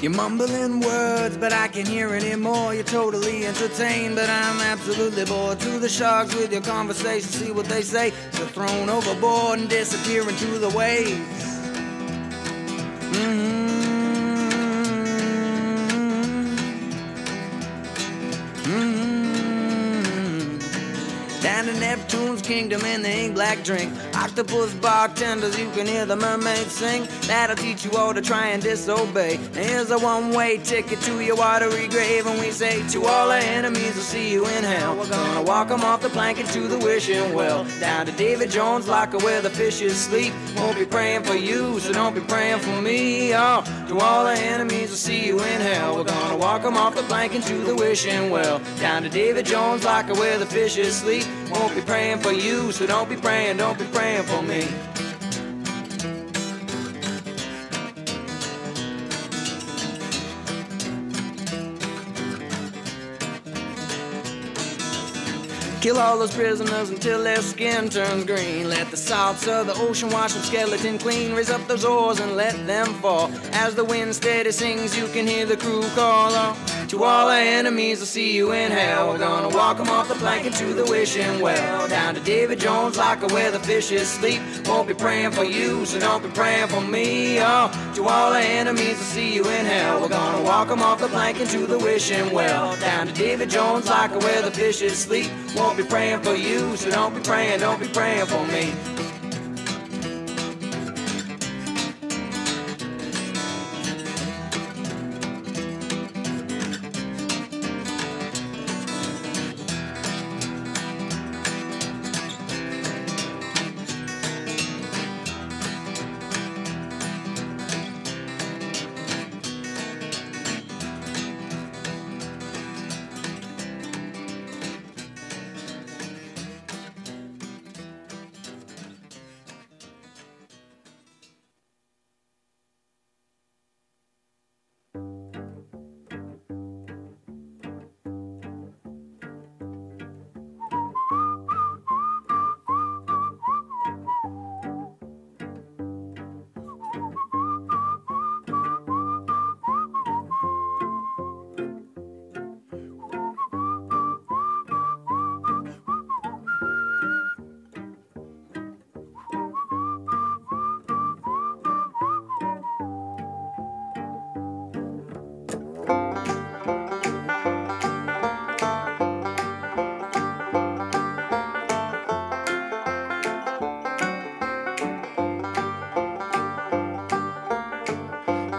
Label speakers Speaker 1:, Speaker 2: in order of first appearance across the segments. Speaker 1: You're mumbling words, but I can hear it anymore. You're totally entertained, but I'm absolutely bored. To the sharks with your conversation, see what they say. They're thrown overboard and disappear into the waves. Mm-hmm. Mhm. Mhm. Down to Neptune's kingdom in the ink black drink. Octopus bartenders, you can hear the mermaids sing. That'll teach you all to try and disobey. Now here's a one way ticket to your watery grave. And we say to all our enemies, we'll see you in hell. We're gonna walk 'em off the plank into the wishing well. Down to David Jones' locker where the fishes sleep. Won't be praying for you, so don't be praying for me. Oh, to all our enemies, we'll see you in hell. We're gonna walk 'em off the plank into the wishing well. Down to David Jones' locker where the fishes sleep. Won't be praying for you, so don't be praying, don't be praying for me. Kill all those prisoners until their skin turns green. Let the salts of the ocean wash them skeleton clean. Raise up those oars and let them fall. As the wind steady sings, you can hear the crew call out. To all our enemies, I'll see you in hell. We're gonna walk 'em off the plank into the wishing well. Down to David Jones' locker where the fishes sleep. Won't be praying for you, so don't be praying for me. Oh, to all our enemies, I'll see you in hell. We're gonna walk 'em off the plank into the wishing well. Down to David Jones' locker where the fishes sleep. Won't be praying for you, so don't be praying, don't be praying for me.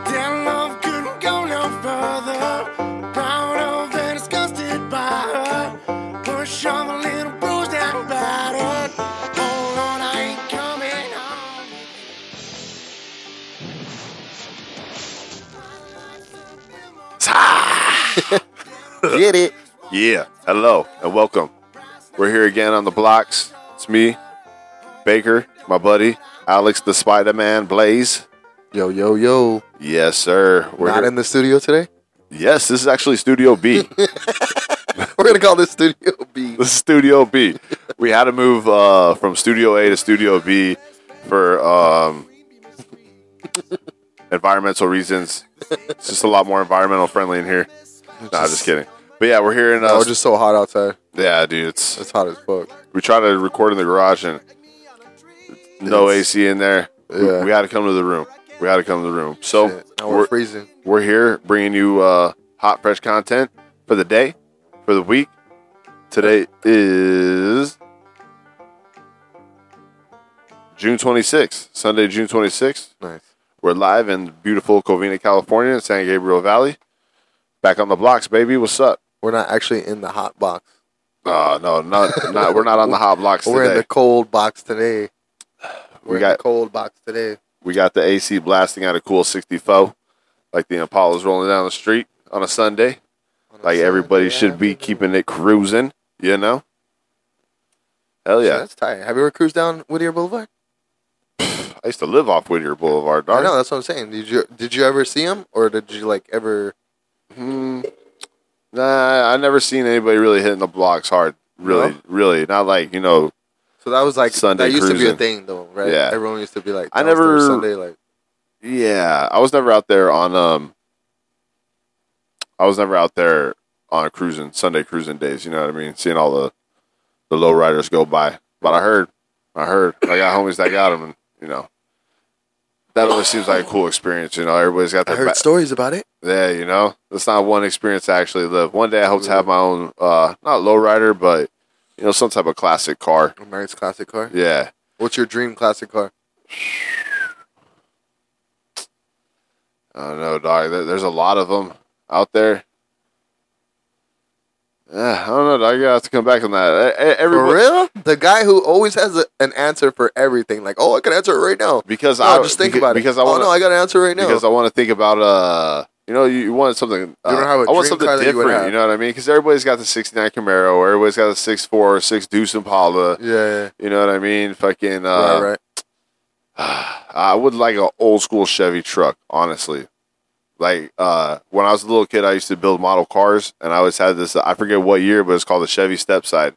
Speaker 2: Their love couldn't go no further. Proud of and disgusted by her. Push off a little bruised and battered. Oh Lord, I ain't coming home.
Speaker 3: Get it.
Speaker 4: Yeah. Hello and welcome. We're here again on the blocks. It's me, Baker, my buddy, Alex the Spider Man Blaze.
Speaker 3: Yo, yo, yo.
Speaker 4: Yes, sir. We're
Speaker 3: Not
Speaker 4: here-
Speaker 3: in the studio today.
Speaker 4: yes, this is actually Studio B.
Speaker 3: We're gonna call this Studio B.
Speaker 4: this is Studio B. We had to move uh, from Studio A to Studio B for um, environmental reasons. It's just a lot more environmental friendly in here. Nah, just kidding. But yeah, we're here in. Uh,
Speaker 3: Oh, it's just so hot outside.
Speaker 4: yeah, dude. It's
Speaker 3: It's hot as fuck.
Speaker 4: we try to record in the garage and no
Speaker 3: It's-
Speaker 4: AC in there. We-
Speaker 3: Yeah.
Speaker 4: We, had to come to the room. We had to come to the room. So
Speaker 3: Shit. Now we're,
Speaker 4: Oh, we're,
Speaker 3: freezing.
Speaker 4: we're here bringing you uh, hot, fresh content for the day, for the week. Today is June 26th, Sunday, June 26th.
Speaker 3: Nice.
Speaker 4: We're live in beautiful Covina, California, in San Gabriel Valley. Back on the blocks, baby. What's up?
Speaker 3: We're not actually in the hot box.
Speaker 4: Uh, no, not, not, we're not on the hot blocks
Speaker 3: We're in
Speaker 4: today.
Speaker 3: the cold box today. We're in
Speaker 4: got-
Speaker 3: the cold box today.
Speaker 4: We got the AC blasting out a cool 64, like the Impala's rolling down the street on a Sunday. Like everybody should be keeping it cruising, you know? Hell
Speaker 3: Yeah,
Speaker 4: yeah.
Speaker 3: that's tight. Have you ever cruised down Whittier Boulevard?
Speaker 4: I used to live off Whittier Boulevard,
Speaker 3: I
Speaker 4: dog.
Speaker 3: know that's what I'm saying. Did you did you ever see him, or did you like ever?
Speaker 4: Hmm. Nah, I never seen anybody really hitting the blocks hard. Really,
Speaker 3: No?
Speaker 4: really. Not like, you know,
Speaker 3: So that was like
Speaker 4: Sunday
Speaker 3: that used to be a
Speaker 4: cruising.
Speaker 3: thing though, right?
Speaker 4: Yeah.
Speaker 3: Everyone used to be like,
Speaker 4: I
Speaker 3: that was their
Speaker 4: never-
Speaker 3: Sunday like
Speaker 4: yeah. I was never out there on um I was never out there on cruising Sunday cruising days. You know what I mean? Seeing all the the low riders go by. But I heard, I heard, I got homies that got them, and you know, that always seems like a cool experience. You know, everybody's got
Speaker 3: I
Speaker 4: their
Speaker 3: heard
Speaker 4: ba-
Speaker 3: stories about it.
Speaker 4: yeah, you know, it's not one experience to actually live. One day I hope to have my own, uh, not lowrider, but you know, some type of classic car.
Speaker 3: America's classic car.
Speaker 4: Yeah,
Speaker 3: What's your dream classic car?
Speaker 4: I don't know, dog. There- There's a lot of them out there. Yeah, I don't know, dog. You have to come back on that. E- e-
Speaker 3: For
Speaker 4: Everybody,
Speaker 3: real? The guy who always has a, an answer for everything. Like, oh, I can answer it right now.
Speaker 4: because
Speaker 3: No,
Speaker 4: I
Speaker 3: just think
Speaker 4: beca-
Speaker 3: about
Speaker 4: because
Speaker 3: it.
Speaker 4: I want
Speaker 3: oh no, I got an answer right now.
Speaker 4: because I want to think about uh, you know, you, you wanted something. Uh,
Speaker 3: don't have a
Speaker 4: I want
Speaker 3: dream
Speaker 4: something
Speaker 3: car that you
Speaker 4: different.
Speaker 3: would
Speaker 4: You,
Speaker 3: have.
Speaker 4: know what I mean? Because everybody's got the '69 Camaro, everybody's got the '64, '6 Deuce Impala.
Speaker 3: yeah, yeah.
Speaker 4: You know what I mean? Fucking. Uh,
Speaker 3: right, right.
Speaker 4: I would like an old school Chevy truck, honestly. Like uh, when I was a little kid, I used to build model cars, and I always had this. I forget what year, but it's called the Chevy Stepside.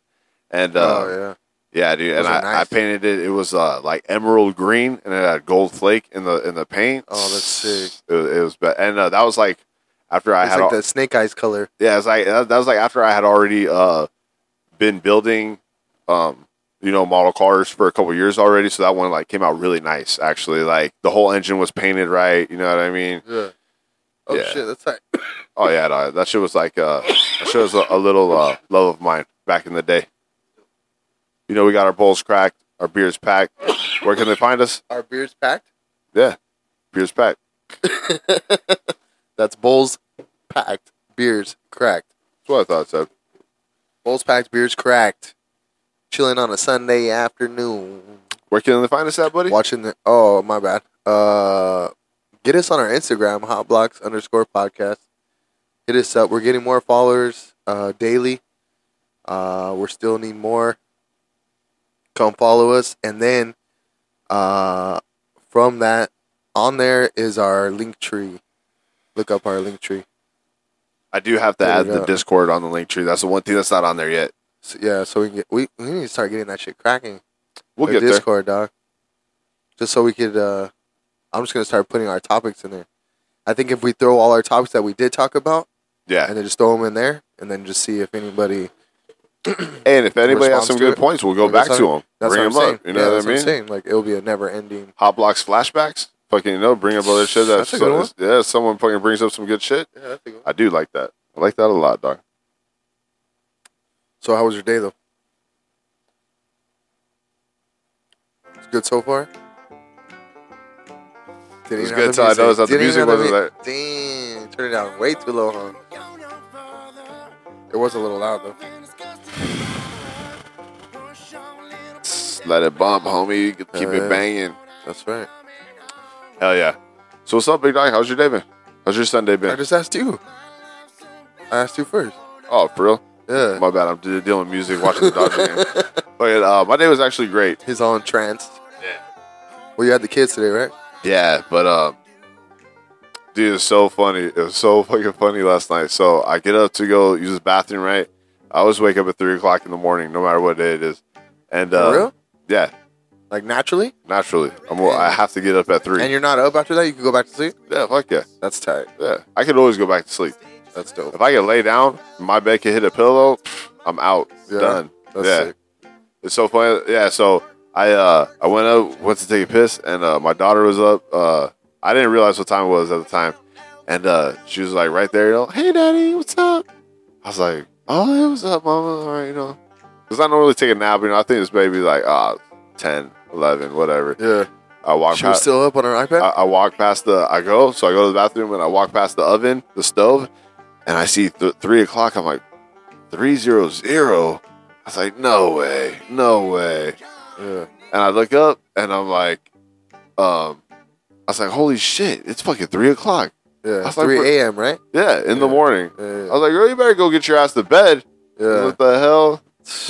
Speaker 4: And uh,
Speaker 3: oh yeah.
Speaker 4: yeah. dude, and
Speaker 3: Those are
Speaker 4: I,
Speaker 3: nice.
Speaker 4: I painted it. It was uh, like emerald green, and it had gold flake in the in the paint.
Speaker 3: Oh, that's sick.
Speaker 4: It, was- it was, be- and uh, that was like after I
Speaker 3: It's
Speaker 4: had
Speaker 3: like
Speaker 4: all-
Speaker 3: that snake eyes color.
Speaker 4: yeah, it's like that, that was like after I had already uh, been building, um, you know, model cars for a couple years already. So that one like came out really nice, actually. Like the whole engine was painted right. You know what I mean?
Speaker 3: Yeah. Oh
Speaker 4: Yeah.
Speaker 3: shit, that's like
Speaker 4: Oh yeah, no, that shit was like uh, that shit was a, a little uh, love of mine back in the day. You know, we got our bowls cracked, our beers packed. Where can they find us?
Speaker 3: our beers packed.
Speaker 4: Yeah, beers packed.
Speaker 3: That's bowls packed, beers cracked.
Speaker 4: That's what I thought. So
Speaker 3: Bowls packed, beers cracked. Chilling on a Sunday afternoon,
Speaker 4: where can they find us at, buddy?
Speaker 3: watching the. Oh my bad. Uh, get us on our Instagram hotblocks underscore podcast. Hit us up. We're getting more followers uh, daily. Uh, we're still need more. Come follow us, and then uh, from that on there is our link tree. Look up our link tree.
Speaker 4: I do have to
Speaker 3: There
Speaker 4: add
Speaker 3: we
Speaker 4: the
Speaker 3: go.
Speaker 4: Discord on the link tree. That's the one thing that's not on there yet.
Speaker 3: So, yeah, so we can get we, we need to start getting that shit cracking.
Speaker 4: We'll
Speaker 3: The
Speaker 4: get there.
Speaker 3: Discord, dog. Just so we could. uh I'm just gonna start putting our topics in there. I think if we throw all our topics that we did talk about
Speaker 4: Yeah.
Speaker 3: and then just throw them in there, and then just see if anybody.
Speaker 4: And if anybody has
Speaker 3: response
Speaker 4: some
Speaker 3: to
Speaker 4: good
Speaker 3: it.
Speaker 4: points, we'll go back to them. bring
Speaker 3: That's what I'm
Speaker 4: them
Speaker 3: saying.
Speaker 4: up. You know
Speaker 3: Yeah,
Speaker 4: what
Speaker 3: that's
Speaker 4: I
Speaker 3: I'm
Speaker 4: mean?
Speaker 3: saying. Like it'll be a never ending.
Speaker 4: Hot blocks flashbacks. Fucking you know, bring up other shit. That's,
Speaker 3: That's a good one.
Speaker 4: Yeah, someone fucking brings up some good shit.
Speaker 3: Yeah, that's a good.
Speaker 4: I do like that. I like that a lot, dog.
Speaker 3: So how was your day though? It's good so far.
Speaker 4: It
Speaker 3: Didn't
Speaker 4: was
Speaker 3: even have
Speaker 4: good till I noticed that the
Speaker 3: Didn't even
Speaker 4: music
Speaker 3: have the mu- Damn, turn it down way too low, huh? It was a little loud though.
Speaker 4: Let it bump, homie. You can Keep
Speaker 3: Yeah.
Speaker 4: it banging.
Speaker 3: That's right.
Speaker 4: Hell yeah. So what's up, big dog? How's your day been? How's your Sunday
Speaker 3: I
Speaker 4: been?
Speaker 3: just asked you. I asked you first.
Speaker 4: Oh, for real?
Speaker 3: Yeah.
Speaker 4: My bad. I'm de- dealing with music, watching the Dodger game. But uh, my day was actually great.
Speaker 3: He's all entranced. Yeah. Well, you had the kids today, right?
Speaker 4: Yeah, but um, dude, it's so funny. It was so fucking funny last night. So I get up to go use the bathroom. Right, I always wake up at three o'clock in the morning, no matter what day it is. And uh,
Speaker 3: real?
Speaker 4: yeah,
Speaker 3: Like naturally.
Speaker 4: naturally, I'm. I have to get up at
Speaker 3: And
Speaker 4: three.
Speaker 3: you're not up after that. You can go back to sleep.
Speaker 4: Yeah, fuck yeah,
Speaker 3: That's tight.
Speaker 4: yeah. I could always go back to sleep.
Speaker 3: That's dope.
Speaker 4: If I can lay down, my bed can hit a pillow. I'm out.
Speaker 3: Yeah,
Speaker 4: Done.
Speaker 3: That's
Speaker 4: yeah.
Speaker 3: sick.
Speaker 4: It's so funny. Yeah, so I uh I went up, went to take a piss, and uh, my daughter was up. Uh, I didn't realize what time it was at the time, and uh, she was like right there, you know, hey daddy, what's up? I was like, oh, hey, what's up, mama? All right, you know, because I don't really take a nap. You know, I think this baby's like ah, 10, 11, whatever.
Speaker 3: Yeah.
Speaker 4: I walked.
Speaker 3: She was
Speaker 4: past,
Speaker 3: still up on her iPad.
Speaker 4: I, I walk past the. I go, so I go to the bathroom, and I walk past the oven, the stove, and I see th- three o'clock. I'm like, three zero zero. I was like, no way, no way.
Speaker 3: yeah.
Speaker 4: And I look up and I'm like, um, I was like, holy shit, it's fucking three o'clock.
Speaker 3: Yeah,
Speaker 4: That's like
Speaker 3: 3
Speaker 4: for-
Speaker 3: a.m., right?
Speaker 4: Yeah, in the
Speaker 3: Yeah.
Speaker 4: morning. I
Speaker 3: Yeah.
Speaker 4: was like, girl, you better go get your ass to bed.
Speaker 3: yeah.
Speaker 4: What the hell?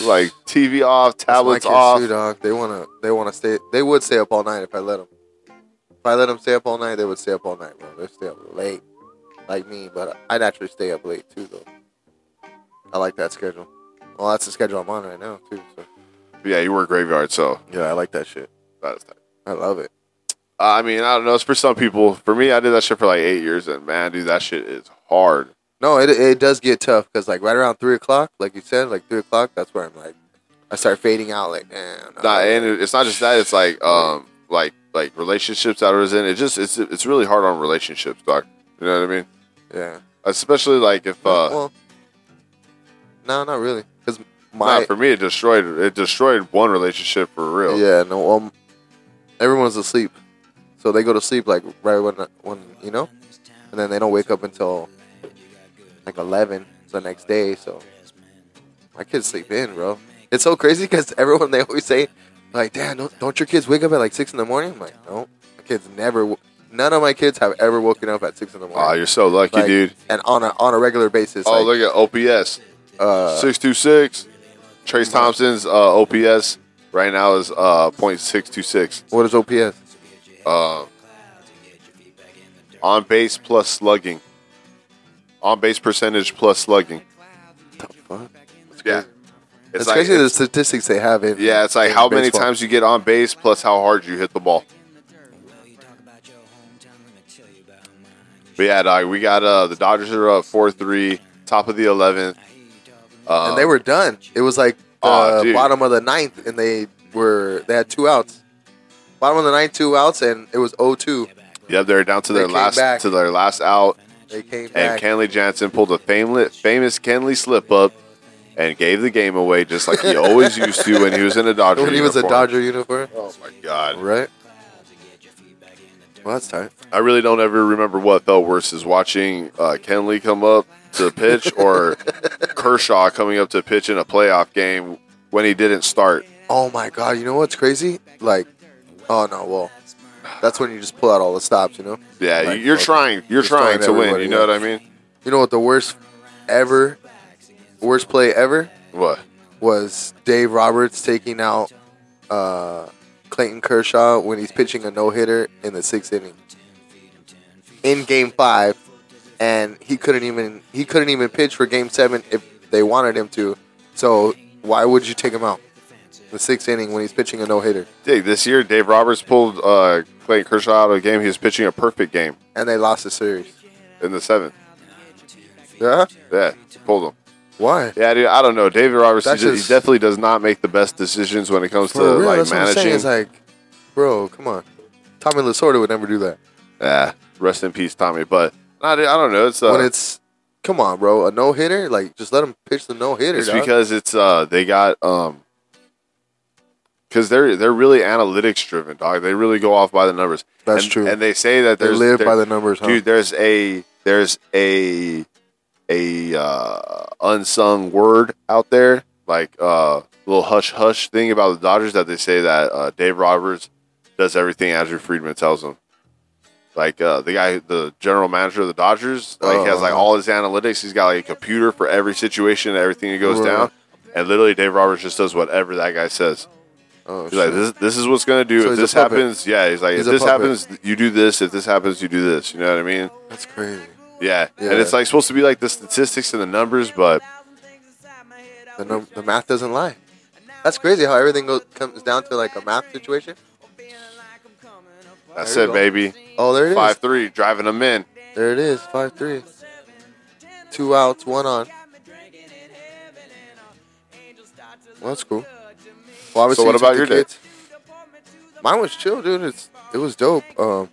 Speaker 4: Like TV off,
Speaker 3: That's my
Speaker 4: tablets
Speaker 3: kids
Speaker 4: off.
Speaker 3: Too, dog. They wanna, they wanna stay. They would stay up all night if I let them. If I let them stay up all night, they would stay up all night, bro. They stay up late, like me. But I'd actually stay up late too, though. I like that schedule. Well, that's the schedule I'm on right now too. So
Speaker 4: Yeah, you work graveyard, so
Speaker 3: yeah, I like that shit.
Speaker 4: that's.
Speaker 3: I love it.
Speaker 4: I mean, I don't know. It's for some people. For me, I did that shit for like eight years, and man, dude, that shit is hard.
Speaker 3: No, it it does get tough because like right around three o'clock, like you said, like three o'clock, that's where I'm like, I start fading out. Like, man,
Speaker 4: Nah, and it- it's not just that. It's like, um, like like relationships out of was in. It just it's it's really hard on relationships, doc. You know what I mean?
Speaker 3: yeah.
Speaker 4: Especially like if uh,
Speaker 3: well, no, not really, because
Speaker 4: nah,
Speaker 3: my
Speaker 4: for me it destroyed it destroyed one relationship for real.
Speaker 3: yeah, no, well, everyone's asleep, so they go to sleep like right when when you know, and then they don't wake up until like eleven the next day. So my kids sleep in, bro. It's so crazy because everyone they always say, like, "Dad, don't, don't your kids wake up at like six in the morning?" I'm like, "No, my kids never. wo- None of my kids have ever woken up at six in the morning."
Speaker 4: Wow, you're so lucky,
Speaker 3: Like,
Speaker 4: dude.
Speaker 3: And on a on a regular basis.
Speaker 4: Oh,
Speaker 3: like,
Speaker 4: look at OPS
Speaker 3: uh,
Speaker 4: six two six. Trace Thompson's uh, OPS right now is uh, point six two six.
Speaker 3: what is OPS?
Speaker 4: uh, on base plus slugging. On base percentage plus slugging.
Speaker 3: fuck?
Speaker 4: Yeah.
Speaker 3: It's,
Speaker 4: like,
Speaker 3: crazy the statistics they have in.
Speaker 4: yeah, it's like
Speaker 3: in
Speaker 4: how many
Speaker 3: baseball.
Speaker 4: times you get on base plus how hard you hit the ball. But yeah, dog, we got uh, the Dodgers are up four three, top of the eleventh. Uh,
Speaker 3: and they were done. It was like the
Speaker 4: Aw, Oh, dude.
Speaker 3: bottom of the ninth, and they were they had two outs. Bottom of the ninth, two outs, and it was 0-2.
Speaker 4: yeah, they're down to
Speaker 3: They
Speaker 4: their
Speaker 3: came
Speaker 4: last
Speaker 3: back.
Speaker 4: to their last out.
Speaker 3: They came
Speaker 4: And
Speaker 3: back.
Speaker 4: Kenley Jansen pulled a famous, famous Kenley slip up and gave the game away just like he always used to when he was in a Dodger.
Speaker 3: when he was a
Speaker 4: uniform.
Speaker 3: Dodger uniform,
Speaker 4: Oh my god!
Speaker 3: right? Well, that's tight.
Speaker 4: I really don't ever remember what felt worse: is watching uh, Kenley come up to pitch or Kershaw coming up to pitch in a playoff game when he didn't start.
Speaker 3: Oh my god! You know what's crazy? Like, oh no, well, that's when you just pull out all the stops. You know.
Speaker 4: Yeah,
Speaker 3: Like,
Speaker 4: you're
Speaker 3: fuck.
Speaker 4: trying, you're
Speaker 3: Just
Speaker 4: trying to
Speaker 3: throwing
Speaker 4: win.
Speaker 3: everybody
Speaker 4: You know what I
Speaker 3: off.
Speaker 4: mean?
Speaker 3: You know what the worst ever, worst play ever
Speaker 4: What?
Speaker 3: was Dave Roberts taking out uh, Clayton Kershaw when he's pitching a no hitter in the sixth inning in Game Five, and he couldn't even he couldn't even pitch for Game Seven if they wanted him to. So why would you take him out the sixth inning when he's pitching a no hitter?
Speaker 4: Dig this year, Dave Roberts pulled uh, Clayton Kershaw out of a game. He was pitching a perfect game
Speaker 3: And they lost the series.
Speaker 4: in the seventh.
Speaker 3: Yeah.
Speaker 4: Yeah, pulled him.
Speaker 3: Why?
Speaker 4: Yeah, dude, I don't know. David Roberts, he,
Speaker 3: That's
Speaker 4: ju-
Speaker 3: just-
Speaker 4: he definitely does not make the best decisions when it comes
Speaker 3: For
Speaker 4: to
Speaker 3: real,
Speaker 4: like
Speaker 3: that's what I'm saying.
Speaker 4: managing.
Speaker 3: It's like, bro, come on. Tommy Lasorda would never do that.
Speaker 4: yeah, rest in peace, Tommy. But nah, dude, I don't know. It's uh,
Speaker 3: when it's, come on, bro, a no hitter, like just let him pitch the no hitter.
Speaker 4: it's because it's uh, they got um, because they're they're really analytics driven, dog. They really go off by the numbers.
Speaker 3: That's
Speaker 4: And-
Speaker 3: true.
Speaker 4: And they say that
Speaker 3: they
Speaker 4: there's
Speaker 3: live
Speaker 4: there-
Speaker 3: by the numbers, huh?
Speaker 4: dude. There's a there's a a uh, unsung word out there, like uh, little hush hush thing about the Dodgers that they say that uh, Dave Roberts does everything Andrew Friedman tells him. Like uh, the guy, the general manager of the Dodgers, like has like
Speaker 3: Uh-huh.
Speaker 4: all his analytics. He's got like a computer for every situation, and everything that goes
Speaker 3: Right.
Speaker 4: down, and literally Dave Roberts just does whatever that guy says.
Speaker 3: oh,
Speaker 4: He's like,
Speaker 3: shit.
Speaker 4: this, this is what's gonna do.
Speaker 3: So
Speaker 4: if
Speaker 3: he's a
Speaker 4: this
Speaker 3: puppet.
Speaker 4: happens, yeah. He's like,
Speaker 3: He's
Speaker 4: if
Speaker 3: a
Speaker 4: this
Speaker 3: puppet.
Speaker 4: happens, you do this. If this happens, you do this. You know what I mean?
Speaker 3: that's crazy.
Speaker 4: Yeah.
Speaker 3: Yeah.
Speaker 4: And it's like supposed to be like the statistics and the numbers, but
Speaker 3: The, num- the math doesn't lie. That's crazy how everything goes, comes down to like a math situation.
Speaker 4: that's
Speaker 3: There
Speaker 4: it,
Speaker 3: you go.
Speaker 4: baby.
Speaker 3: Oh, there it is.
Speaker 4: Five three, driving them in.
Speaker 3: There it is. Five three. Two outs, one on. Well, that's cool. Well, obviously
Speaker 4: what
Speaker 3: you took
Speaker 4: about
Speaker 3: the
Speaker 4: your day?
Speaker 3: kids. Mine was chill, dude. It's it was dope. Um,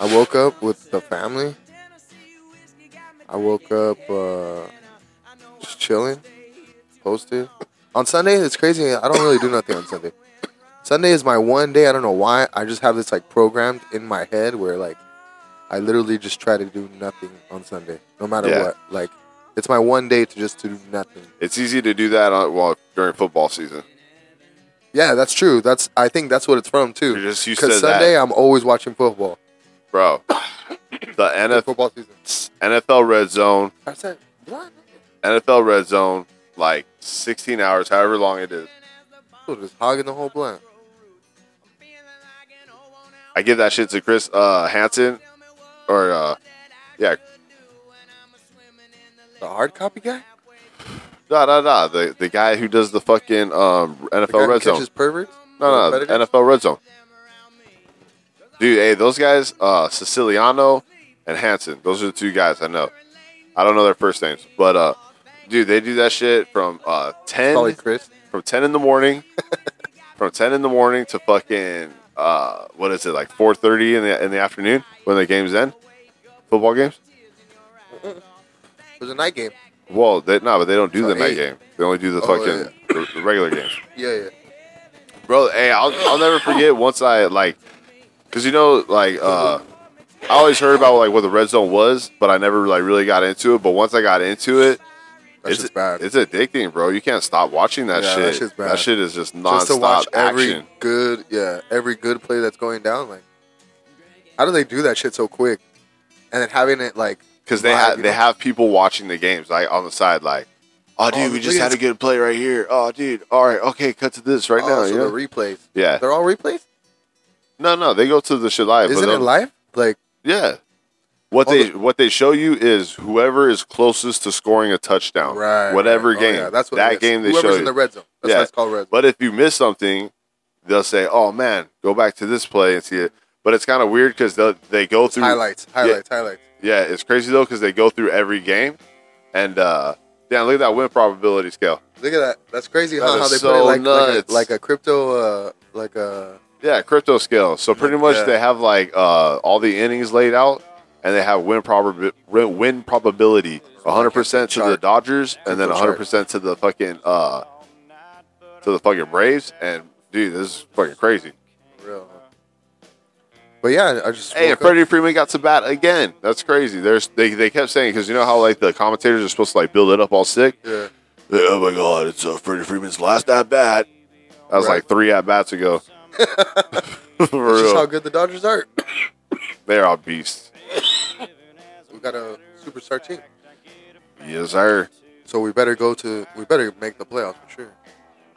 Speaker 3: I woke up with the family. I woke up uh, just chilling, posted. On Sunday, it's crazy. I don't really do nothing on Sunday. Sunday is my one day. I don't know why. I just have this like programmed in my head where like I literally just try to do nothing on Sunday, no matter
Speaker 4: Yeah.
Speaker 3: what. Like it's my one day to just do nothing.
Speaker 4: It's easy to do that on, well during football season.
Speaker 3: Yeah, that's true. That's I think that's what it's from too.
Speaker 4: You're just used
Speaker 3: Because
Speaker 4: to that.
Speaker 3: Sunday I'm always watching football.
Speaker 4: Bro. The NF,
Speaker 3: football season.
Speaker 4: NFL red zone,
Speaker 3: I said what?
Speaker 4: NFL red zone, like sixteen hours, however long it is.
Speaker 3: Dude, just hogging the whole blunt.
Speaker 4: I give that shit to Chris uh Hansen or uh yeah,
Speaker 3: The hard copy guy.
Speaker 4: da da da, the the guy who does the fucking um NFL
Speaker 3: The guy who
Speaker 4: red zone.
Speaker 3: catches perverts.
Speaker 4: No, no,
Speaker 3: Predators?
Speaker 4: NFL Red Zone. Dude, hey, those guys, uh, Siciliano and Hanson, those are the two guys I know. I don't know their first names, but uh, dude, they do that shit from uh ten
Speaker 3: Probably Chris.
Speaker 4: from 10 in the morning from 10 in the morning to fucking uh, what is it like 4.30 in the, in the afternoon when the games end football games
Speaker 3: It was a night game.
Speaker 4: well they, no but they don't do
Speaker 3: So
Speaker 4: the night
Speaker 3: eight.
Speaker 4: game they only do the
Speaker 3: Oh,
Speaker 4: fucking the, the regular games
Speaker 3: Yeah, yeah.
Speaker 4: bro hey I'll, I'll never forget once i like because you know like uh, i always heard about like what the red zone was but i never like really got into it but once i got into it
Speaker 3: That shit's
Speaker 4: it's,
Speaker 3: bad.
Speaker 4: it's addicting, bro. You can't stop watching that
Speaker 3: Yeah,
Speaker 4: shit.
Speaker 3: that shit's bad.
Speaker 4: That shit is just nonstop
Speaker 3: Just to watch every
Speaker 4: action.
Speaker 3: good, yeah, every good play that's going down. Like, how do they do that shit so quick? And then having it like
Speaker 4: because they
Speaker 3: live,
Speaker 4: have
Speaker 3: you
Speaker 4: they
Speaker 3: know?
Speaker 4: have people watching the games like on the side, like, oh dude,
Speaker 3: Oh,
Speaker 4: we
Speaker 3: look
Speaker 4: just
Speaker 3: at
Speaker 4: had a
Speaker 3: this-
Speaker 4: good play right here. Oh dude, all right, okay, cut to this right
Speaker 3: oh,
Speaker 4: now.
Speaker 3: so
Speaker 4: you know?
Speaker 3: the replays.
Speaker 4: yeah,
Speaker 3: They're all replays.
Speaker 4: no, no, they go to the shit live. but
Speaker 3: Isn't it
Speaker 4: they'll-
Speaker 3: live? Like,
Speaker 4: Yeah, what
Speaker 3: Oh,
Speaker 4: they
Speaker 3: the-
Speaker 4: what they show you is whoever is closest to scoring a touchdown,
Speaker 3: right?
Speaker 4: um, Whatever
Speaker 3: right. Oh,
Speaker 4: game,
Speaker 3: yeah, that's what it
Speaker 4: that
Speaker 3: is.
Speaker 4: game they
Speaker 3: Whoever's
Speaker 4: show
Speaker 3: in
Speaker 4: you.
Speaker 3: the red zone. That's
Speaker 4: Yeah.
Speaker 3: why it's called red zone.
Speaker 4: But if you miss something, they'll say, oh man, go back to this play and see it. But it's kind of weird because they they go through
Speaker 3: highlights, highlights, highlights.
Speaker 4: Yeah, it's crazy though because they go through every game, and uh, damn, look at that win probability scale.
Speaker 3: Look at that. That's crazy,
Speaker 4: That
Speaker 3: huh?
Speaker 4: is
Speaker 3: How they
Speaker 4: so
Speaker 3: put it like, like,
Speaker 4: nuts.
Speaker 3: a, like a crypto, uh, like a
Speaker 4: Yeah, crypto scale. So pretty much
Speaker 3: Yeah.
Speaker 4: they have like uh, all the innings laid out, and they have win probab- win probability 100 percent to the
Speaker 3: Chart.
Speaker 4: Dodgers, and then
Speaker 3: Crypto
Speaker 4: 100 percent to the fucking uh, to the fucking Braves. And dude, this is fucking crazy.
Speaker 3: real. But yeah, I just
Speaker 4: Hey, and
Speaker 3: woke
Speaker 4: Freddie Freeman got to bat again. That's crazy. There's they, they kept saying because you know how like the commentators are supposed to like build it up all sick.
Speaker 3: up- yeah.
Speaker 4: Like, oh my god, it's uh, Freddie Freeman's last at bat. That was
Speaker 3: Right.
Speaker 4: like three at bats ago. For
Speaker 3: That's just how
Speaker 4: real,
Speaker 3: good the Dodgers are.
Speaker 4: they're all beasts.
Speaker 3: we got a superstar team,
Speaker 4: Yes, sir.
Speaker 3: so we better go to. We better make the playoffs for sure.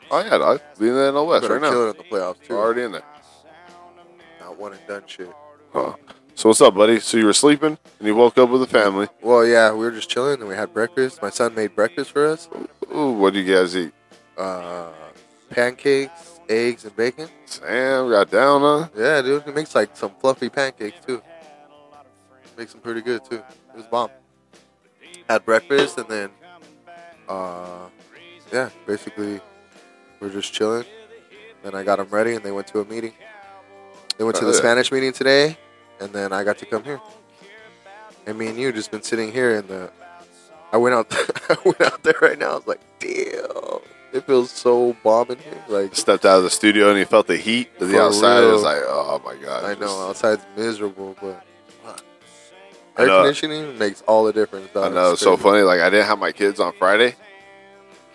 Speaker 4: Oh yeah, dog. leading the NL
Speaker 3: We
Speaker 4: West
Speaker 3: better
Speaker 4: right now.
Speaker 3: kill it in the playoffs too.
Speaker 4: We're already in there.
Speaker 3: Not one and done shit.
Speaker 4: Huh. So what's up, buddy? So you were sleeping and you woke up with the family.
Speaker 3: Well, yeah, we were just chilling and we had breakfast. My son made breakfast for us:
Speaker 4: Ooh, what do you guys eat?
Speaker 3: uh, pancakes, eggs, and bacon.
Speaker 4: Sam got down, huh?
Speaker 3: Yeah, dude, he makes like some fluffy pancakes too. Makes them pretty good too. It was bomb. Had breakfast and then, uh, yeah, basically, we're just chilling. Then I got them ready and they went to a meeting. They went to the
Speaker 4: Oh, yeah.
Speaker 3: Spanish meeting today, and then I got to come here. And me and you just been sitting here in the. I went out. I went out there right now. I was like, damn, it feels so bomb in here. Like
Speaker 4: Stepped out of the studio and he felt the heat of the
Speaker 3: For
Speaker 4: outside. It was
Speaker 3: real.
Speaker 4: like, oh my god.
Speaker 3: I
Speaker 4: just-
Speaker 3: know outside's miserable, but
Speaker 4: I
Speaker 3: air
Speaker 4: know.
Speaker 3: conditioning makes all the difference.
Speaker 4: I
Speaker 3: dog.
Speaker 4: know. It's so
Speaker 3: crazy.
Speaker 4: funny. Like I didn't have my kids on Friday,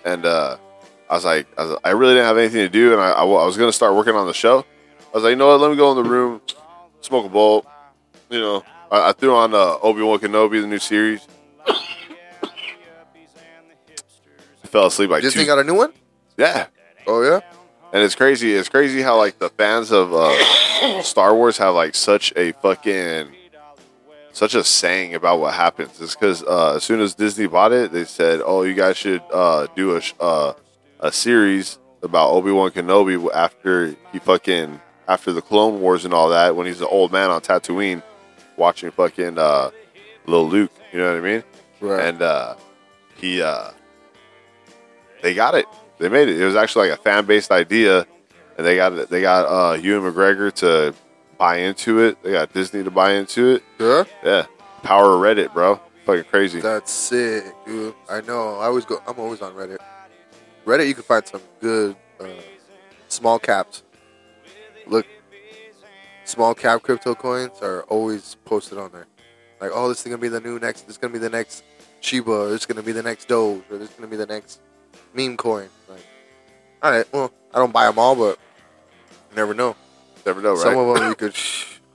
Speaker 4: and uh, I was like, I, was, I really didn't have anything to do, and I, I wa- I was gonna start working on the show. I was like, you know what? Let me go in the room, smoke a bowl. You know, I, I threw on uh, Obi Wan Kenobi, the new series. I fell asleep like
Speaker 3: Disney
Speaker 4: two.
Speaker 3: got a new one.
Speaker 4: yeah,
Speaker 3: Oh yeah,
Speaker 4: and it's crazy. It's crazy how like the fans of uh, Star Wars have like such a fucking such a saying about what happens. It's because uh, as soon as Disney bought it, they said, "Oh, you guys should uh, do a sh- uh, a series about Obi Wan Kenobi after he fucking after the Clone Wars and all that when he's an old man on Tatooine watching fucking uh, little Luke." You know what I mean?
Speaker 3: right.
Speaker 4: and uh, he uh, they got it. They made it. It was actually like a fan based idea, and they got they got uh, Ewan McGregor to buy into it. They got Disney to buy into it.
Speaker 3: yeah,
Speaker 4: Yeah, power of Reddit, bro. Fucking crazy.
Speaker 3: that's sick, dude. I know. I always go. I'm always on Reddit. Reddit, you can find some good uh, small caps. Look, small cap crypto coins are always posted on there. Like, oh, this is gonna be the new next. This is gonna be the next Shiba. Or this is gonna be the next Doge. Or this is gonna be the next meme coin. Like, all right, well, I don't buy them all, but you never know.
Speaker 4: Never know, right?
Speaker 3: Some of them you could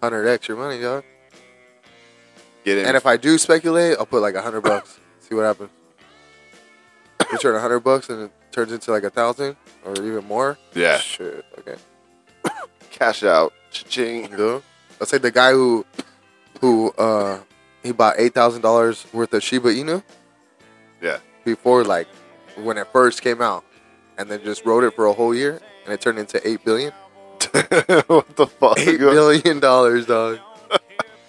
Speaker 3: hundred x your money, dog.
Speaker 4: Get in.
Speaker 3: And if I do speculate, I'll put like a hundred bucks. see what happens. Return a hundred bucks and it turns into like a thousand or even more.
Speaker 4: yeah,
Speaker 3: Shit. Okay.
Speaker 4: cash out. Ching.
Speaker 3: You know? Let's say the guy who who uh he bought eight thousand dollars worth of Shiba Inu
Speaker 4: Yeah,
Speaker 3: before like when it first came out, and then just rode it for a whole year and it turned into eight billion.
Speaker 4: what the fuck?
Speaker 3: Eight billion dollars, dog.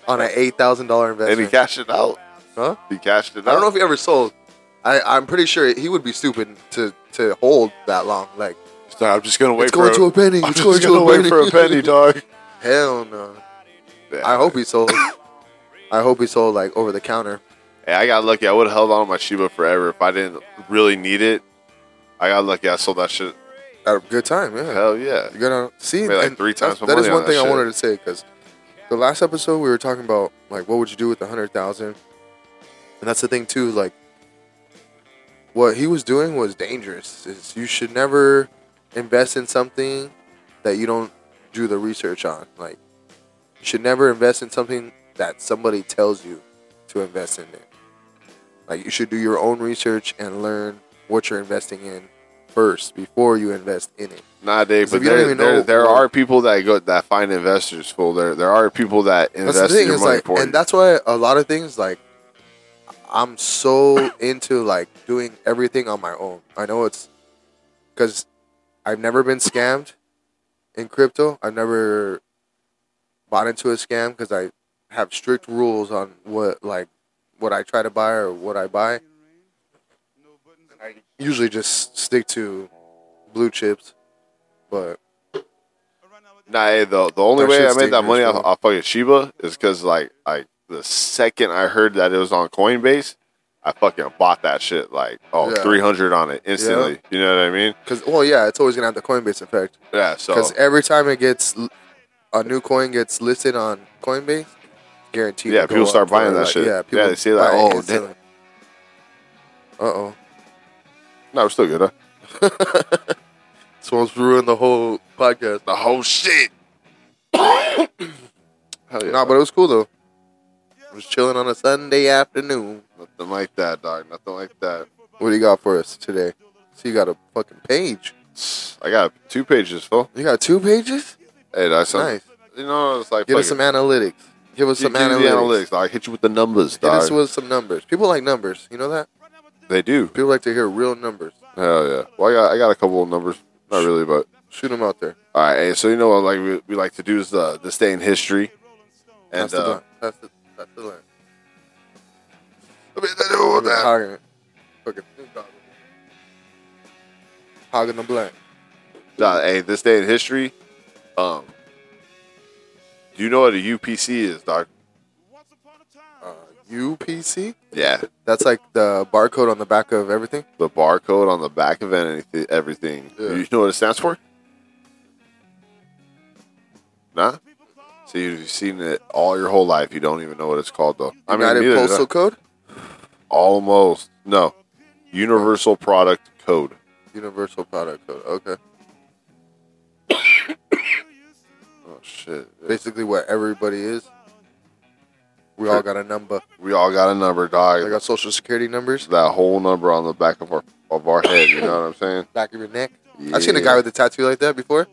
Speaker 3: on an eight thousand dollar
Speaker 4: and he
Speaker 3: investment.
Speaker 4: cashed it out.
Speaker 3: Huh?
Speaker 4: He cashed it.
Speaker 3: I don't know
Speaker 4: out.
Speaker 3: if he ever sold. I, I'm pretty sure he would be stupid to, to hold that long. Like,
Speaker 4: He's like, I'm just gonna wait
Speaker 3: it's
Speaker 4: for.
Speaker 3: going to
Speaker 4: a,
Speaker 3: a penny.
Speaker 4: I'm
Speaker 3: It's
Speaker 4: just
Speaker 3: going to
Speaker 4: gonna
Speaker 3: a
Speaker 4: wait
Speaker 3: penny.
Speaker 4: for a penny, dog.
Speaker 3: Hell no. I hope he sold. I hope he sold like over the counter.
Speaker 4: Hey, I got lucky. I would have held on to my Shiba forever if I didn't really need it. I got lucky. I sold that shit.
Speaker 3: At a good time, yeah.
Speaker 4: Hell yeah.
Speaker 3: You're gonna see.
Speaker 4: Made, like,
Speaker 3: and
Speaker 4: three times
Speaker 3: that's-
Speaker 4: my
Speaker 3: That is
Speaker 4: money
Speaker 3: one
Speaker 4: on
Speaker 3: thing
Speaker 4: that
Speaker 3: I
Speaker 4: shit.
Speaker 3: wanted to say because the last episode we were talking about like what would you do with a hundred thousand, and that's the thing too. Like what he was doing was dangerous. Is you should never invest in something that you don't do the research on. Like you should never invest in something that somebody tells you to invest in it. Like you should do your own research and learn what you're investing in first before you invest in it.
Speaker 4: Nowadays,
Speaker 3: So
Speaker 4: but
Speaker 3: if you don't
Speaker 4: there,
Speaker 3: even
Speaker 4: there,
Speaker 3: know-
Speaker 4: there are people that go that find investors. Fool, there there are people that invest
Speaker 3: that's the thing
Speaker 4: your
Speaker 3: is
Speaker 4: money
Speaker 3: like,
Speaker 4: for you.
Speaker 3: and that's why a lot of things like I'm so into like doing everything on my own. I know it's because I've never been scammed in crypto. I've never bought into a scam because I have strict rules on what like what I try to buy or what I buy. I usually just stick to blue chips, but
Speaker 4: Nah, hey, the the only
Speaker 3: That
Speaker 4: way I
Speaker 3: shit's
Speaker 4: made that money
Speaker 3: dangerous,
Speaker 4: off,
Speaker 3: bro.
Speaker 4: off fucking Shiba is because like like the second I heard that it was on Coinbase, I fucking bought that shit like oh
Speaker 3: Yeah.
Speaker 4: 300 on it instantly. You know what I mean?
Speaker 3: because well, yeah, it's always gonna have the Coinbase effect.
Speaker 4: Yeah. So
Speaker 3: Because every time it gets a new coin gets listed on Coinbase, guaranteed.
Speaker 4: Yeah,
Speaker 3: to go
Speaker 4: people
Speaker 3: up.
Speaker 4: start buying
Speaker 3: They're
Speaker 4: that
Speaker 3: like-
Speaker 4: shit.
Speaker 3: Yeah,
Speaker 4: Yeah,
Speaker 3: people
Speaker 4: they see that, oh,
Speaker 3: Uh oh,
Speaker 4: no, we're still good. Huh?
Speaker 3: someone's ruined the whole podcast.
Speaker 4: The whole shit. Hell yeah.
Speaker 3: Nah, but it was cool though. I was chilling on a Sunday afternoon.
Speaker 4: nothing like that, dog. Nothing like that.
Speaker 3: What do you got for us today? So you got a fucking page.
Speaker 4: I got two pages, Phil.
Speaker 3: You got two pages.
Speaker 4: Hey, that's
Speaker 3: Nice.
Speaker 4: You know, it's like
Speaker 3: Give
Speaker 4: fuck
Speaker 3: us some
Speaker 4: it.
Speaker 3: analytics. Give us
Speaker 4: You
Speaker 3: some
Speaker 4: give me
Speaker 3: analytics.
Speaker 4: the analytics. dog. hit you with the numbers,
Speaker 3: Hit us
Speaker 4: dog.
Speaker 3: with some numbers. People like numbers. You know that?
Speaker 4: they do.
Speaker 3: People like to hear real numbers.
Speaker 4: Hell yeah. Well, I got I got a couple of numbers. Not really, but
Speaker 3: Shoot them out there.
Speaker 4: all right. Hey, so you know what? Like we, we like to do is the this day in history, and
Speaker 3: That's the
Speaker 4: uh,
Speaker 3: blunt. That's the that's the line.
Speaker 4: I mean, they do
Speaker 3: Fucking
Speaker 4: that.
Speaker 3: Hogging it. Fucking Snoop Dogg. Hogging the blank.
Speaker 4: Nah, hey, this day in history. Um, do you know what a UPC is, dog?
Speaker 3: Uh, UPC?
Speaker 4: Yeah,
Speaker 3: That's like the barcode on the back of everything.
Speaker 4: the barcode on the back of anything, everything.
Speaker 3: Yeah.
Speaker 4: You know what it stands for? Nah. So you've seen it all your whole life. You don't even know what it's called, though. I mean,
Speaker 3: United
Speaker 4: neither did I.
Speaker 3: Postal Code?
Speaker 4: almost no. Universal Product Code.
Speaker 3: Universal Product Code. Okay.
Speaker 4: Oh shit!
Speaker 3: Basically what everybody is. We all got a number.
Speaker 4: We all got a number, dog.
Speaker 3: I got social security numbers.
Speaker 4: that whole number on the back of our of our head. You know what I'm saying?
Speaker 3: Back of your neck. I've seen a guy
Speaker 4: Yeah.
Speaker 3: with a tattoo like that before.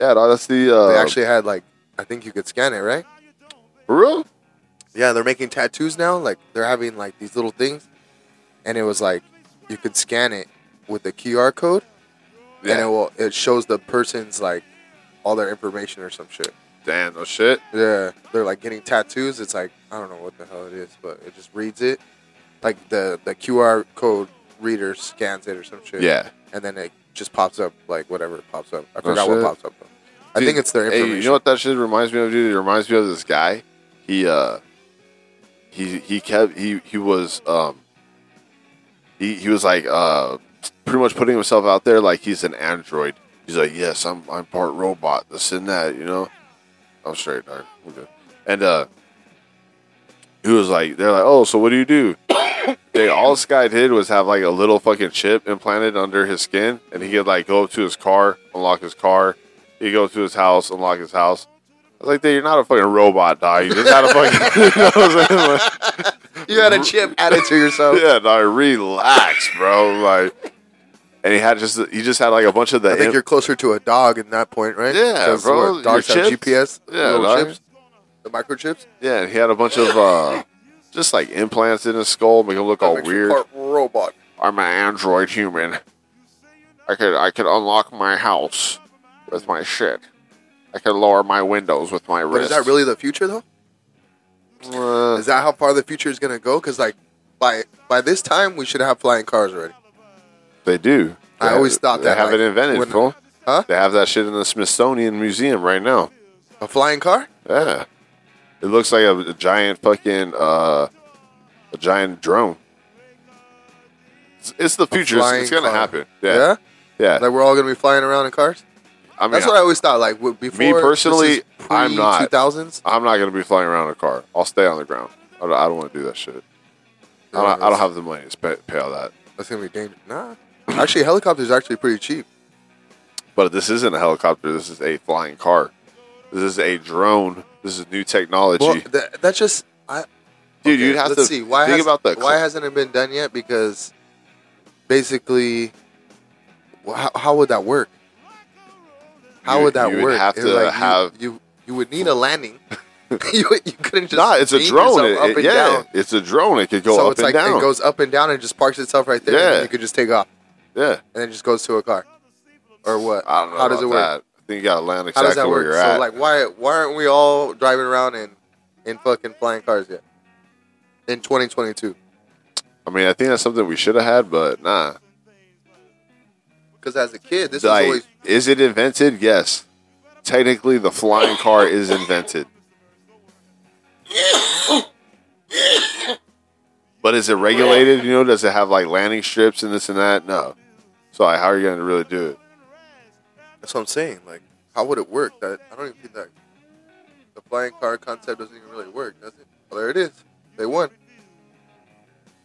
Speaker 4: Yeah, dog, that's the. Uh,
Speaker 3: They actually had like I think you could scan it, right?
Speaker 4: for real.
Speaker 3: Yeah, they're making tattoos now. Like they're having like these little things, and it was like you could scan it with the QR code, and it
Speaker 4: Yeah.
Speaker 3: will it shows the person's like all their information or some shit.
Speaker 4: Damn, no shit.
Speaker 3: Yeah, they're like getting tattoos. It's like I don't know what the hell it is, but it just reads it. Like the the QR code reader scans it or some shit.
Speaker 4: Yeah.
Speaker 3: and then it just pops up like whatever pops up. I
Speaker 4: No
Speaker 3: forgot
Speaker 4: shit.
Speaker 3: what pops up. Though. I
Speaker 4: Dude,
Speaker 3: think it's their
Speaker 4: hey,
Speaker 3: information.
Speaker 4: you know what that shit reminds me of, dude? It reminds me of this guy. He uh, he he kept he he was um, he he was like uh, pretty much putting himself out there like he's an android. He's like, yes, I'm I'm part robot, this and that, you know. I'm straight, dog. I'm good. And uh, he was like, they're like, oh, so what do you do? they all this guy did was have like a little fucking chip implanted under his skin, and he could like go up to his car, unlock his car. He go to his house, unlock his house. I was like, dude, you're not a fucking robot, dog. You're just not a fucking. you know what I'm saying? Like,
Speaker 3: you had a chip added to yourself.
Speaker 4: yeah, dog, relax, bro. Like, and he had just he just had like a bunch of the.
Speaker 3: I think you're closer to a dog in that point, right?
Speaker 4: Yeah,
Speaker 3: 'Cause
Speaker 4: bro,
Speaker 3: what, dogs
Speaker 4: your
Speaker 3: have
Speaker 4: chips?
Speaker 3: GPS.
Speaker 4: Yeah,
Speaker 3: little
Speaker 4: dog.
Speaker 3: chips, the microchips.
Speaker 4: yeah, and he had a bunch of uh, just like implants in his skull, make him look all
Speaker 3: Makes you
Speaker 4: Oh, weird.
Speaker 3: part robot.
Speaker 4: I'm an android human. I could I could unlock my house with my shit. I could lower my windows with my
Speaker 3: But
Speaker 4: wrist.
Speaker 3: is that really the future though?
Speaker 4: Uh,
Speaker 3: Is that how far the future is gonna go? Because like by by this time, we should have flying cars already.
Speaker 4: they do.
Speaker 3: I
Speaker 4: They
Speaker 3: always
Speaker 4: have-
Speaker 3: thought
Speaker 4: they
Speaker 3: that,
Speaker 4: have
Speaker 3: like,
Speaker 4: it invented,
Speaker 3: when-
Speaker 4: fool.
Speaker 3: Huh?
Speaker 4: They have that shit in the Smithsonian Museum right now.
Speaker 3: A flying car?
Speaker 4: Yeah, it looks like a, a giant fucking uh, a giant drone. It's, it's the future. It's, it's
Speaker 3: flying
Speaker 4: gonna
Speaker 3: car.
Speaker 4: happen. Yeah, yeah.
Speaker 3: Like we're all gonna be flying around in cars?
Speaker 4: I mean,
Speaker 3: That's what I always thought. Like w- before. this is
Speaker 4: personally, I'm not.
Speaker 3: pre-2000s?
Speaker 4: I'm not gonna be flying around in a car. I'll stay on the ground. I don't, I don't want to do that shit. I, don't, I don't have the money to sp- pay all that.
Speaker 3: That's gonna be dangerous. Nah. Actually, helicopters are actually pretty cheap.
Speaker 4: But this isn't a helicopter. This is a flying car. This is a drone. This is new technology,
Speaker 3: Well, that, that's just. I,
Speaker 4: dude.
Speaker 3: okay,
Speaker 4: you'd have
Speaker 3: let's
Speaker 4: to
Speaker 3: see. Why
Speaker 4: think
Speaker 3: has,
Speaker 4: about the
Speaker 3: Why hasn't it been done yet? Because basically, wh- how, how would that work? How
Speaker 4: You-
Speaker 3: would that
Speaker 4: you would
Speaker 3: work?
Speaker 4: have
Speaker 3: It was
Speaker 4: to
Speaker 3: you-
Speaker 4: have-
Speaker 3: you, you. would need a landing. you, you couldn't just.
Speaker 4: nah, it's a
Speaker 3: beam
Speaker 4: drone.
Speaker 3: yourself
Speaker 4: It-
Speaker 3: up
Speaker 4: it-
Speaker 3: and
Speaker 4: yeah,
Speaker 3: down.
Speaker 4: it's a drone. It could go
Speaker 3: so
Speaker 4: up
Speaker 3: it's
Speaker 4: and
Speaker 3: like
Speaker 4: down.
Speaker 3: it goes up and down and just parks itself right there. and
Speaker 4: Yeah.
Speaker 3: then you could just take off
Speaker 4: yeah,
Speaker 3: and then just goes to a car, or what?
Speaker 4: I don't know.
Speaker 3: How does
Speaker 4: about
Speaker 3: it work?
Speaker 4: That. I think you gotta land
Speaker 3: How
Speaker 4: exactly
Speaker 3: does that
Speaker 4: where
Speaker 3: work?
Speaker 4: you're
Speaker 3: So
Speaker 4: at.
Speaker 3: like, why why aren't we all driving around in in fucking flying cars yet? In 2022,
Speaker 4: I mean, I think that's something we should have had, but nah.
Speaker 3: because as a kid, this
Speaker 4: Like,
Speaker 3: was always
Speaker 4: is it invented? Yes. Technically, the flying car is invented. but is it regulated? You know, does it have like landing strips and this and that? No. So, like, how are you going to really do it?
Speaker 3: that's what I'm saying. Like, how would it work? That I don't even think that the flying car concept doesn't even really work, does it? Well, there it is. They won.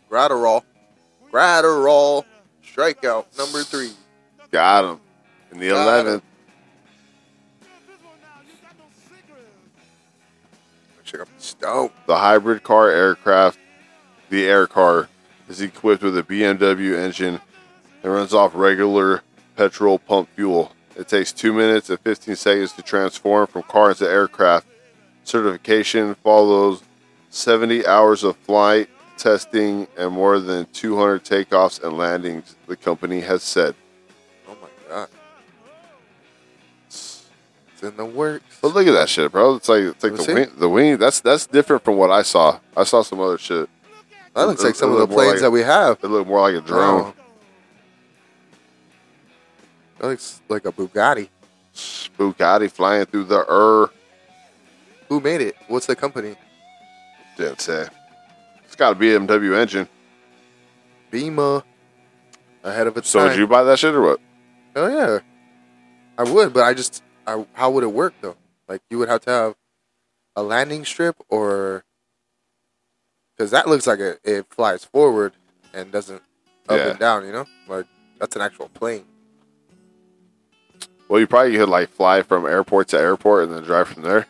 Speaker 3: Gratterall, Gratterall, strikeout number three.
Speaker 4: Got him in the
Speaker 3: Got
Speaker 4: eleventh.
Speaker 3: Check out stone.
Speaker 4: The hybrid car aircraft, the air car, is equipped with a BMW engine that runs off regular petrol pump fuel. It takes 2 minutes and 15 seconds to transform from car into aircraft. Certification follows 70 hours of flight testing and more than 200 takeoffs and landings, the company has said.
Speaker 3: Oh my god, it's in the works.
Speaker 4: But look at that shit, bro. It's like it's like
Speaker 3: Let's
Speaker 4: the
Speaker 3: see.
Speaker 4: wing, the wing. That's that's different from what I saw. I saw some other shit.
Speaker 3: That looks like
Speaker 4: It
Speaker 3: some of the
Speaker 4: looked more
Speaker 3: planes
Speaker 4: like-
Speaker 3: that we have.
Speaker 4: It looked more like a drone.
Speaker 3: Wow. That looks like a Bugatti.
Speaker 4: Bugatti flying through the air.
Speaker 3: Who made it? What's the company?
Speaker 4: Didn't say. It's got a BMW engine.
Speaker 3: Beamer. Ahead of its
Speaker 4: So
Speaker 3: time.
Speaker 4: would you buy that shit or what?
Speaker 3: Oh yeah, I would, but I just, I, how would it work though? Like you would have to have a landing strip, or because that looks like it, it flies forward and doesn't up
Speaker 4: Yeah.
Speaker 3: and down. You know, like that's an actual plane.
Speaker 4: Well, you probably could like fly from airport to airport and then drive from there.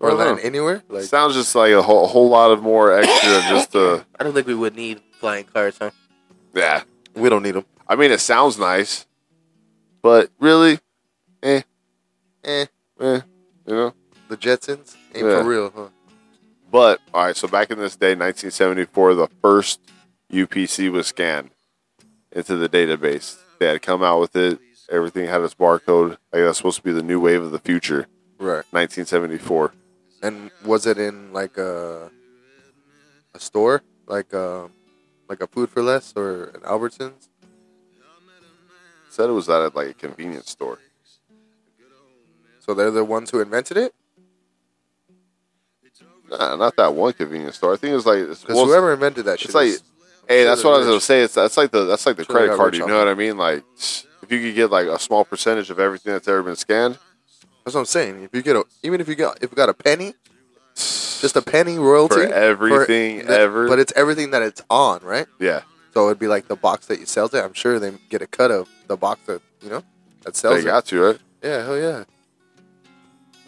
Speaker 3: Or
Speaker 4: I don't
Speaker 3: land
Speaker 4: know.
Speaker 3: anywhere? Like
Speaker 4: Sounds just like a whole, a whole lot of more extra. just uh,
Speaker 3: I don't think we would need flying cars, huh?
Speaker 4: yeah.
Speaker 3: We don't need them.
Speaker 4: I mean, it sounds nice, but really, eh,
Speaker 3: Eh,
Speaker 4: eh, you know.
Speaker 3: the Jetsons ain't
Speaker 4: Yeah.
Speaker 3: for real, huh?
Speaker 4: But all right, so back in this day, 1974, the first UPC was scanned into the database. They had come out with it. Everything had its barcode. Like that's supposed to be the new wave of the future.
Speaker 3: Right.
Speaker 4: 1974.
Speaker 3: And was it in like a a store, like um like a Food for Less or an Albertsons?
Speaker 4: Said it was at like a convenience store.
Speaker 3: So they're the ones who invented it.
Speaker 4: Nah, not that one convenience store. I think it was like it's,
Speaker 3: Because
Speaker 4: well,
Speaker 3: whoever invented that shit,
Speaker 4: it's like
Speaker 3: is-
Speaker 4: hey,
Speaker 3: sure
Speaker 4: that's
Speaker 3: they're
Speaker 4: what I was
Speaker 3: rich.
Speaker 4: gonna say. It's that's like the that's like the
Speaker 3: Sure they
Speaker 4: credit
Speaker 3: got
Speaker 4: card.
Speaker 3: rich
Speaker 4: You
Speaker 3: off
Speaker 4: know what I mean? Like if you could get like a small percentage of everything that's ever been scanned,
Speaker 3: that's what I'm saying. If you get a, even if you got if you got a penny, just a penny royalty
Speaker 4: For everything
Speaker 3: that-
Speaker 4: ever.
Speaker 3: but it's everything that it's on, right?
Speaker 4: yeah,
Speaker 3: So it'd be like the box that you sells it. I'm sure they get a cut of the box that you know that sells
Speaker 4: they
Speaker 3: it.
Speaker 4: got to right.
Speaker 3: yeah, hell yeah.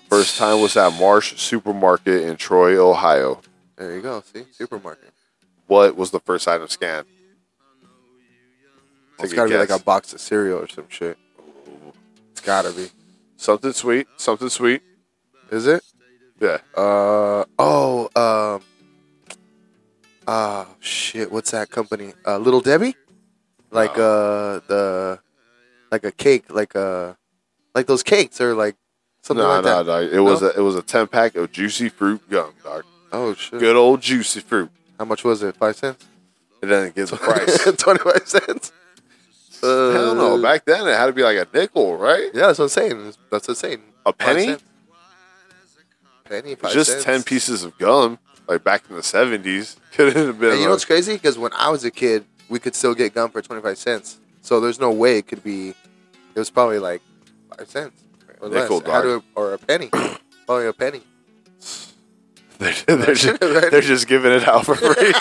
Speaker 4: First time was at Marsh Supermarket in Troy, Ohio.
Speaker 3: There you go. See, supermarket.
Speaker 4: What was the first item scanned? Take
Speaker 3: it's got to be like
Speaker 4: guess.
Speaker 3: a box of cereal or some shit. It's gotta be.
Speaker 4: something sweet, something sweet.
Speaker 3: Is it?
Speaker 4: Yeah,
Speaker 3: Uh oh. Um. Oh shit! What's that company? Uh, Little Debbie. Like uh the, like a cake, like uh, like those cakes or like Something
Speaker 4: nah,
Speaker 3: like
Speaker 4: nah,
Speaker 3: that.
Speaker 4: dog. It was a it was a ten pack of juicy fruit gum, dog.
Speaker 3: Oh shit!
Speaker 4: Good old juicy fruit.
Speaker 3: How much was it? Five cents?
Speaker 4: It doesn't give the price.
Speaker 3: Twenty-five cents. Uh,
Speaker 4: Hell no. Back then, it had to be like a nickel, right?
Speaker 3: Yeah, that's what I'm saying. That's what I'm saying.
Speaker 4: A
Speaker 3: Five
Speaker 4: penny?
Speaker 3: cents. Penny. Five
Speaker 4: Just
Speaker 3: cents.
Speaker 4: ten pieces of gum, like back in the seventies, could have been.
Speaker 3: And you know
Speaker 4: like-
Speaker 3: what's crazy? Because when I was a kid, we could still get gum for 25 cents. So there's no way it could be. It was probably like five cents or
Speaker 4: Nickel,
Speaker 3: less. How
Speaker 4: dog.
Speaker 3: do- or a penny. probably a penny.
Speaker 4: They're, they're just,
Speaker 3: Right?
Speaker 4: they're just giving it out for free.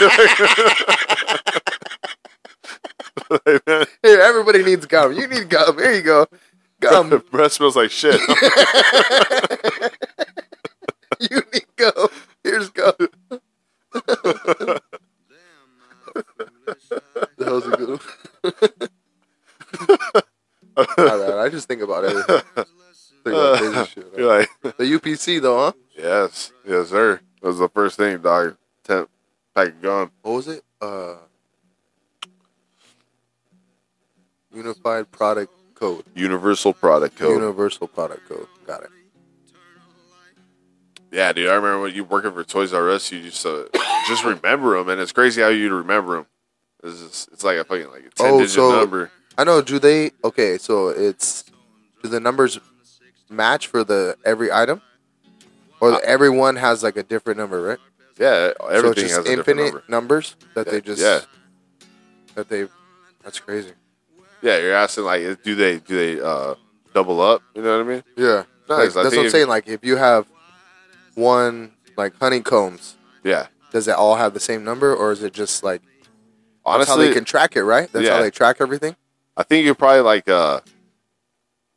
Speaker 4: Like, man,
Speaker 3: Here, everybody needs gum. You need gum. Here you go.
Speaker 4: the
Speaker 3: Gum.
Speaker 4: breath smells like shit.
Speaker 3: you need gum. Here's gum. that was a good one. My bad. I just think about everything. Think about crazy shit.
Speaker 4: You're like,
Speaker 3: The UPC though, huh?
Speaker 4: yes, yes, sir. That was the first thing, dog. Ten pack of gum.
Speaker 3: What was it? Uh, Unified Product Code.
Speaker 4: Universal product code.
Speaker 3: Universal Product Code. Got it.
Speaker 4: yeah, dude. I remember when you working for Toys R Us, you just uh, just remember them, and it's crazy how you remember them. It's, just, it's like a fucking like a ten
Speaker 3: Oh,
Speaker 4: digit
Speaker 3: so-
Speaker 4: number.
Speaker 3: I know. Do they? Okay, so it's do the numbers match for the every item, or
Speaker 4: Uh,
Speaker 3: everyone has like a different number, right?
Speaker 4: Yeah, everything
Speaker 3: so it's just
Speaker 4: has a different
Speaker 3: infinite
Speaker 4: number.
Speaker 3: numbers that
Speaker 4: Yeah,
Speaker 3: they just
Speaker 4: yeah.
Speaker 3: that they. That's crazy.
Speaker 4: Yeah, you're asking like, do they do they uh, double up? You know what I mean?
Speaker 3: Yeah,
Speaker 4: No,
Speaker 3: Like,
Speaker 4: it's- I think
Speaker 3: that's what I'm
Speaker 4: if-
Speaker 3: saying. Like if you have one like honeycombs,
Speaker 4: Yeah.
Speaker 3: does it all have the same number, or is it just like That's how
Speaker 4: Honestly,
Speaker 3: they can track it, right? That's how
Speaker 4: Yeah.
Speaker 3: they track everything
Speaker 4: I think you're probably like uh,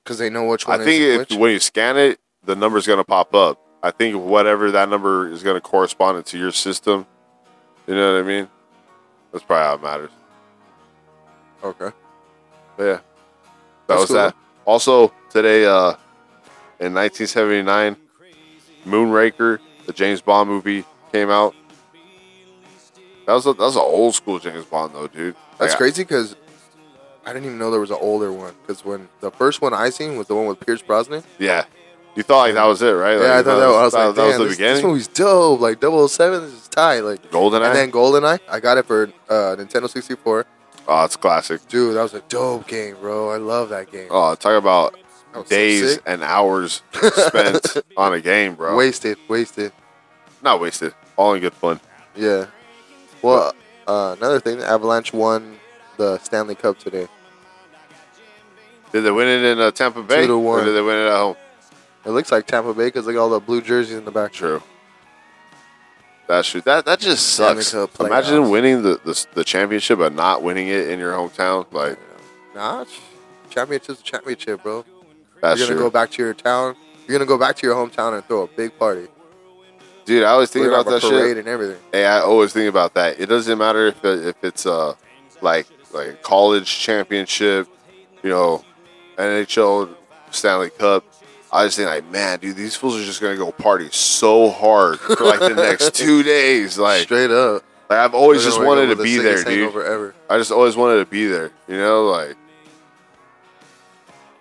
Speaker 3: because they know which
Speaker 4: I
Speaker 3: one.
Speaker 4: think
Speaker 3: is
Speaker 4: if,
Speaker 3: which.
Speaker 4: when you scan it, the number's gonna pop up. I think whatever that number is gonna correspond it to your system. You know what I mean? That's probably how it matters.
Speaker 3: okay.
Speaker 4: But yeah, that
Speaker 3: That's
Speaker 4: was
Speaker 3: cool.
Speaker 4: that. Also today, uh, in 1979, Moonraker, the James Bond movie, came out. That was a, that was an old school James Bond though, dude.
Speaker 3: That's
Speaker 4: Like,
Speaker 3: crazy 'cause crazy because I didn't even know there was an older one. Because when the first one I seen was the one with Pierce Brosnan.
Speaker 4: Yeah. You thought like that was it, right? Like,
Speaker 3: yeah,
Speaker 4: Oh,
Speaker 3: I
Speaker 4: you
Speaker 3: thought that was, I was
Speaker 4: that,
Speaker 3: like,
Speaker 4: that was
Speaker 3: "Damn,
Speaker 4: the
Speaker 3: this,
Speaker 4: beginning.
Speaker 3: This movie's dope. Like 007 this is tight. Like
Speaker 4: Goldeneye.
Speaker 3: and then Goldeneye, I got it for uh, Nintendo 64.
Speaker 4: oh, it's classic.
Speaker 3: Dude, that was a dope game, bro. I love that game.
Speaker 4: Oh, talk about
Speaker 3: That was so
Speaker 4: days
Speaker 3: sick.
Speaker 4: and hours spent on a game, bro.
Speaker 3: wasted, wasted.
Speaker 4: not wasted. All in good fun.
Speaker 3: Yeah. Well, uh, another thing, Avalanche won the Stanley Cup today.
Speaker 4: Did they win it in uh, Tampa Bay?
Speaker 3: Two to
Speaker 4: Or
Speaker 3: one.
Speaker 4: did they win it at home?
Speaker 3: It looks like Tampa Bay because look at all the blue jerseys in the back.
Speaker 4: True. That's true. That that just
Speaker 3: Stanley
Speaker 4: sucks.
Speaker 3: Cup playoffs.
Speaker 4: Imagine winning the, the the championship but not winning it in your hometown. Like
Speaker 3: Nah, ch- championship's a championship, bro.
Speaker 4: that's
Speaker 3: you're gonna
Speaker 4: true,
Speaker 3: go back to your town. You're gonna go back to your hometown and throw a big party.
Speaker 4: dude. I always think
Speaker 3: We're gonna
Speaker 4: about that
Speaker 3: have a
Speaker 4: shit.
Speaker 3: parade and everything.
Speaker 4: Hey, I always think about that. It doesn't matter if it, if it's uh like like a college championship, you know, NHL Stanley Cup. I just think like, man, dude, these fools are just gonna go party so hard for like the next two days. Like,
Speaker 3: Straight up.
Speaker 4: like, I've always
Speaker 3: They're
Speaker 4: just
Speaker 3: gonna wake up
Speaker 4: wanted
Speaker 3: with
Speaker 4: to
Speaker 3: the
Speaker 4: be there,
Speaker 3: sickest
Speaker 4: dude.
Speaker 3: hangover ever.
Speaker 4: I just always wanted to be there. You know, like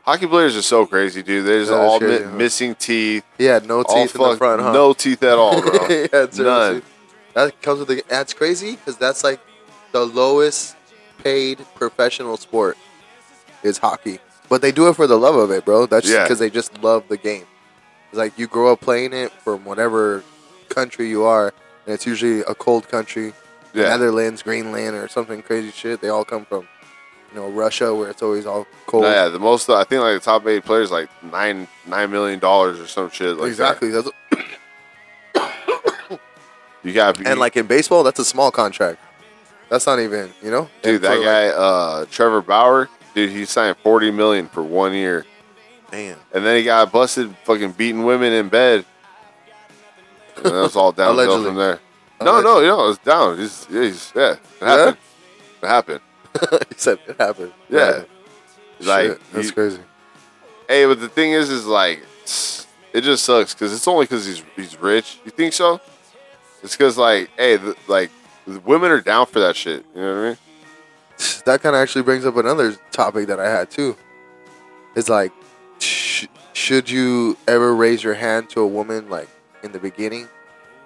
Speaker 4: hockey players are so crazy, dude. They're just
Speaker 3: That is
Speaker 4: all
Speaker 3: crazy,
Speaker 4: mi-
Speaker 3: huh?
Speaker 4: missing teeth,
Speaker 3: He had no
Speaker 4: all
Speaker 3: teeth in the
Speaker 4: fucked-
Speaker 3: front, huh?
Speaker 4: no teeth at all, bro.
Speaker 3: yeah, seriously.
Speaker 4: None.
Speaker 3: That comes with the. That's crazy because that's like the lowest paid professional sport is hockey, but they do it for the love of it, bro. That's
Speaker 4: Yeah.
Speaker 3: because they just love the game. It's like you grow up playing it from whatever country you are, and it's usually a cold country,
Speaker 4: Yeah.
Speaker 3: Netherlands, Greenland, or something crazy shit. They all come from, you know, Russia where it's always all cold.
Speaker 4: No, yeah, the most I think like the top eight players like nine nine million dollars or some shit like
Speaker 3: exactly. That's,
Speaker 4: That. You got
Speaker 3: and like in baseball, that's a small contract. That's not even, you know,
Speaker 4: dude
Speaker 3: And for,
Speaker 4: that
Speaker 3: like,
Speaker 4: guy uh Trevor Bauer dude he signed forty million for one year
Speaker 3: Damn.
Speaker 4: and then he got busted fucking beating women in bed. And that was all downhill
Speaker 3: Allegedly.
Speaker 4: from there. No, no, you know it's down. He's, he's yeah, it happened. It happened.
Speaker 3: he said it happened.
Speaker 4: Yeah.
Speaker 3: Right.
Speaker 4: Like
Speaker 3: Shit, that's
Speaker 4: he-
Speaker 3: crazy.
Speaker 4: Hey, but the thing is, is like, it just sucks because it's only because he's he's rich. You think so? It's because like, hey, the, like the women are down for that shit. You know what I mean?
Speaker 3: That kind of actually brings up another topic that I had too. It's like, sh- should you ever raise your hand to a woman like in the beginning,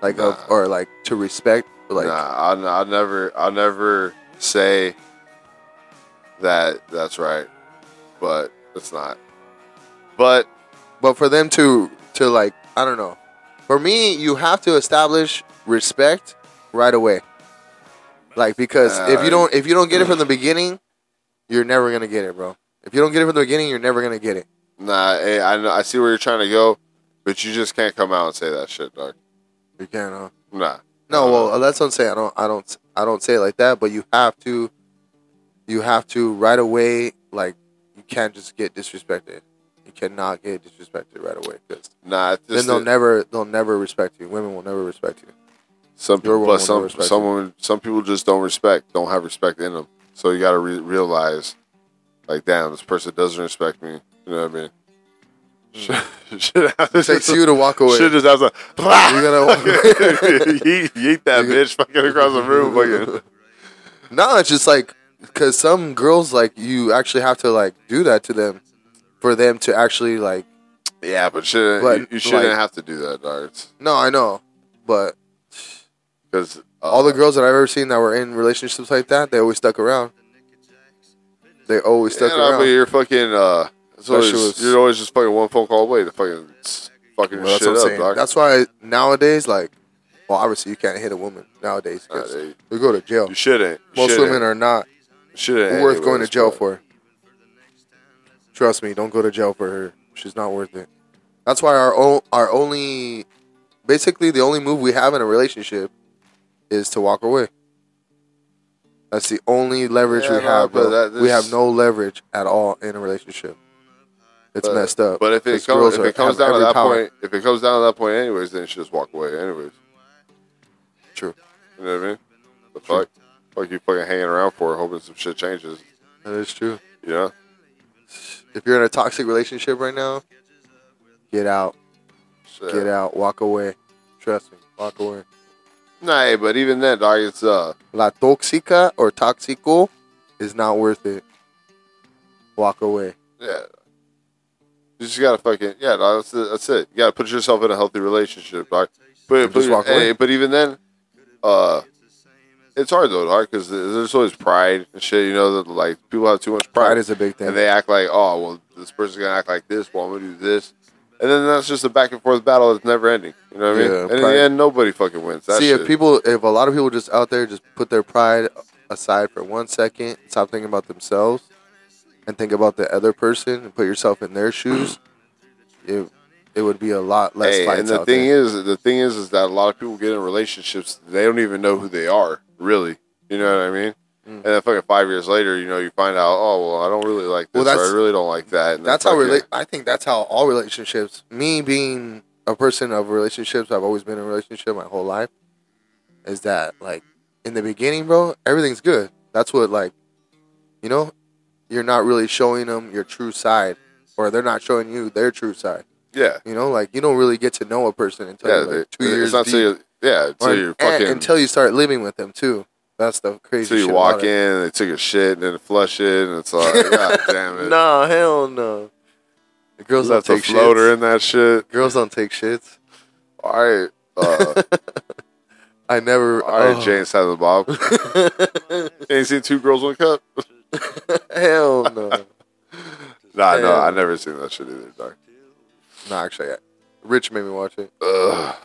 Speaker 3: like of,
Speaker 4: Nah.
Speaker 3: or like to respect, like
Speaker 4: nah, I, I never, I never say that. That's right, but it's not. But
Speaker 3: but for them to to like I don't know. For me, you have to establish respect right away. Like because if you
Speaker 4: Uh,
Speaker 3: don't if you don't get it from the beginning, you're never gonna get it, bro. If you don't get it from the beginning, you're never gonna get it.
Speaker 4: nah, eh, I, know- I see where you're trying to go, but you just can't come out and say that shit, dog.
Speaker 3: You can't. uh, Huh?
Speaker 4: Nah.
Speaker 3: No, well, that's what I'm saying. I don't, I don't, I don't say it like that. But you have to, you have to right away. Like you can't just get disrespected. You cannot get disrespected right away because
Speaker 4: nah. it's
Speaker 3: then
Speaker 4: just
Speaker 3: they'll
Speaker 4: that
Speaker 3: never, they'll never respect you. Women will never respect you.
Speaker 4: some
Speaker 3: your
Speaker 4: people,
Speaker 3: woman
Speaker 4: but
Speaker 3: will
Speaker 4: some
Speaker 3: respect
Speaker 4: some
Speaker 3: you.
Speaker 4: women, some people just don't respect, don't have respect in them. So you got to re- realize, like, damn, this person doesn't respect me. You know what I mean? Shit
Speaker 3: Hmm. It takes you to walk away.
Speaker 4: Shit just outside.
Speaker 3: You gotta walk away.
Speaker 4: yeet, yeet that
Speaker 3: You-
Speaker 4: bitch fucking across the room. Fucking.
Speaker 3: No, it's just like because some girls like you actually have to like do that to them for them to actually like.
Speaker 4: Yeah, but, shouldn't,
Speaker 3: But,
Speaker 4: you, you shouldn't
Speaker 3: like-
Speaker 4: have to do that, darts.
Speaker 3: No, I know, but
Speaker 4: Because
Speaker 3: all the girls that I've ever seen that were in relationships like that, they always stuck around. They always stuck
Speaker 4: yeah,
Speaker 3: around.
Speaker 4: but you're fucking. Uh, it's always,
Speaker 3: shit was-
Speaker 4: you're always just fucking one phone call away to fucking fucking
Speaker 3: Well, that's
Speaker 4: shit
Speaker 3: what I'm
Speaker 4: up,
Speaker 3: saying.
Speaker 4: dog.
Speaker 3: That's why nowadays, like, well, obviously you can't hit a woman nowadays
Speaker 4: Nah,
Speaker 3: 'cause
Speaker 4: they-
Speaker 3: we go to jail.
Speaker 4: you shouldn't.
Speaker 3: Most women are not
Speaker 4: shouldn't
Speaker 3: worth going to
Speaker 4: anyways,
Speaker 3: jail
Speaker 4: but-
Speaker 3: for. Trust me, don't go to jail for her. She's not worth it. That's why our o- our only, basically the only move we have in a relationship is to walk away. That's the only leverage
Speaker 4: Yeah,
Speaker 3: we
Speaker 4: no,
Speaker 3: have,
Speaker 4: but
Speaker 3: bro.
Speaker 4: that-
Speaker 3: we
Speaker 4: this-
Speaker 3: have no leverage at all in a relationship. It's
Speaker 4: But-
Speaker 3: messed up.
Speaker 4: But if it
Speaker 3: 'cause
Speaker 4: comes
Speaker 3: girls
Speaker 4: if
Speaker 3: are-
Speaker 4: it comes
Speaker 3: have
Speaker 4: down to
Speaker 3: every
Speaker 4: that
Speaker 3: power.
Speaker 4: point, if it comes down to that point, anyways, then you should just walk away, anyways.
Speaker 3: True.
Speaker 4: You know what I mean? The fuck, fuck you fucking hanging around for, hoping some shit changes.
Speaker 3: that is true.
Speaker 4: You know?
Speaker 3: if you're in a toxic relationship right now, get out,
Speaker 4: Shit.
Speaker 3: get out, walk away. Trust me, walk away.
Speaker 4: Nah, hey, but even then, dog, it's uh,
Speaker 3: La toxica or toxico is not worth it. Walk away.
Speaker 4: yeah. You just gotta fucking yeah, dog, that's it. That's it. You gotta put yourself in a healthy relationship, dog. But
Speaker 3: And
Speaker 4: but,
Speaker 3: just walk away.
Speaker 4: hey, but even then, uh, it's hard though, dog, because there's always pride and shit. You know that like people have too much
Speaker 3: Pride is a big thing.
Speaker 4: and they act like, oh, well, this person's gonna act like this. Well, I'm gonna do this, and then that's just a back and forth battle that's never ending. You know what I mean?
Speaker 3: Yeah,
Speaker 4: and in
Speaker 3: pride-
Speaker 4: the end, nobody fucking wins. That
Speaker 3: See
Speaker 4: shit.
Speaker 3: if people, if a lot of people just out there just put their pride aside for one second, stop thinking about themselves, and think about the other person, and put yourself in their shoes, it it would be a lot less
Speaker 4: Hey,
Speaker 3: fights
Speaker 4: and the
Speaker 3: out
Speaker 4: thing
Speaker 3: there.
Speaker 4: is, the thing is, is that a lot of people get in relationships they don't even know who they are really. You know what I mean?
Speaker 3: Mm.
Speaker 4: And then fucking five years later, you know, you find out, oh, well, I don't really like
Speaker 3: Well,
Speaker 4: this, or
Speaker 3: that's-
Speaker 4: I really don't like that. And
Speaker 3: that's
Speaker 4: then
Speaker 3: how
Speaker 4: fucking-
Speaker 3: rela- I think that's how all relationships. Me being a person of relationships, I've always been in a relationship my whole life. Is that like in the beginning, bro? Everything's good. That's what like, you know, you're not really showing them your true side, or they're not showing you their true side.
Speaker 4: yeah,
Speaker 3: You know, like you don't really get to know a person until
Speaker 4: yeah,
Speaker 3: you're, like,
Speaker 4: they-
Speaker 3: two
Speaker 4: it's
Speaker 3: years
Speaker 4: not
Speaker 3: deep,
Speaker 4: till you, yeah, until
Speaker 3: or,
Speaker 4: you're
Speaker 3: and-
Speaker 4: fucking
Speaker 3: until you start living with them too. That's the crazy.
Speaker 4: until you
Speaker 3: shit
Speaker 4: walk
Speaker 3: about
Speaker 4: in,
Speaker 3: it.
Speaker 4: and they took a shit and then flush it, and it's like, god damn it.
Speaker 3: Nah, hell no. The girls
Speaker 4: Girls have
Speaker 3: don't
Speaker 4: to
Speaker 3: take
Speaker 4: floater
Speaker 3: shits.
Speaker 4: in that shit.
Speaker 3: Girls don't take shits.
Speaker 4: All right, uh,
Speaker 3: I never.
Speaker 4: all right,
Speaker 3: oh,
Speaker 4: James has a bob. Ain't seen two girls one cup.
Speaker 3: Hell no.
Speaker 4: Nah, no,
Speaker 3: Damn.
Speaker 4: I never seen that shit either. Dog.
Speaker 3: no, actually, I, Rich made me watch it.
Speaker 4: Ugh.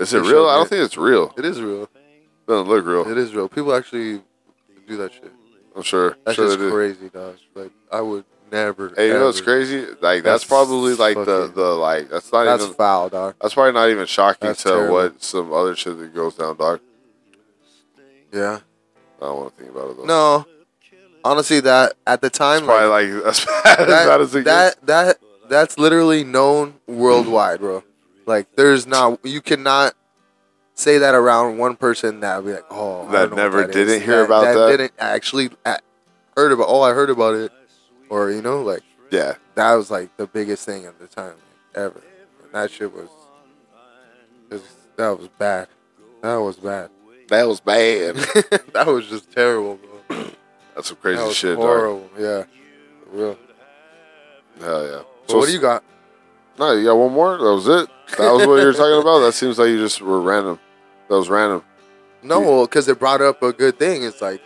Speaker 4: Is it
Speaker 3: They
Speaker 4: real?
Speaker 3: showed
Speaker 4: I don't
Speaker 3: it.
Speaker 4: think it's real.
Speaker 3: It is real.
Speaker 4: doesn't look real.
Speaker 3: It is real. People actually do that shit.
Speaker 4: I'm sure.
Speaker 3: That's
Speaker 4: sure
Speaker 3: just
Speaker 4: they do.
Speaker 3: crazy, dog. Like I would never.
Speaker 4: Hey, you know what's
Speaker 3: ever-
Speaker 4: crazy? Like that's,
Speaker 3: That's
Speaker 4: probably like the
Speaker 3: fucking-
Speaker 4: the like that's not
Speaker 3: That's
Speaker 4: even
Speaker 3: foul, dog.
Speaker 4: that's probably not even shocking
Speaker 3: That's
Speaker 4: to
Speaker 3: terrible.
Speaker 4: what some other shit that goes down, dog.
Speaker 3: Yeah.
Speaker 4: I don't want to think about it though.
Speaker 3: No. Honestly, that at the time,
Speaker 4: it's probably
Speaker 3: like,
Speaker 4: like, as bad, as bad as
Speaker 3: that,
Speaker 4: it
Speaker 3: that that that's literally known worldwide, bro. Like, there's not you cannot say that around one person that would be like, oh, I don't
Speaker 4: That
Speaker 3: know what
Speaker 4: never
Speaker 3: is.
Speaker 4: didn't hear about that.
Speaker 3: Didn't actually uh, heard about. Oh, I heard about it, or you know, like
Speaker 4: gets. Yeah.
Speaker 3: that was like the biggest thing at the time ever. And that shit was, was that was bad. That was bad.
Speaker 4: That was bad.
Speaker 3: that was just terrible, bro.
Speaker 4: That's some
Speaker 3: That
Speaker 4: crazy
Speaker 3: was
Speaker 4: shit, dog.
Speaker 3: horrible. Yeah, For real.
Speaker 4: Hell yeah.
Speaker 3: So what do you got?
Speaker 4: No, you got one more. That was it. That was what you were talking about. That seems like you just were random. That was random.
Speaker 3: No, well, because it brought up a good thing. It's like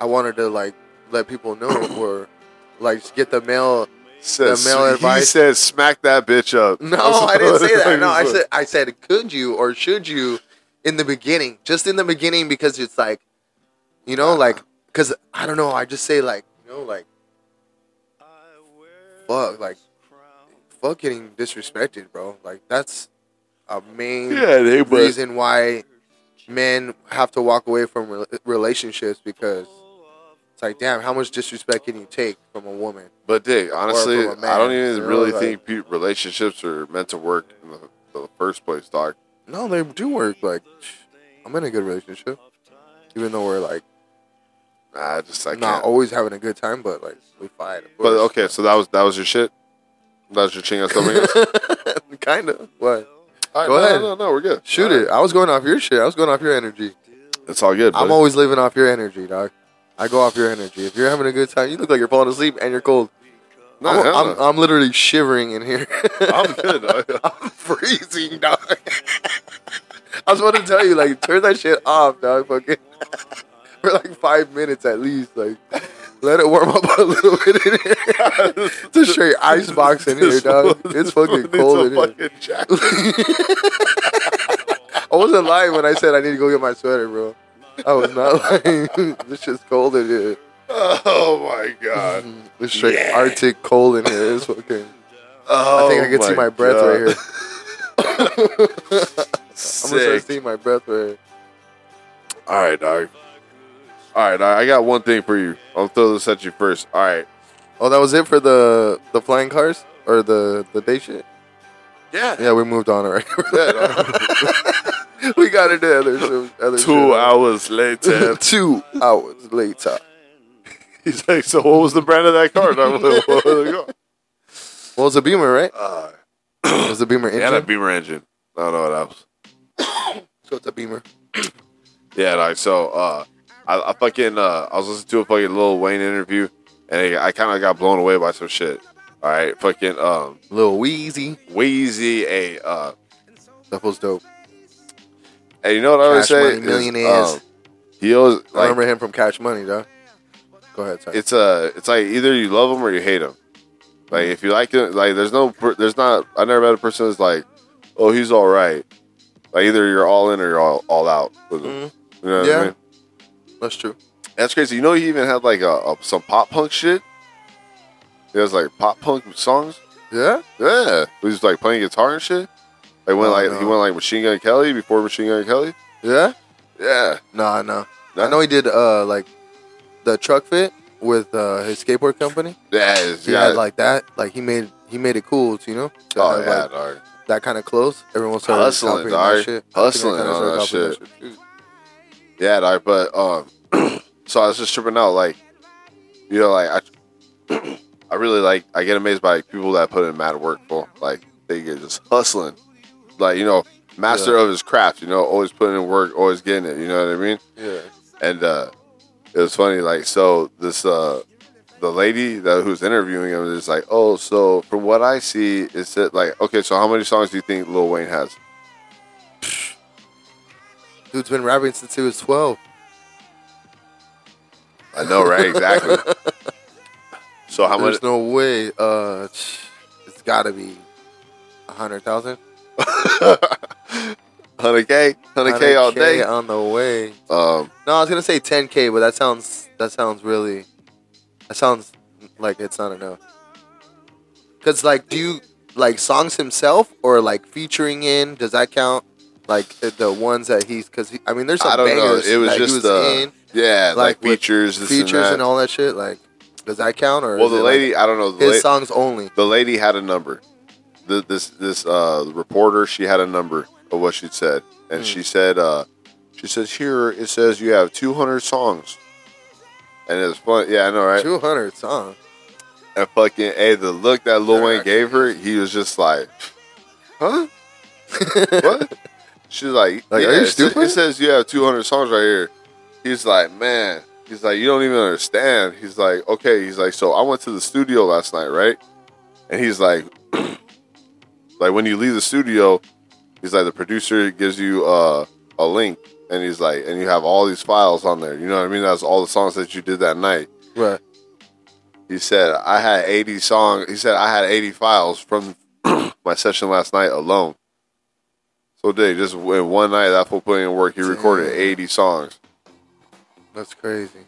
Speaker 3: I wanted to like let people know or like just get the mail.
Speaker 4: Says,
Speaker 3: male
Speaker 4: He
Speaker 3: advice-
Speaker 4: said, "Smack that bitch up."
Speaker 3: No,
Speaker 4: That's
Speaker 3: I didn't
Speaker 4: what
Speaker 3: say that. No, I
Speaker 4: was.
Speaker 3: said I said could you or should you in the beginning, just in the beginning, because it's like, you know, like because I don't know. I just say like you know like fuck like fuck getting disrespected, bro. Like that's a main
Speaker 4: Yeah, they but
Speaker 3: reason why men have to walk away from rel- relationships because it's like, damn, how much disrespect can you take from a woman?
Speaker 4: But Dick, honestly,
Speaker 3: from a
Speaker 4: I don't
Speaker 3: man,
Speaker 4: even
Speaker 3: you know,
Speaker 4: really
Speaker 3: like-
Speaker 4: think pe- relationships are meant to work in the, the first place, dog.
Speaker 3: No, they do work. Like, I'm in a good relationship, even though we're like
Speaker 4: Nah, I just I
Speaker 3: not
Speaker 4: can't.
Speaker 3: always having a good time, but like we fight. of
Speaker 4: but
Speaker 3: course.
Speaker 4: okay, so that was that was your shit. That was your chinga something.
Speaker 3: kind of. What?
Speaker 4: All right,
Speaker 3: Go
Speaker 4: no,
Speaker 3: ahead.
Speaker 4: No, no, no, we're good.
Speaker 3: Shoot
Speaker 4: All
Speaker 3: it. I was going off your shit. I was going off your energy.
Speaker 4: right. It's all good.
Speaker 3: I'm
Speaker 4: buddy.
Speaker 3: always living off your energy, dog. I go off your energy. If you're having a good time, you look like you're falling asleep and you're cold.
Speaker 4: No,
Speaker 3: I'm,
Speaker 4: hell
Speaker 3: I'm,
Speaker 4: no.
Speaker 3: I'm literally shivering in here.
Speaker 4: I'm good. dog.
Speaker 3: I'm freezing, dog. I was about to tell you, like, turn that shit off, dog. Fucking for like five minutes at least, like, let it warm up a little bit in here. it's a straight ice box in here,
Speaker 4: This
Speaker 3: dog.
Speaker 4: one-
Speaker 3: It's
Speaker 4: this one
Speaker 3: fucking
Speaker 4: needs a
Speaker 3: cold in here.
Speaker 4: fucking jacket.
Speaker 3: I wasn't lying when I said I need to go get my sweater, bro. I was not lying. this shit's cold in here.
Speaker 4: Oh my god.
Speaker 3: It's straight Arctic cold in here. It's fucking.
Speaker 4: Oh
Speaker 3: I think I can see my breath
Speaker 4: God.
Speaker 3: right here. I'm gonna start
Speaker 4: Sick.
Speaker 3: seeing my breath right here.
Speaker 4: All right, dog. All right, dog. I got one thing for you. I'll throw this at you first. All right.
Speaker 3: Oh, that was it for the the flying cars or the the day shit.
Speaker 4: Yeah.
Speaker 3: Yeah, we moved on already. we got into other shit- other
Speaker 4: Two
Speaker 3: shit.
Speaker 4: hours later,
Speaker 3: two hours later.
Speaker 4: he's like, "So what was the brand of that car?" And I'm like, "What was it called?"
Speaker 3: Well, it's a Beamer, right?
Speaker 4: Uh,
Speaker 3: It's a Beamer engine.
Speaker 4: and a Beamer engine. I don't know what else.
Speaker 3: so it's a Beamer.
Speaker 4: Yeah, like so. Uh, I, I fucking uh, I was listening to a fucking Lil Wayne interview, and I, I kind of got blown away by some shit. All right, fucking um,
Speaker 3: Little Wheezy.
Speaker 4: Wheezy, a uh,
Speaker 3: That was dope.
Speaker 4: and you know what I always
Speaker 3: Cash
Speaker 4: say?
Speaker 3: Money
Speaker 4: is,
Speaker 3: Millionaires.
Speaker 4: um, he always
Speaker 3: I
Speaker 4: like
Speaker 3: remember him from Cash Money, dog. Go ahead, sorry.
Speaker 4: it's a it's like either you love him or you hate him. Like if you like him, like there's no per- there's not. I never met a person that's like, oh, he's all right. Like either you're all in or you're all, all out with him.
Speaker 3: Mhm.
Speaker 4: You know what I
Speaker 3: Yeah.
Speaker 4: mean?
Speaker 3: That's true.
Speaker 4: That's crazy. You know, he even had like a, a some pop punk shit. He has like pop punk songs.
Speaker 3: Yeah.
Speaker 4: Yeah, he was like playing guitar and shit. Like went
Speaker 3: Oh,
Speaker 4: like
Speaker 3: no.
Speaker 4: he went like Machine Gun Kelly before Machine Gun Kelly.
Speaker 3: Yeah.
Speaker 4: Yeah,
Speaker 3: Nah, no.
Speaker 4: Nah?
Speaker 3: I know he did uh like the truck fit with uh his skateboard company.
Speaker 4: yeah, it's-
Speaker 3: He
Speaker 4: yeah.
Speaker 3: had like that. Like he made he made it cool, you know. To
Speaker 4: oh
Speaker 3: have,
Speaker 4: yeah,
Speaker 3: like,
Speaker 4: dog.
Speaker 3: that kind of close, everyone started
Speaker 4: Hustling,
Speaker 3: copying
Speaker 4: dog.
Speaker 3: that shit.
Speaker 4: Hustling on
Speaker 3: Everyone kinda
Speaker 4: that
Speaker 3: started
Speaker 4: shit.
Speaker 3: copying
Speaker 4: Yeah, dog, but um, so I was just tripping out, like, you know, like I, I really like, I get amazed by people that put in mad work, for like they get just hustling, like you know, master
Speaker 3: Yeah.
Speaker 4: of his craft, you know, always putting in work, always getting it, you know what I mean?
Speaker 3: Yeah.
Speaker 4: And uh, it was funny, like, so this uh, the lady that who's interviewing him is like, oh, so from what I see, it's that like, okay, so how many songs do you think Lil Wayne has?
Speaker 3: Dude's been rapping since he was 12.
Speaker 4: I know, right? Exactly. so how much?
Speaker 3: There's no way. Uh, it's got to be 100,000.
Speaker 4: 100k, 100k all day.
Speaker 3: on the way.
Speaker 4: Um,
Speaker 3: No, I was going to say 10K, but that sounds that sounds really that sounds like it's not enough. Cuz like do you like songs himself or like featuring in does that count? Like uh, the ones that he's cuz he, I mean there's some
Speaker 4: I don't know.
Speaker 3: bangers
Speaker 4: It was
Speaker 3: that he
Speaker 4: just
Speaker 3: was
Speaker 4: uh,
Speaker 3: in.
Speaker 4: yeah, like,
Speaker 3: like, with
Speaker 4: features, this
Speaker 3: features
Speaker 4: and,
Speaker 3: and,
Speaker 4: that.
Speaker 3: all that shit. Like, does that count or
Speaker 4: Well,
Speaker 3: is
Speaker 4: the
Speaker 3: it,
Speaker 4: lady,
Speaker 3: like,
Speaker 4: I don't know. The,
Speaker 3: his
Speaker 4: la-
Speaker 3: songs only?
Speaker 4: the lady had a number. The, this this uh, reporter, she had a number of what she said,
Speaker 3: Hmm.
Speaker 4: and she said, uh, she says here it says you have 200 songs, and it's fun. Yeah, I know, right?
Speaker 3: Two hundred songs.
Speaker 4: And fucking, hey, the look that Lil
Speaker 3: They're
Speaker 4: Wayne
Speaker 3: actually
Speaker 4: gave her, he was just like, huh? what? She's like,
Speaker 3: Like,
Speaker 4: yeah,
Speaker 3: are you
Speaker 4: it sa-
Speaker 3: stupid?
Speaker 4: It says you have 200 songs right here. He's like, man. He's like, you don't even understand. He's like, okay. He's like, so I went to the studio last night, right? And he's like, Like when you leave the studio, he's like the producer gives you uh, a link, and he's like, and you have all these files on there. You know what I mean? That's all the songs that you did that night.
Speaker 3: Right.
Speaker 4: He said I had 80 songs. He said I had 80 files from my session last night alone. So did just in one night that fool put in work. He recorded
Speaker 3: Damn.
Speaker 4: 80 songs.
Speaker 3: That's crazy.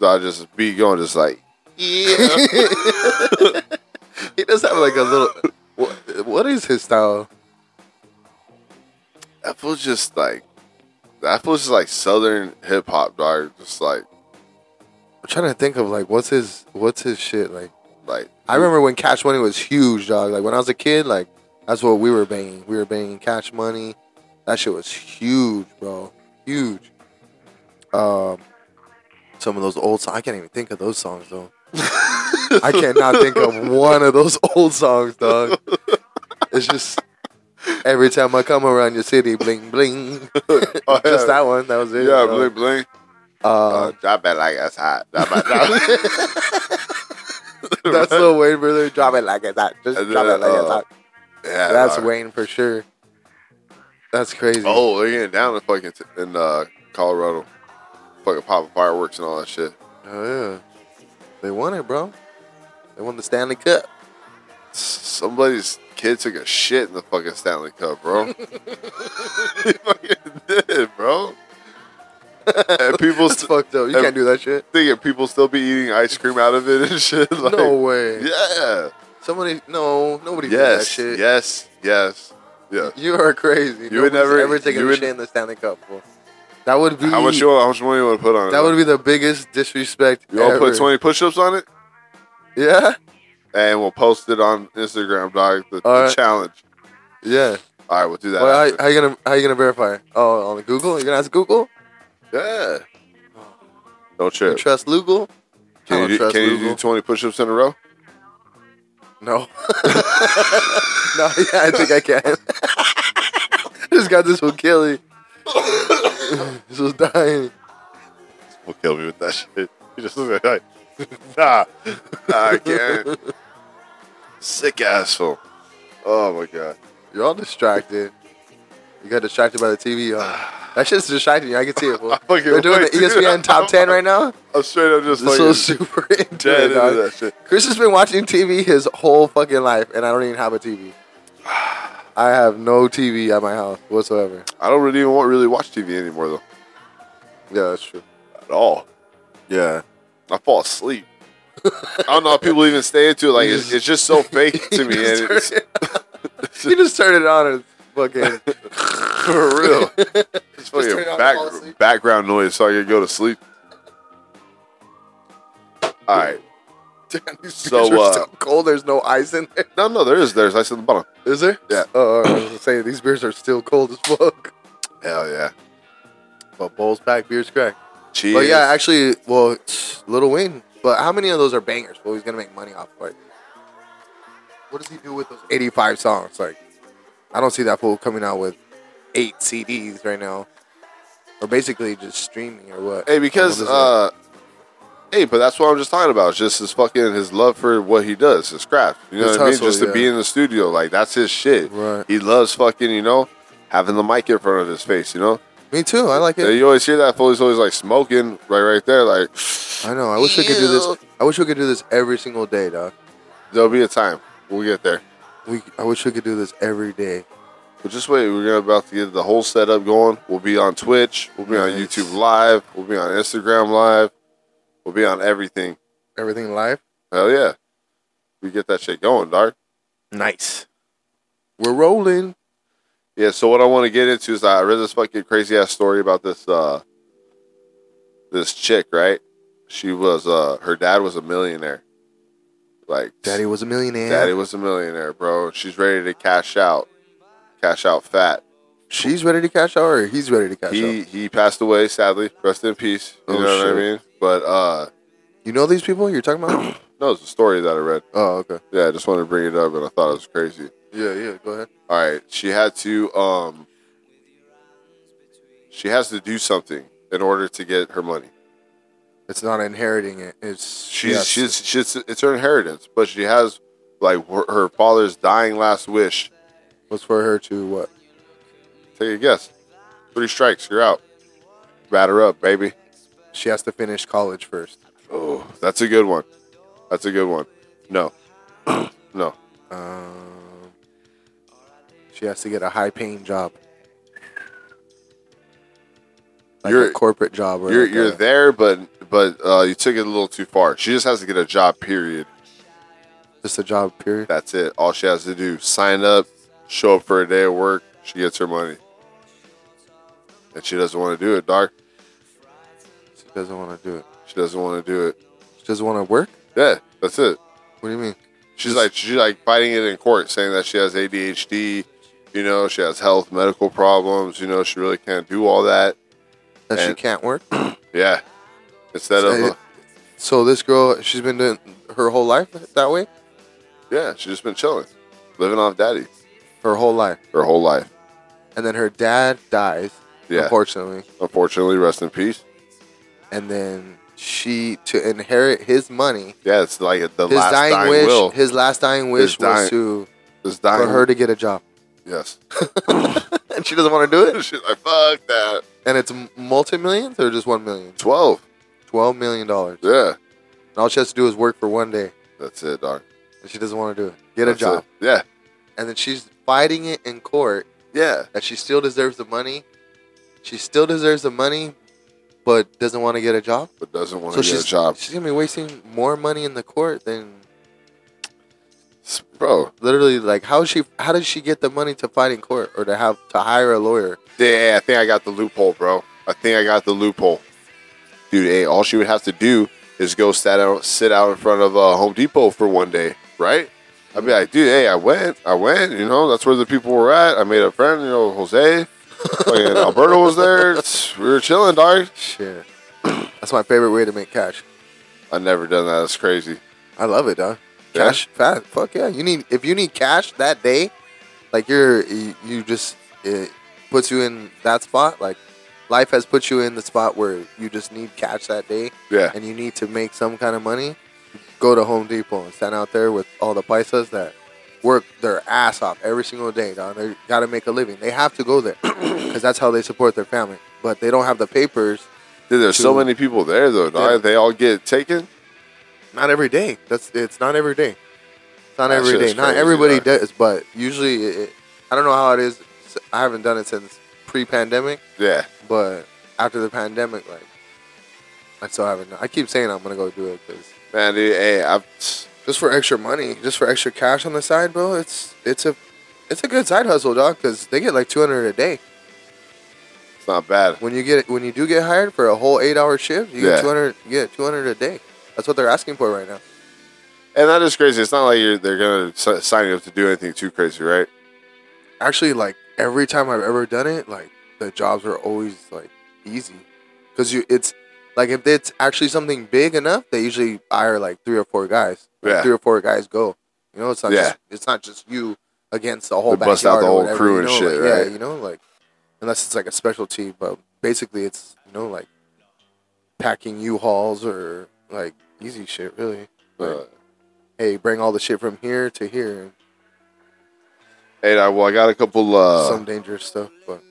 Speaker 4: So I just be going, just like yeah.
Speaker 3: He does have like a little. What, what is his style?
Speaker 4: that feels just like that feels just like southern hip hop, dog. Just like
Speaker 3: I'm trying to think of like what's his what's his shit like.
Speaker 4: like
Speaker 3: I remember when Cash Money was huge, dog. Like when I was a kid, like that's what we were banging. We were banging Cash Money. That shit was huge, bro. Huge. Um, some of those old songs. I can't even think of those songs though. I cannot think of one of those old songs, dog. It's just every time I come around your city, bling bling.
Speaker 4: Oh, yeah.
Speaker 3: just that one. That was it.
Speaker 4: yeah,
Speaker 3: bro.
Speaker 4: bling bling.
Speaker 3: Uh,
Speaker 4: Uh, drop it like it's hot. Drop it, drop it.
Speaker 3: that's the Wayne brother. Drop it like it's hot. Just
Speaker 4: And
Speaker 3: drop
Speaker 4: then,
Speaker 3: it like it's
Speaker 4: uh,
Speaker 3: hot.
Speaker 4: yeah,
Speaker 3: That's
Speaker 4: dog.
Speaker 3: Wayne for sure. That's crazy.
Speaker 4: Oh, they're getting down in fucking t- in uh, Colorado, fucking popping fireworks and all that shit.
Speaker 3: Oh, yeah. They won it, bro. They won the Stanley Cup.
Speaker 4: S- Somebody's kid took a shit in the fucking Stanley Cup, bro. he fucking did, bro. and people
Speaker 3: It's
Speaker 4: st-
Speaker 3: fucked up. You
Speaker 4: and-
Speaker 3: can't do that shit.
Speaker 4: thinking people still be eating ice cream out of it and shit. Like,
Speaker 3: no way.
Speaker 4: Yeah.
Speaker 3: Somebody, no, nobody did that
Speaker 4: Yes.
Speaker 3: shit.
Speaker 4: Yes. Yes. Yes.
Speaker 3: You are crazy.
Speaker 4: You would
Speaker 3: Nobody's
Speaker 4: never-
Speaker 3: ever taken
Speaker 4: you
Speaker 3: a
Speaker 4: would-
Speaker 3: shit in the Stanley Cup. Bro. That would be
Speaker 4: How much you? How much money you want to put on it?
Speaker 3: that would be the biggest disrespect.
Speaker 4: You want to
Speaker 3: ever.
Speaker 4: put twenty push-ups on it,
Speaker 3: Yeah,
Speaker 4: and we'll post it on Instagram, dog. The, the
Speaker 3: All right.
Speaker 4: challenge.
Speaker 3: yeah.
Speaker 4: All right, we'll do that.
Speaker 3: Well, how,
Speaker 4: after.
Speaker 3: how you gonna how you gonna verify? Oh, on Google? You gonna ask Google?
Speaker 4: yeah. Don't
Speaker 3: You
Speaker 4: trip.
Speaker 3: trust Google? I
Speaker 4: Can
Speaker 3: don't
Speaker 4: you, do,
Speaker 3: trust
Speaker 4: can you do
Speaker 3: Google.
Speaker 4: twenty push-ups in a row?
Speaker 3: No. no, yeah, I think I can. Just got this one killing. this was dying.
Speaker 4: Will kill me with that shit. You just look like, nah, nah, I can't. Sick asshole. Oh my god.
Speaker 3: You're all distracted. You got distracted by the TV. Huh? That shit's distracting you. I can see it. fool.
Speaker 4: fucking
Speaker 3: They're doing the E
Speaker 4: wait, dude.
Speaker 3: ESPN top 10 right now.
Speaker 4: I'm straight up just
Speaker 3: This
Speaker 4: like
Speaker 3: was super into
Speaker 4: dead
Speaker 3: it,
Speaker 4: into
Speaker 3: dog.
Speaker 4: that shit.
Speaker 3: Chris has been watching TV his whole fucking life, and I don't even have a TV. I have no TV at my house whatsoever.
Speaker 4: I don't really even want really watch TV anymore though.
Speaker 3: Yeah, that's true.
Speaker 4: At all.
Speaker 3: Yeah.
Speaker 4: I fall asleep. I don't know how people even stay into it. Like it's, it's just so fake to me.
Speaker 3: You just
Speaker 4: and it's,
Speaker 3: turn it- you just turn it on and it's fucking.
Speaker 4: for real. It's
Speaker 3: turn
Speaker 4: fucking
Speaker 3: it on and fall
Speaker 4: back,
Speaker 3: asleep.
Speaker 4: background noise so I can go to sleep. All right.
Speaker 3: Damn, these
Speaker 4: So,
Speaker 3: beers are
Speaker 4: uh,
Speaker 3: so cold. There's no ice in there.
Speaker 4: No, no, there is. There's ice in the bottom.
Speaker 3: Is there?
Speaker 4: Yeah.
Speaker 3: Oh, I was gonna say these beers are still cold as fuck.
Speaker 4: Hell yeah.
Speaker 3: But bowls packed, beers cracked.
Speaker 4: Cheers.
Speaker 3: But yeah, actually, well, it's Little Wayne. But how many of those are bangers? Well, he's gonna make money off of it. What does he do with those 85 songs? Like, I don't see that fool coming out with eight CDs right now, or basically just streaming or what?
Speaker 4: Hey, because
Speaker 3: What is that?
Speaker 4: uh, hey, but that's what I'm just talking about. It's just his fucking his love for what he does, his craft. You know
Speaker 3: His
Speaker 4: what I mean?
Speaker 3: hustle,
Speaker 4: Just to
Speaker 3: yeah.
Speaker 4: be in the studio, like that's his shit.
Speaker 3: Right.
Speaker 4: He loves fucking, you know, having the mic in front of his face. You know,
Speaker 3: me too. I like it.
Speaker 4: you always hear that fool. He's always like smoking, right, right there. Like
Speaker 3: I know. I wish we could do
Speaker 4: Ew.
Speaker 3: this. I wish we could do this every single day, dog.
Speaker 4: there'll be a time we'll get there.
Speaker 3: We, I wish we could do this every day.
Speaker 4: But just wait, we're gonna about to get the whole setup going. We'll be on Twitch. We'll be on
Speaker 3: Nice.
Speaker 4: YouTube Live. We'll be on Instagram Live. We'll be on everything.
Speaker 3: Everything live.
Speaker 4: Hell yeah, we get that shit going, dark.
Speaker 3: Nice. We're rolling.
Speaker 4: Yeah, so what I want to get into is uh, I read this fucking crazy ass story about this uh this chick, right? She was uh her dad was a millionaire. Like
Speaker 3: Daddy was a millionaire.
Speaker 4: daddy was a millionaire, bro. She's ready to cash out. Cash out fat.
Speaker 3: She's ready to cash out, or he's ready to cash
Speaker 4: he
Speaker 3: out.
Speaker 4: he passed away, sadly. Rest in peace. You
Speaker 3: Oh,
Speaker 4: know what
Speaker 3: shit.
Speaker 4: I mean? But uh
Speaker 3: You know these people you're talking about?
Speaker 4: no, it's a story that I read.
Speaker 3: oh, okay.
Speaker 4: Yeah, I just wanted to bring it up and I thought it was crazy.
Speaker 3: Yeah, yeah. Go ahead.
Speaker 4: All right, she had to um she has to do something in order to get her money.
Speaker 3: It's not inheriting it. It's
Speaker 4: She's,
Speaker 3: yes.
Speaker 4: she's she's it's her inheritance, but she has like her her father's dying last wish
Speaker 3: was for her to what?
Speaker 4: Take a guess. Three strikes, you're out. Batter up, baby.
Speaker 3: She has to finish college first.
Speaker 4: Oh, that's a good one. That's a good one. No, no.
Speaker 3: Um, she has to get a high paying job. Like
Speaker 4: You're-
Speaker 3: a corporate job. Or
Speaker 4: You're
Speaker 3: like
Speaker 4: you're
Speaker 3: a-
Speaker 4: there, but but uh, you took it a little too far. She just has to get a job. Period.
Speaker 3: Just a job, period.
Speaker 4: That's it. All she has to do: sign up, show up for a day of work. She gets her money, and she doesn't want to do it. Dark.
Speaker 3: She doesn't want to do it.
Speaker 4: She doesn't want to do it.
Speaker 3: She doesn't want to work?
Speaker 4: Yeah, that's it.
Speaker 3: What do you mean?
Speaker 4: She's like she's like fighting it in court, saying that she has ADHD. You know, she has health, medical problems. You know, she really can't do all that.
Speaker 3: That she
Speaker 4: And-
Speaker 3: can't work?
Speaker 4: Yeah. Instead of
Speaker 3: So-
Speaker 4: uh,
Speaker 3: So this girl, she's been doing her whole life that way?
Speaker 4: yeah, she's just been chilling, living off daddy
Speaker 3: Her whole life.
Speaker 4: her whole life.
Speaker 3: And then her dad dies,
Speaker 4: Yeah.
Speaker 3: unfortunately.
Speaker 4: Unfortunately, rest in peace.
Speaker 3: And then she, to inherit his money,
Speaker 4: Yeah, it's like the
Speaker 3: his
Speaker 4: last
Speaker 3: dying, wish,
Speaker 4: will.
Speaker 3: his last dying wish
Speaker 4: His
Speaker 3: was
Speaker 4: dying-
Speaker 3: to
Speaker 4: This dying
Speaker 3: for her to get a job,
Speaker 4: yes.
Speaker 3: and she doesn't want to do it.
Speaker 4: she's like fuck that.
Speaker 3: And it's multi millions or just one million,
Speaker 4: Twelve.
Speaker 3: twelve million dollars. And
Speaker 4: Yeah,
Speaker 3: all she has to do is work for one day,
Speaker 4: that's it, dog.
Speaker 3: and she doesn't want to do it. Get a job,
Speaker 4: Yeah,
Speaker 3: and then she's fighting it in court
Speaker 4: yeah.
Speaker 3: that she still deserves the money. She still deserves the money, but doesn't want to get a job.
Speaker 4: But doesn't want
Speaker 3: So
Speaker 4: to get
Speaker 3: she's
Speaker 4: a job,
Speaker 3: she's gonna be wasting more money in the court than
Speaker 4: bro.
Speaker 3: literally like how is she how does she get the money to fight in court or to have to hire a lawyer?
Speaker 4: Yeah, I think I got the loophole, bro. I think I got the loophole, dude. Hey, all she would have to do is go sat out, sit out in front of uh, Home Depot for one day, right? I'd be like, dude, hey, I went, I went. You know, that's where the people were at. I made a friend, you know, Jose. Fucking Alberto was there. We were chilling, dog.
Speaker 3: Shit, that's my favorite way to make cash.
Speaker 4: I never done that. That's crazy.
Speaker 3: I love it, dog.
Speaker 4: Yeah?
Speaker 3: Cash, fat, fuck yeah. You need if you need cash that day, like you're you, you just it puts you in that spot. Like life has put you in the spot where you just need cash that day,
Speaker 4: Yeah,
Speaker 3: and you need to make some kind of money. Go to Home Depot and stand out there with all the paisas that work their ass off every single day, dog. They got to make a living. They have to go there because that's how they support their family. But they don't have the papers.
Speaker 4: dude. There's so
Speaker 3: Dude.
Speaker 4: many people there though, dog.
Speaker 3: Yeah.
Speaker 4: They all get taken.
Speaker 3: Not every day. That's it's not every day. It's not
Speaker 4: That
Speaker 3: every
Speaker 4: shit
Speaker 3: day.
Speaker 4: is
Speaker 3: Not
Speaker 4: crazy,
Speaker 3: everybody
Speaker 4: right?
Speaker 3: does, but usually it, it- I don't know how it is. S- I haven't done it since pre-pandemic,
Speaker 4: Yeah,
Speaker 3: but after the pandemic, like I still haven't. I keep saying I'm gonna go do it 'cause
Speaker 4: man, dude. Hey, I've
Speaker 3: just for extra money, just for extra cash on the side, bro. It's it's a it's a good side hustle, dog. Because they get like 200 a day
Speaker 4: it's not bad.
Speaker 3: when you get when you do get hired for a whole eight-hour shift. You
Speaker 4: Yeah.
Speaker 3: get 200. You get 200 a day. That's what they're asking for right now.
Speaker 4: And that is crazy. It's not like you're, they're gonna s- sign you up to do anything too crazy, right?
Speaker 3: actually like every time I've ever done it, like the jobs are always like easy because you it's like if it's actually something big enough, they usually hire like three or four guys. Like,
Speaker 4: Yeah.
Speaker 3: three or four guys go. You know, it's not
Speaker 4: Yeah.
Speaker 3: just it's not just you against the whole.
Speaker 4: They bust out
Speaker 3: backyard
Speaker 4: the
Speaker 3: or
Speaker 4: whole
Speaker 3: whatever,
Speaker 4: crew
Speaker 3: you
Speaker 4: and
Speaker 3: know,
Speaker 4: shit,
Speaker 3: like,
Speaker 4: right?
Speaker 3: Yeah, you know, like unless it's like a specialty, but basically it's you know like packing U-Hauls or like easy shit, really. Like,
Speaker 4: Uh,
Speaker 3: hey, bring all the shit from here to here.
Speaker 4: hey, I, well, I got a couple. Uh,
Speaker 3: some dangerous stuff, but